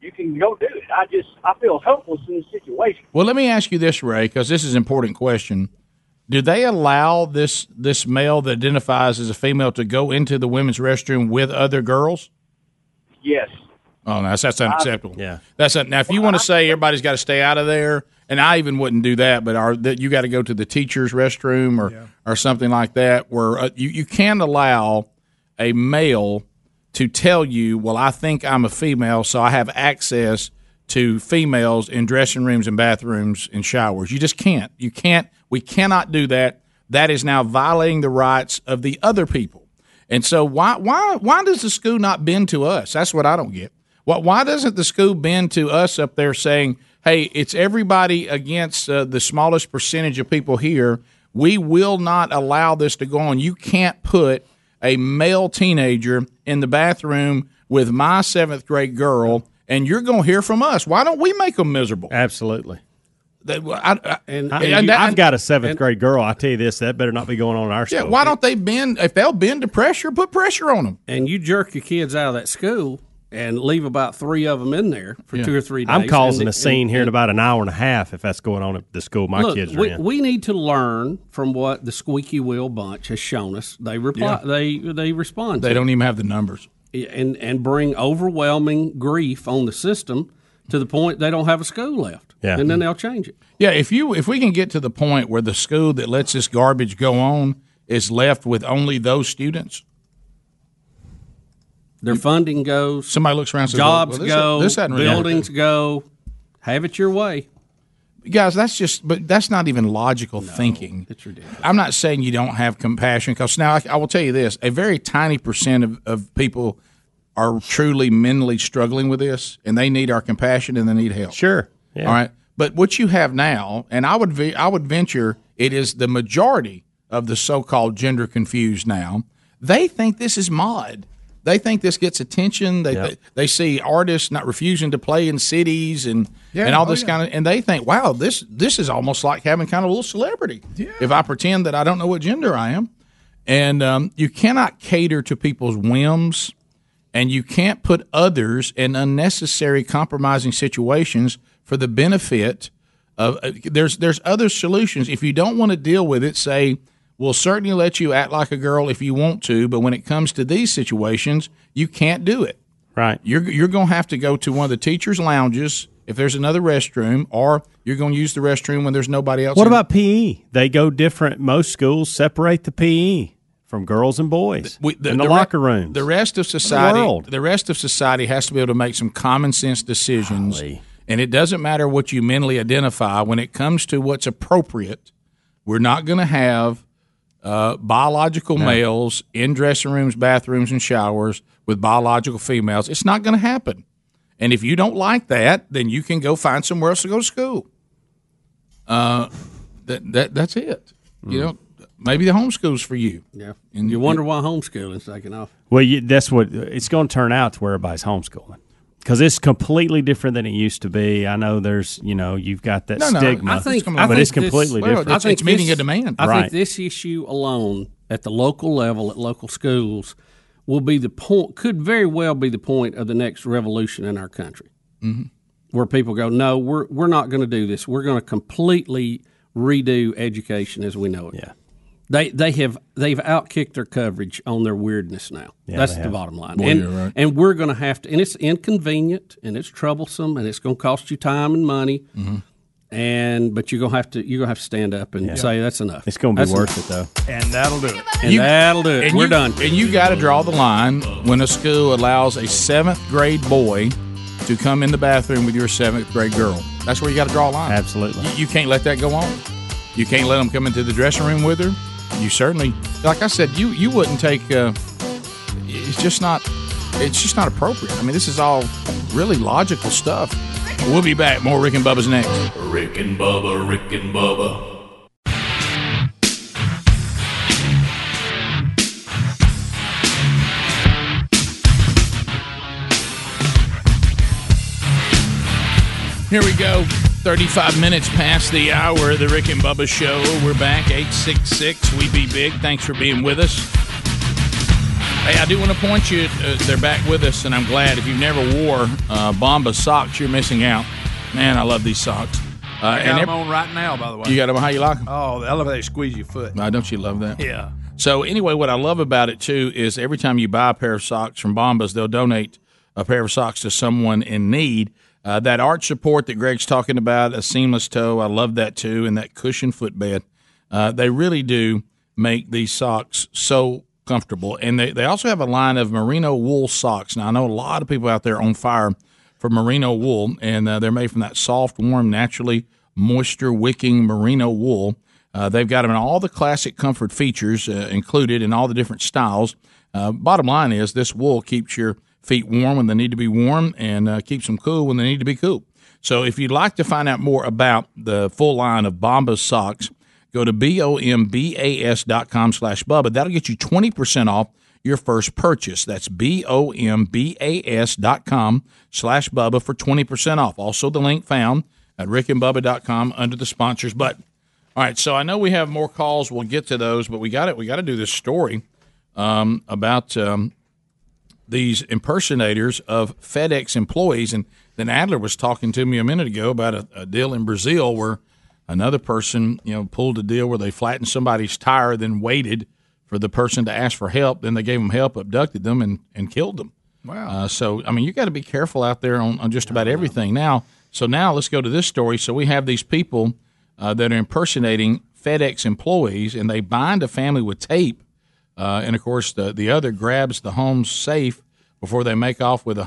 Y: You can go do it. I just I feel helpless in this situation.
B: Well, let me ask you this, Ray, because this is an important question. Do they allow this this male that identifies as a female to go into the women's restroom with other girls?
Y: Yes.
B: Oh, no, that's, that's unacceptable. yeah, that's un- now if you want to say everybody's got to stay out of there, and I even wouldn't do that, but are that you got to go to the teacher's restroom or or something like that, where uh, you you can allow a male to tell you, well, I think I'm a female, so I have access to females in dressing rooms and bathrooms and showers. You just can't. You can't. We cannot do that. That is now violating the rights of the other people. And so why why why does the school not bend to us? That's what I don't get. Why, why doesn't the school bend to us up there saying, "Hey, it's everybody against uh, the smallest percentage of people here. We will not allow this to go on. You can't put a male teenager in the bathroom with my seventh grade girl, and you're going to hear from us. Why don't we make them miserable?
K: Absolutely.
B: uh,
C: and,
K: I, have got a seventh grade girl. I tell you this, that better not be going on in our
B: Yeah,
K: school.
B: why don't they bend? If they'll bend to pressure, put pressure on them.
C: And you jerk your kids out of that school and leave about three of them in there for two or three days.
K: I'm causing
C: and-
K: a scene
C: and-
K: here in about an hour and a half if that's going on at the school my
C: Look,
K: kids are
C: we,
K: in.
C: we need to learn from what the squeaky wheel bunch has shown us. They reply.
B: Yeah.
C: They they respond.
B: They
C: to.
B: don't even have the numbers.
C: Yeah, and and bring overwhelming grief on the system to the point they don't have a school left.
B: Yeah.
C: and then they'll change it.
B: Yeah, if you if we can get to the point where the school that lets this garbage go on is left with only those students,
C: their funding goes.
B: Somebody looks around, and says, well, well,
C: Jobs
B: this-
C: go.
B: this hadn't really happened.
C: buildings go. Have it your way,
B: guys. That's just, but that's not even logical thinking.
C: It's ridiculous.
B: I'm not saying you don't have compassion because now I, I will tell you this: a very tiny percent of, of people are truly mentally struggling with this, and they need our compassion and they need help. Sure.
K: Yeah.
B: All right. But what you have now, and I would ve- I would venture it is the majority of the so-called gender confused now. They think this is mod. They think this gets attention. They they, they see artists not refusing to play in cities and
D: Yeah,
B: and all
D: oh,
B: this
D: yeah.
B: kind of and they think, wow, this this is almost like having kind of a little celebrity. If I pretend that I don't know what gender I am, and um, you cannot cater to people's whims, and you can't put others in unnecessary compromising situations for the benefit of. Uh, there's there's other solutions. If you don't want to deal with it, say we'll certainly let you act like a girl if you want to, but when it comes to these situations, you can't do it.
K: Right.
B: You're you're going to have to go to one of the teachers' lounges if there's another restroom, or you're going to use the restroom when there's nobody else.
K: What
B: in-
K: about E? PE? They go different. Most schools separate the PE from girls and boys in the,
B: re-
K: locker rooms.
B: The rest of society,
K: world?
B: the, rest of society has to be able to make some common sense decisions. And it doesn't matter what you mentally identify when it comes to what's appropriate. We're not going to have uh, biological males in dressing rooms, bathrooms, and showers with biological females. It's not going to happen. And if you don't like that, then you can go find somewhere else to go to school. Uh, that, that that's it. You
K: Hmm.
B: know, maybe the homeschool's for you.
C: Yeah.
B: And
C: you wonder why homeschooling's taking off.
K: Well, you, that's what it's going to turn out to where everybody's homeschooling because it's completely different than it used to be. I know there's, you know, you've got that
C: No, no, I
K: stigma,
C: think- I
K: but
C: think
K: it's completely
C: this- well,
K: different.
C: I think this- I
K: right?
C: think this issue alone, at the local level, at local schools, will be the point. Could very well be the point of the next revolution in our country,
M: Mhm.
C: where people go, "No, we're we're not going to do this. We're going to completely redo education as we know it." Yeah. They, they have they've outkicked their coverage on their weirdness now.
K: Yeah,
C: That's
K: they
C: the
K: have.
C: bottom line.
K: Boy,
C: and,
K: you're right.
C: and we're going to have to, and it's inconvenient, and it's troublesome, and it's going to cost you time and money and but you're gonna have to you're gonna have to stand up and
K: Yeah.
C: say that's enough.
K: It's gonna be
C: That's
K: worth
C: enough."
K: it, though.
D: And that'll do it.
C: And that'll do it.
B: and
C: We're
B: you-
C: done.
B: And you got to draw the line when a school allows a seventh grade boy to come in the bathroom with your seventh grade girl. That's where you got to draw a line.
K: Absolutely.
B: You, you can't let that go on. You can't let them come into the dressing room with her. You certainly, like I said, you you wouldn't take. Uh, it's just not. It's just not appropriate. I mean, this is all really logical stuff. We'll be back. More Rick and Bubba's next.
H: Rick and Bubba, Rick and Bubba,
G: Here we go. 35 minutes past the hour of the Rick and Bubba Show. We're back, 866. We be big. Thanks for being with us. Hey, I do want to point you, uh, they're back with us, and I'm glad. If you've never wore uh, Bomba socks, you're missing out. Man, I love these socks. Uh,
D: I
B: ev-
D: got them on right now, by the way.
B: You got 'em how you like 'em?
D: Oh, I love how they squeeze your foot.
B: Now, don't you love that?
D: Yeah.
B: So anyway, what I love about it too is every time you buy a pair of socks from Bombas, they'll donate a pair of socks to someone in need. Uh, that arch support that Greg's talking about, a seamless toe, I love that too, and that cushion footbed. Uh, they really do make these socks so comfortable, and they they also have a line of merino wool socks. Now I know a lot of people out there on fire for merino wool, and uh, they're made from that soft, warm, naturally moisture wicking merino wool. Uh, they've got them in all the classic comfort features uh, included in all the different styles. Uh, bottom line is, this wool keeps your feet warm when they need to be warm and uh, keeps them cool when they need to be cool. So, if you'd like to find out more about the full line of Bombas socks, go to B-O-M-B-A-S dot com slash Bubba. That'll get you 20% off your first purchase. That's B-O-M-B-A-S dot com slash Bubba for 20% off. Also the link found at rickandbubba.com under the sponsors button. All right, so I know we have more calls. We'll get to those, but we got it. We got to do this story um, about um, these impersonators of FedEx employees. And then Adler was talking to me a minute ago about a, a deal in Brazil where another person, you know, pulled a deal where they flattened somebody's tire, then waited for the person to ask for help. Then they gave them help, abducted them, and, and killed them.
D: Wow.
B: Uh, so, I mean, you got to be careful out there on, on just about everything now. So, now let's go to this story. So, we have these people uh, that are impersonating FedEx employees, and they bind a family with tape. Uh, and of course, the, the other grabs the home safe before they make off with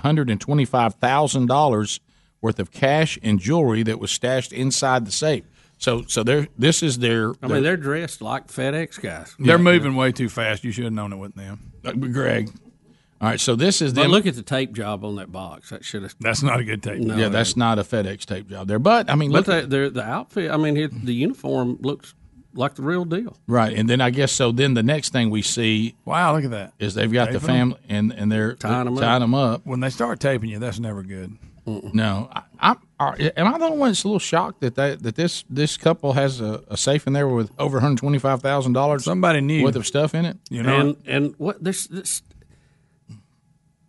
B: $125,000 worth of cash and jewelry that was stashed inside the safe. So, so they're, this is their.
C: I mean, they're dressed like FedEx guys.
B: They're moving
D: way too fast. You should have known it wasn't them.
B: Uh, Greg. All right, so this is
C: But
B: them-
C: look at the tape job on that box. That should have.
D: That's not a good tape.
C: No,
B: yeah,
C: it
B: that's not a FedEx tape job there. But, I mean,
C: but
B: look.
C: they, they're, the outfit. I mean, it, the uniform looks like the real deal.
B: Right, and then I guess so. Then the next thing we see,
D: wow, look at that,
B: is they've got the
D: Taping 'em.
B: family and and they're tying them, up.
D: When they start taping you, that's never good.
B: No, I, I'm. Are, am I the only one that's a little shocked that they, that this this couple has a, a safe in there with over 125 thousand dollars?
D: Somebody knew
B: worth of stuff in it.
C: and and what this this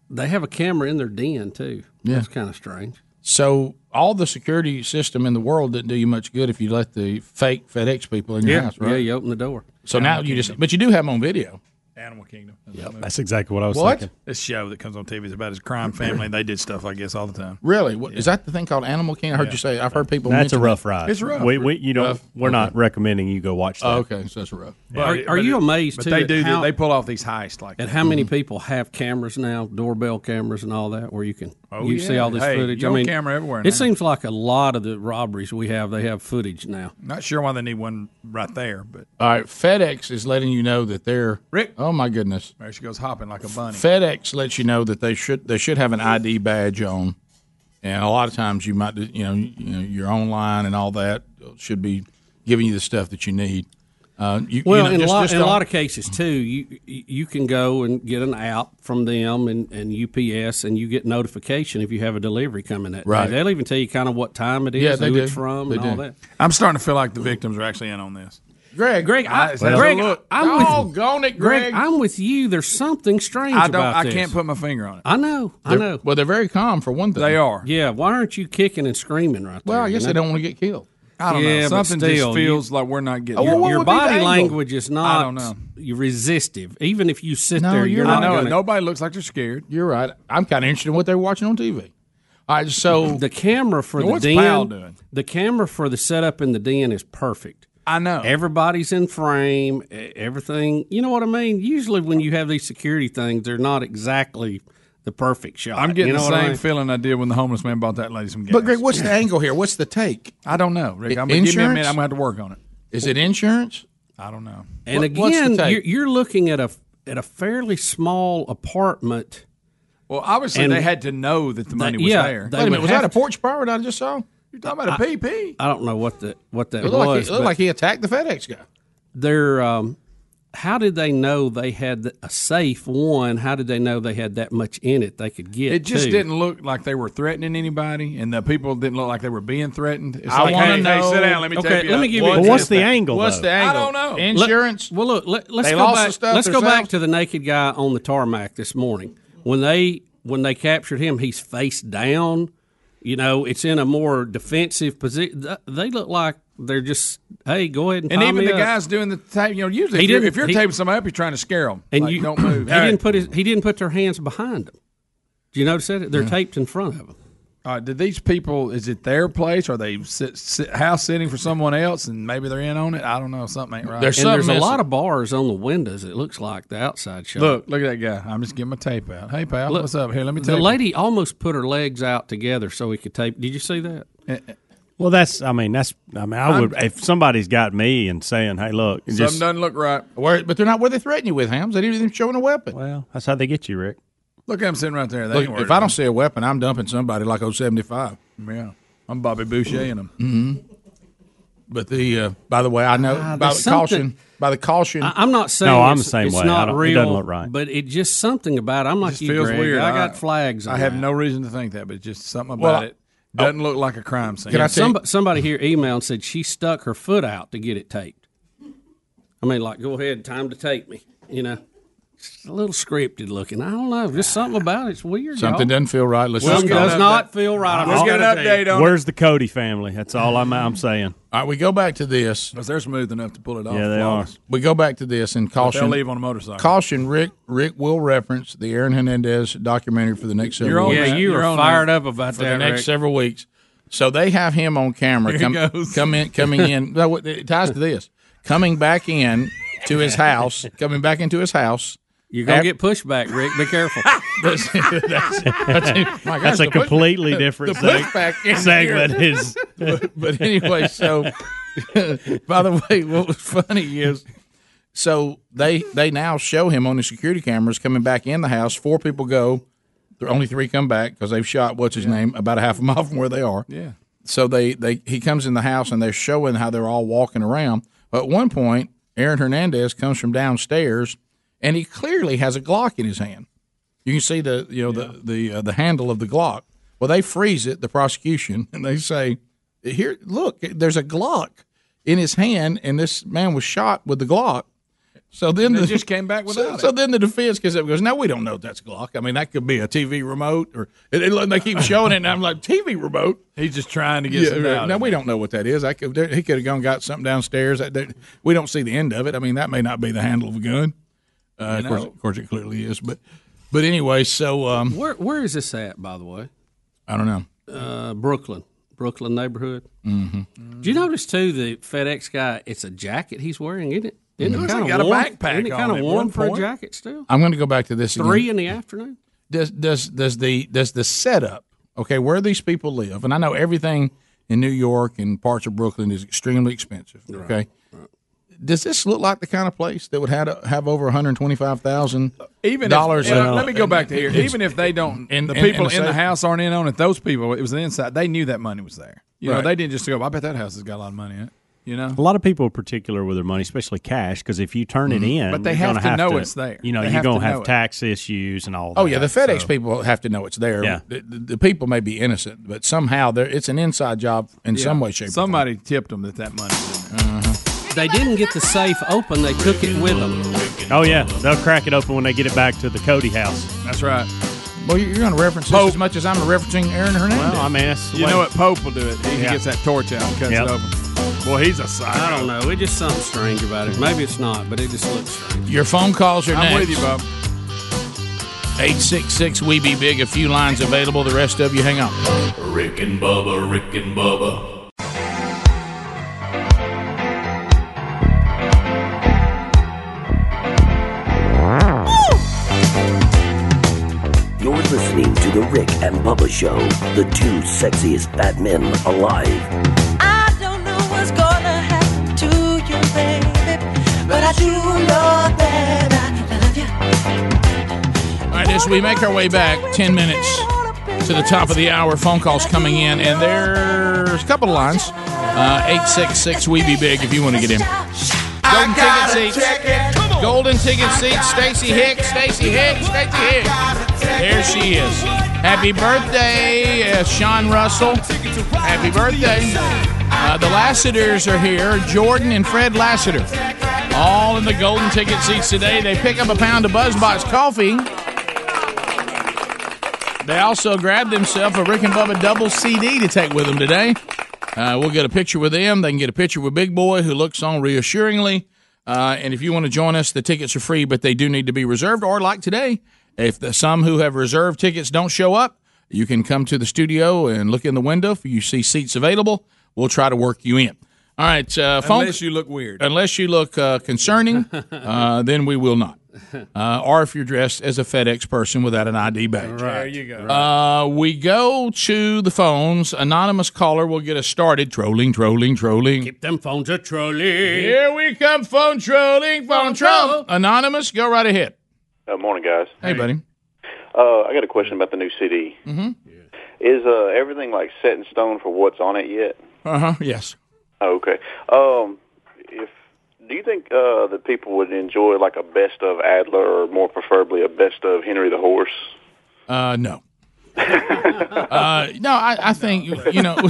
C: they have a camera in their den too.
B: Yeah.
C: That's kind of strange.
B: so all the security system in the world didn't do you much good if you let the fake FedEx people in your
C: yeah,
B: house, right?
C: yeah. You open the door.
B: So now you just, but you do have them on video.
D: Animal Kingdom.
K: That's exactly what I was
B: What?
K: thinking.
D: This show that comes on TV is about his crime family. They did stuff like this all the time.
B: Really? What, Is that the thing called Animal King? I heard
D: Yeah.
B: you say. I've heard people.
K: That's a
B: mention
K: rough
B: that.
K: ride.
B: It's rough.
K: We, we, you know, we're not recommending you go watch that.
B: Oh, okay, so that's rough.
C: Are, are you amazed
D: But
C: too?
D: they
C: at
D: do.
C: how-
D: they pull off these heists like
C: at
D: Mm-hmm.
C: how many
B: Mm-hmm.
C: people have cameras now, doorbell cameras and all that, where you can
D: Oh,
C: you
D: yeah.
C: see all this
D: Hey,
C: footage.
D: you're
C: I
D: on
C: mean,
D: camera everywhere
C: It
D: now.
C: seems like a lot of the robberies we have, they have footage now.
D: Not sure why they need one right there, but
B: All right, FedEx is letting you know that they're Rick. Oh my goodness.
D: there she goes hopping like a bunny.
B: FedEx lets you know that they should they should have an ID badge on, and a lot of times you might do- you know you know your online and all that should be giving you the stuff that you need. Uh, you, you
C: well,
B: know,
C: in,
B: just-
C: a lot,
B: just
C: in a
B: don't-
C: lot of cases too, you you can go and get an app from them and, and UPS, and you get notification if you have a delivery coming that
D: Right.
C: day. They'll even tell you kind of what time it is, who it's from, and all that.
D: I'm starting to feel like the victims are actually in on this.
B: Greg, Greg,
D: I-
C: Greg,
D: look,
C: I'm with,
B: doggone it, Greg.
C: I'm with you. There's something strange
D: I don't.
C: about
D: I
C: this.
D: can't put my finger on it.
C: I know. I
D: They're-
C: know.
B: Well, they're very calm for one thing.
D: They are.
C: Yeah. Why aren't you kicking and screaming right there?
B: Well, I
C: you
B: guess
C: know?
B: they don't want to get killed.
D: I don't
C: Yeah,
D: know.
C: but
D: Something
C: still,
D: just
C: you-
D: feels like we're not
B: Oh,
D: getting.
C: your, your body
D: language.
C: language is not.
D: I don't know.
C: You're resistive, even if you sit
B: No,
C: there. You're,
B: you're right.
C: not
B: I know it.
C: gonna-
B: Nobody looks like they're scared. You're right. I'm kind of interested in what they were watching on TV. All right, so
C: the camera for
B: Now,
C: the
B: what's
C: den,
B: Powell doing?
C: the camera for the setup in the den is perfect.
D: I know
C: everybody's in frame, e- everything. You know what I mean? Usually, when you have these security things, they're not exactly the perfect shot.
D: I'm getting
C: You know
D: the
C: what I
D: same
C: mean?
D: feeling I did when the homeless man bought that lady some gas.
B: But Greg, what's the angle here? What's the take?
D: I don't know, Rick. I'm,
B: insurance.
D: Give me a minute. I'm gonna have to work on it.
B: Is it insurance?
D: I don't know.
C: And
B: What- what's the
C: again,
B: take?
C: you're, you're looking at a at a fairly small apartment.
D: Well, obviously
C: And-
D: they had to know that the money was
C: yeah,
D: there.
C: they Wait a minute, would was that have a
B: porch pirate I just saw? You're talking about a PP.
C: I don't know what the what that
B: It looked, like,
C: was.
B: he, it looked
C: but-
B: like he attacked the FedEx guy.
C: their um, how did they know they had a safe one how did they know they had that much in it they could get
D: It just
C: too?
D: didn't look like they were threatening anybody, and the people didn't look like they were being threatened. It's
B: I
D: like,
B: wanna
D: hey, hey,
B: know-
D: sit down. Let me
C: okay
D: take you.
C: let
D: up.
C: me give you
D: What-
B: What's the angle?
D: I don't know.
B: Insurance.
C: well look let, us
B: They
C: go
B: lost
C: back
B: the stuff
C: let's go back
B: themselves?
C: to the naked guy on the tarmac this morning when they when they captured him he's face down you know it's in a more defensive position they look like they're just hey go ahead and,
D: And
C: tie
D: even
C: me
D: the
C: up.
D: guys doing the tape, you know, usually
C: He
D: if you're,
C: didn't-
D: if you're
C: he-
D: taping somebody up, you're trying to scare them.
C: and
D: like,
C: you
D: don't move.
C: He
D: All right.
C: didn't put his. He didn't put their hands behind him. Do you notice that? They're taped in front of him.
D: All right, did these people? Is it their place? Are they sit, sit, house sitting for someone else, and maybe they're in on it? I don't know. Something ain't right.
C: There's, and there's a lot of bars on the windows. It looks like the outside shot.
D: Look, look at that guy. I'm just getting my tape out. Hey, pal,
C: Look,
D: what's up? Here, let me
C: the
D: tell
C: lady almost put her legs out together so he could tape. Did you see that?
D: you.
K: Well, that's. I mean, that's. I mean, I would. if somebody's got me and saying, "Hey, look," just,
B: doesn't look right. Where, but they're not where they threaten you with, Hams. They didn't even show a weapon.
K: Well, that's how they get you, Rick.
D: Look at him sitting right there. They
B: Look,
D: ain't
B: if
D: worried
B: I don't see a weapon, I'm dumping somebody like 075.
D: about it. yeah, I'm Bobby Boucher and him.
B: hmm But the uh, by the way, I know
D: Ah,
B: by
D: there's
B: the
D: something-
B: caution. By the caution,
C: I, am not saying.
K: No, I'm
C: it's-
K: the same
C: it's
K: way. I
C: Not
K: don't- it
C: real,
K: doesn't look right.
C: But it just something about. it. I'm like
D: Just
C: you,
D: feels
C: Greg.
D: weird.
C: I got flags. On
D: I have
C: that.
D: no reason to think that, but just something about
C: Well, I-
D: it doesn't look like a crime scene.
C: Can somebody, somebody here emailed and said she stuck her foot out to get it taped. I mean, like, go ahead, time to tape me. You know, it's a little scripted looking. I don't know, just something about it's weird.
B: something
C: y'all.
B: doesn't feel right. Let's
C: Something
B: just go.
C: does not feel right. I'm
B: Let's
C: just
B: get
C: gonna
B: an
C: tell you.
B: update on
K: Where's the Cody family? That's all I'm. I'm saying.
B: All right, we go back to this.
D: they're smooth enough to pull it off.
K: Yeah, they
D: flawless.
K: are.
B: We go back to this and caution.
D: they'll leave on a motorcycle.
B: Caution, Rick. Rick will reference the Aaron Hernandez documentary for the next several.
D: You're on
B: weeks.
D: that. Yeah, you You're are on fired that. up about
B: for
D: that,
B: the next
D: Rick.
B: several weeks. So they have him on camera.
D: Here
B: Come,
D: he goes.
B: come in, coming in. No, what- it ties to this. Coming back in to his house. Coming back into his house.
C: You're gonna get pushback, Rick. Be careful.
B: that's, that's, that's, my gosh,
K: That's a
B: the push-
K: completely
B: the-
K: different
B: the
K: seg-
B: pushback in
K: segment
B: here.
K: is-
B: but, but anyway, so by the way, what was funny is so they they now show him on the security cameras coming back in the house. Four people go, there only three come back because they've shot what's his name about a half a mile from where they are.
D: Yeah.
B: So they they he comes in the house and they're showing how they're all walking around. But at one point, Aaron Hernandez comes from downstairs and he clearly has a Glock in his hand. You can see the you know the the uh, the handle of the Glock. Well, they freeze it, the prosecution, and they say, "Here, look, there's a Glock in his hand, and this man was shot with the Glock." So then
D: And they
B: the,
D: just came back without
B: so,
D: it.
B: So then the defense gets up and goes, "No, we don't know if that's Glock. I mean, that could be a TV remote, or it, it, they keep showing it." And I'm like, "TV remote?
D: He's just trying to get some doubt
B: No,
D: in
B: we
D: there.
B: don't know what that is. I could, there, he could have gone and got something downstairs. That, that, we don't see the end of it. I mean, that may not be the handle of a gun. Uh, of
C: You
B: course,
C: know.
B: of course, it clearly is. But but anyway, so um,
C: Where Where is this at, by the way?
B: I don't know.
C: Uh, Brooklyn, Brooklyn neighborhood.
B: Mm-hmm.
C: Do you notice too the FedEx guy? It's a jacket he's wearing, isn't it? Isn't
B: Looks like
C: kinda
B: he got a
C: warm?
B: backpack
C: Isn't it
B: on
C: kind
B: at
C: of warm
B: one
C: for a
B: point?
C: jacket still?
B: I'm going to go back to this. again.
C: Three in the afternoon.
B: does does does the does the setup okay where these people live and i know everything in new york and parts of brooklyn is extremely expensive okay does this look like the kind of place that would have have over 125000
D: Even
B: dollars
D: If, and let me go back to here. Even if they don't,
B: And-
D: the
B: and-
D: people
B: and
D: in the
B: say-
D: house aren't in on it. Those people, it was the inside. They knew that money was there. You know,
B: Right.
D: they didn't just go. I bet that house has got a lot of money in it. You know,
K: A lot of people are particular with their money, especially cash, because if you turn it
D: Mhm.
K: in,
D: But they
K: you're
D: have
K: gonna
D: to know it's there.
K: You know,
D: They
K: you're
D: have
K: gonna
D: to know
K: have
D: it.
K: tax issues and all. that.
B: Oh yeah, the FedEx
K: So-
B: people have to know it's there.
K: Yeah.
B: The, the- the people may be innocent, but somehow there it's an inside job in
D: Yeah.
B: some way, shape. Uh-huh.
D: Somebody tipped them that that money.
C: They didn't get the safe open. They took it with them.
K: Oh yeah, they'll crack it open when they get it back to the Cody house.
D: That's right.
B: Well, you're going to reference this as much as I'm referencing Aaron Hernandez.
K: Well, I mean, that's the
D: You
K: way-
D: know what Pope will do it. He
K: Yeah.
D: gets that torch out and cuts
K: Yep.
D: it open. Boy, he's a psycho.
C: I don't know. It's just something strange about it. Maybe it's not, but it just looks strange.
B: Your phone calls are
C: I'm
B: next.
C: with you, Bob.
B: 866 We Be Big. A few lines available. The rest of you hang on.
H: Rick and Bubba, Rick and Bubba,
V: You're listening to The Rick and Bubba Show, the two sexiest fat men alive.
M: I don't know what's gonna happen to you, baby, but I do know that I love you.
B: All right, as we make our way back 10 minutes to the top of the hour, phone calls coming in, and there's a couple of lines. Uh, 866 We Be Big if you want to get in. Golden ticket seats. Golden ticket seats. Stacy Hicks. Stacy Hicks. Stacy Hicks. There she is. Happy birthday, uh, Sean Russell. Happy birthday. Uh, the Lassiters are here. Jordan and Fred Lassiter. All in the golden ticket seats today. They pick up a pound of BuzzBox coffee. They also grabbed themselves a Rick and Bubba double CD to take with them today. Uh, we'll get a picture with them. They can get a picture with Big Boy, who looks on reassuringly. Uh, and if you want to join us, the tickets are free, but they do need to be reserved. Or like today, if the, some who have reserved tickets don't show up, you can come to the studio and look in the window. If you see seats available, we'll try to work you in. All right, uh, phone.
D: Unless you look weird.
B: Unless you look uh, concerning, uh, then we will not. Uh, or if you're dressed as a FedEx person without an ID badge.
D: There you go.
B: Uh, we go to the phones. Anonymous caller will get us started. Trolling, trolling, trolling.
C: Them phones are trolling.
B: Here we come, phone trolling, phone troll. Anonymous, go right ahead.
Q: Uh, morning, guys.
B: Hey, buddy.
Q: Uh, I got a question about the new CD.
B: Mm-hmm.
Q: Is uh, everything like set in stone for what's on it yet?
B: Uh huh. Yes.
Q: Okay. Um, if do you think uh, that people would enjoy like a best of Adler, or more preferably a best of Henry the Horse?
B: Uh, no. uh, no, I, I think you know.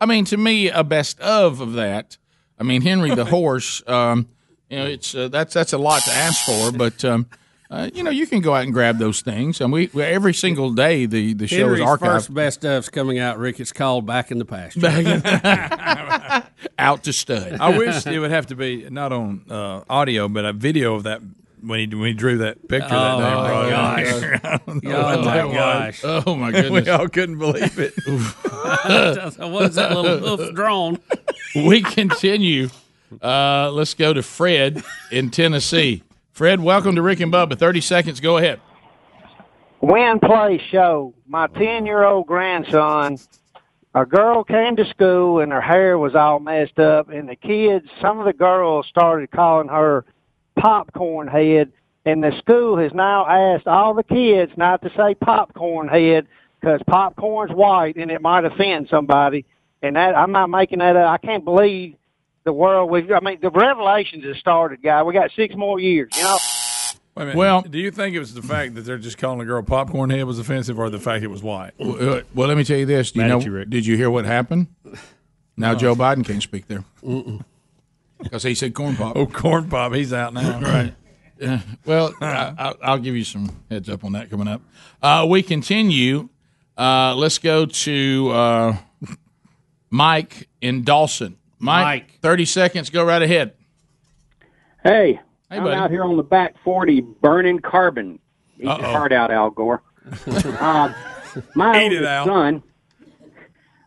B: I mean, to me, a best of of that. I mean, Henry the horse. Um, you know, it's uh, that's that's a lot to ask for, but um, uh, you know, you can go out and grab those things. And we, we every single day the the show
C: Henry's
B: is archived.
C: first best of's coming out, Rick. It's called Back in the Pasture.
B: out to stud.
D: I wish it would have to be not on uh, audio, but a video of that when he when he drew that picture
B: Oh,
D: that day.
B: my
D: bro.
B: gosh.
D: I don't know
B: Oh,
D: what
B: my
D: that was.
B: gosh. Oh, my goodness.
D: we all couldn't believe it.
C: what is that little hoof drawn?
B: we continue. Uh, let's go to Fred in Tennessee. Fred, welcome to Rick and Bubba. Thirty seconds. Go ahead.
R: Win play show. My 10 year old grandson, a girl came to school and her hair was all messed up, and the kids, some of the girls started calling her popcorn head, and the school has now asked all the kids not to say popcorn head because popcorn's white and it might offend somebody. And that I'm not making that up. I can't believe the world we've I mean the revelations have started, guy. We got six more years, you know.
D: Wait a minute.
B: Well-
D: do you think it was the fact that they're just calling a girl popcorn head was offensive, or the fact it was white?
B: Uh, Well, let me tell you this. Do you
D: Mad
B: know?
D: at you, Rick.
B: did you hear what happened? Now
D: No.
B: Joe Biden can't speak there because uh, he said corn pop.
D: Oh, corn pop. He's out now.
B: right. Yeah. Well, I, I, I'll give you some heads up on that coming up. Uh, we continue. Uh, let's go to uh, Mike in Dawson. Mike, thirty seconds. Go right ahead.
P: Hey, I'm
B: buddy.
P: out here on the back 40 burning carbon. Eat your
B: Uh-oh.
P: heart out, Al Gore. uh, my
D: Eat it,
P: oldest
D: Al.
P: son,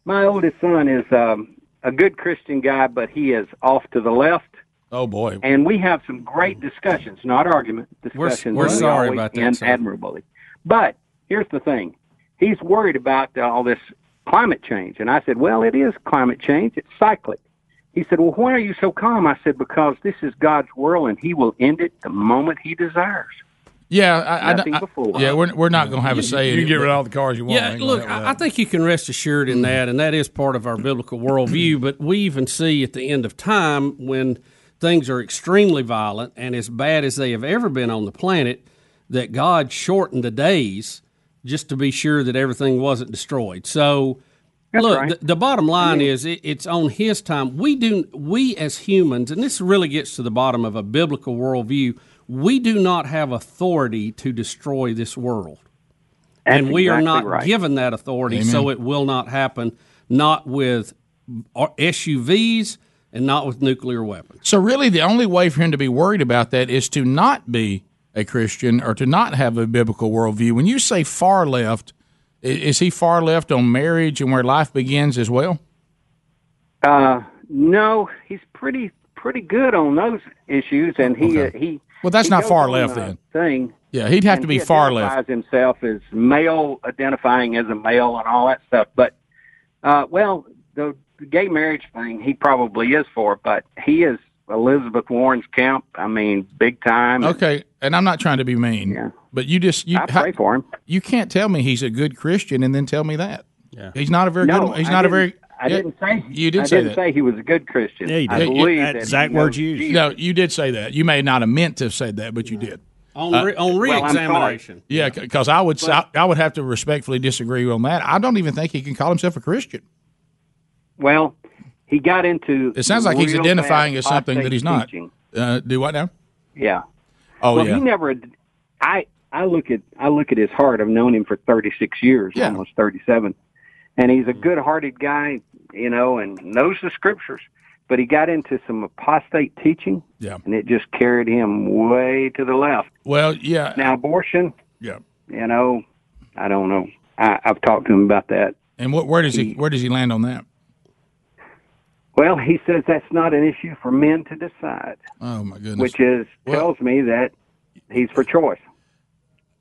P: my oldest son is um, a good Christian guy, but he is off to the left.
B: Oh boy!
P: And we have some great discussions, not argument
C: We're-
P: discussions.
C: we're
P: and they
C: sorry
P: always
C: about that,
P: end
C: sir.
P: admirably. But here's the thing: he's worried about uh, all this climate change, and I said, "Well, it is climate change. It's cyclic." He said, "Well, why are you so calm?" I said, "Because this is God's world, and He will end it the moment He desires."
B: Yeah, I, I,
C: Nothing
B: I-
C: before.
B: yeah, we're, we're not going to have a
C: You-
B: say.
C: you
B: in
C: get
B: it,
D: rid
B: but-
D: of all the cars you
C: Yeah, look, I, I think you can rest assured in that, and that is part of our biblical worldview. But we even see at the end of time when things are extremely violent and as bad as they have ever been on the planet, that God shortened the days just to be sure that everything wasn't destroyed. So, look,
P: right.
C: the, the bottom line
P: Yeah.
C: is it, it's on His time. We do, we as humans, and this really gets to the bottom of a biblical worldview. We do not have authority to destroy this world and
G: That's
C: we are
G: exactly
C: not
G: right.
C: given that authority, so
G: Amen.
C: it will not happen. Not with uh, SUVs and not with nuclear weapons.
B: So really, the only way for him to be worried about that is to not be a Christian or to not have a biblical worldview. When you say far left, i- is he far left on marriage and where life begins as well?
P: Uh, no, he's pretty pretty good on those issues, and he uh, he.
B: Well, that's
P: he
B: not
P: goes
B: far
P: on
B: left,
P: a
B: then.
P: Thing.
B: Yeah, he'd have
P: and
B: to be
P: he
B: far
P: identifies Himself as male, identifying as a male, and all that stuff. But uh, well, the gay marriage thing, he probably is for, but he is Elizabeth Warren's camp. I mean, big time.
B: Okay, and I'm not trying to be mean, but you just you I
P: pray for him.
B: You can't tell me he's a good Christian and then tell me that. Yeah, he's not a very
P: No,
B: good. He's
P: I
B: not a
P: didn't-
B: very.
P: I didn't say-
B: you did
P: I
B: say
P: didn't
B: that.
P: say he was a good Christian. Yeah, you I did. believe that he knows Jesus.
B: No, you did say that. You may not have meant to have said that, but you did.
C: On re-
P: Uh,
C: on reexamination.
B: Yeah, because I would I, I would have to respectfully disagree on that. I don't even think he can call himself a Christian.
P: Well, he got into.
B: It sounds like he's
P: real
B: identifying
P: bad
B: as something that
P: apostate
B: he's not.
P: teaching.
B: Uh, do what now?
P: Yeah.
B: Oh
P: well,
B: yeah.
P: He never. I I look at I look at his heart. I've known him for thirty six years,
B: Yeah.
P: almost thirty seven, and he's a good hearted guy, you know, and knows the scriptures. But he got into some apostate teaching,
B: Yeah.
P: and it just carried him way to the left.
B: Well, yeah.
P: Now abortion,
B: Yeah.
P: you know, I don't know. I, I've talked to him about that.
B: And what, where does he where does he land on that?
P: Well, he says that's not an issue for men to decide,
B: Oh my goodness.
P: which is tells me that he's for choice.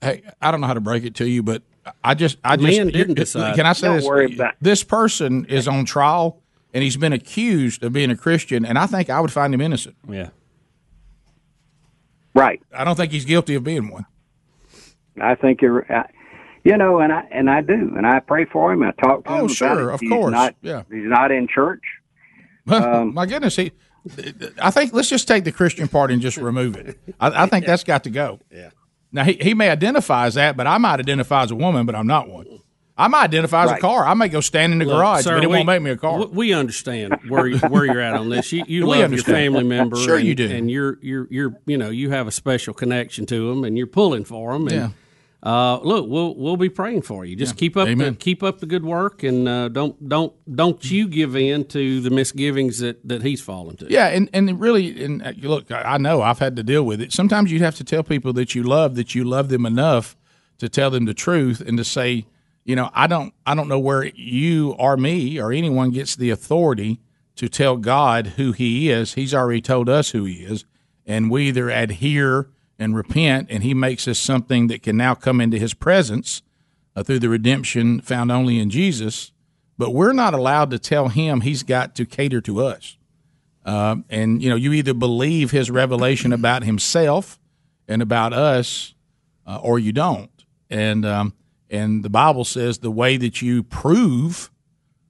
B: hey, I don't know how to break it to you, but I just, I just,
P: Man didn't
B: you-
P: decide.
B: Can I say
P: Don't
B: this?
P: worry about
B: This person is on trial, and he's been accused of being a Christian, and I think I would find him innocent.
C: Yeah,
P: right.
B: I don't think he's guilty of being one.
P: I think you're, I, you know, and I and I do, and I pray for him. I talk to him.
B: Oh,
P: about
B: sure,
P: it.
B: of
P: He's
B: course,
P: not-
B: yeah.
P: he's not in church. Um,
B: My goodness, he. I think let's just take the Christian part and just remove it. I, I think that's got to go. Yeah. Now he, he may identify as that, but I might identify as a woman, but I'm not one. I might identify as a
C: Right.
B: car. I may go stand in the
C: Look,
B: garage,
C: sir,
B: but it
C: we-
B: won't make me a car.
C: w- We understand where you- where you're at on this. You, you
B: We
C: love your
B: understand.
C: family member,
B: Sure
C: and,
B: you do.
C: and you're you're you're you know you have a special connection to them, and you're pulling for them. And, Uh, look, we'll we'll be praying for you. Just keep up the,
B: Amen.
C: keep up the good work, and uh, don't don't don't you give in to the misgivings that, that he's fallen to.
B: Yeah, and and it really, and uh, look, I I know I've had to deal with it. Sometimes you have to tell people that you love that you love them enough to tell them the truth and to say, you know, I don't, I don't know where you or me or anyone gets the authority to tell God who He is. He's already told us who He is, and we either adhere and repent, and He makes us something that can now come into His presence uh, through the redemption found only in Jesus. But we're not allowed to tell Him He's got to cater to us. Um, and you know, you either believe his revelation about himself and about us, uh, or you don't. And um, and the Bible says the way that you prove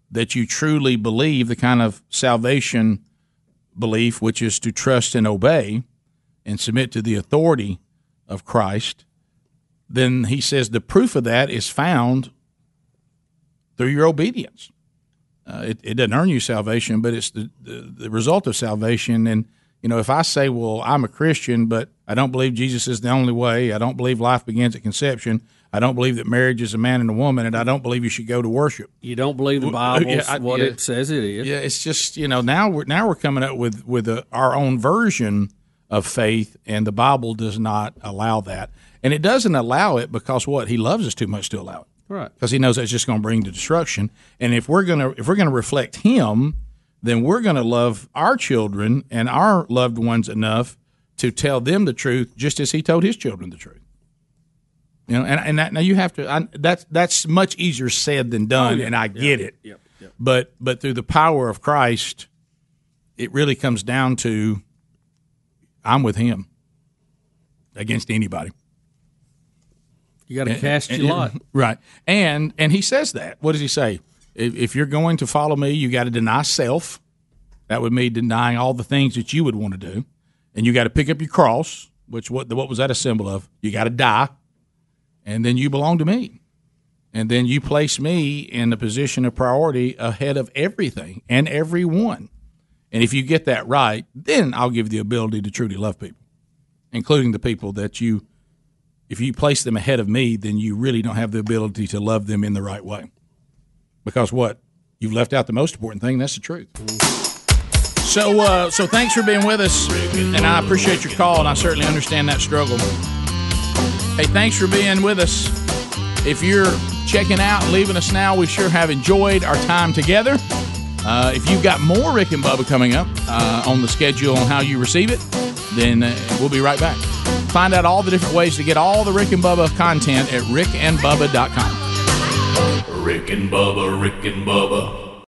B: that you truly believe the kind of salvation belief, which is to trust and obey and submit to the authority of Christ, then he says the proof of that is found through your obedience. Uh, it, it doesn't earn you salvation, but it's the, the, the result of salvation. And, you know, if I say, well, I'm a Christian, but I don't believe Jesus is the only way, I don't believe life begins at conception, I don't believe that marriage is a man and a woman, and I don't believe you should go to worship.
C: You don't believe the
B: Well,
C: Bible's
B: yeah, I-
C: what
B: yeah.
C: it says it is.
B: Yeah, it's just you know now we're now we're coming up with with a, our own version of faith, and the Bible does not allow that, and it doesn't allow it because what He loves us too much to allow it
C: Right.
B: because he knows that's just going to bring to destruction. And if we're going to if we're going to reflect him, then we're going to love our children and our loved ones enough to tell them the truth, just as he told his children the truth. You know, and, and that, now you have to. I, that's that's much easier said than done,
I: Oh, yeah.
B: and I
I: Yeah.
B: get it.
I: Yep. Yep.
B: But but through the power of Christ, it really comes down to I'm with Him against anybody.
C: You gotta cast your lot.
B: Right. And and he says that. What does he say? If, if you're going to follow me, you got to deny self. That would mean denying all the things that you would want to do, and you got to pick up your cross. Which what what was that a symbol of? You got to die, and then you belong to me, and then you place me in the position of priority ahead of everything and everyone. And if you get that right, then I'll give you the ability to truly love people, including the people that you if you place them ahead of me, then you really don't have the ability to love them in the right way. Because what? You've left out the most important thing. That's the truth. So, uh, so thanks for being with us, and I appreciate your call, and I certainly understand that struggle. Hey, thanks for being with us. If you're checking out and leaving us now, we sure have enjoyed our time together. Uh, if you've got more Rick and Bubba coming up uh, on the schedule on how you receive it, then uh, we'll be right back. Find out all the different ways to get all the Rick and Bubba content at rickandbubba.com.
H: Rick and Bubba, Rick and Bubba.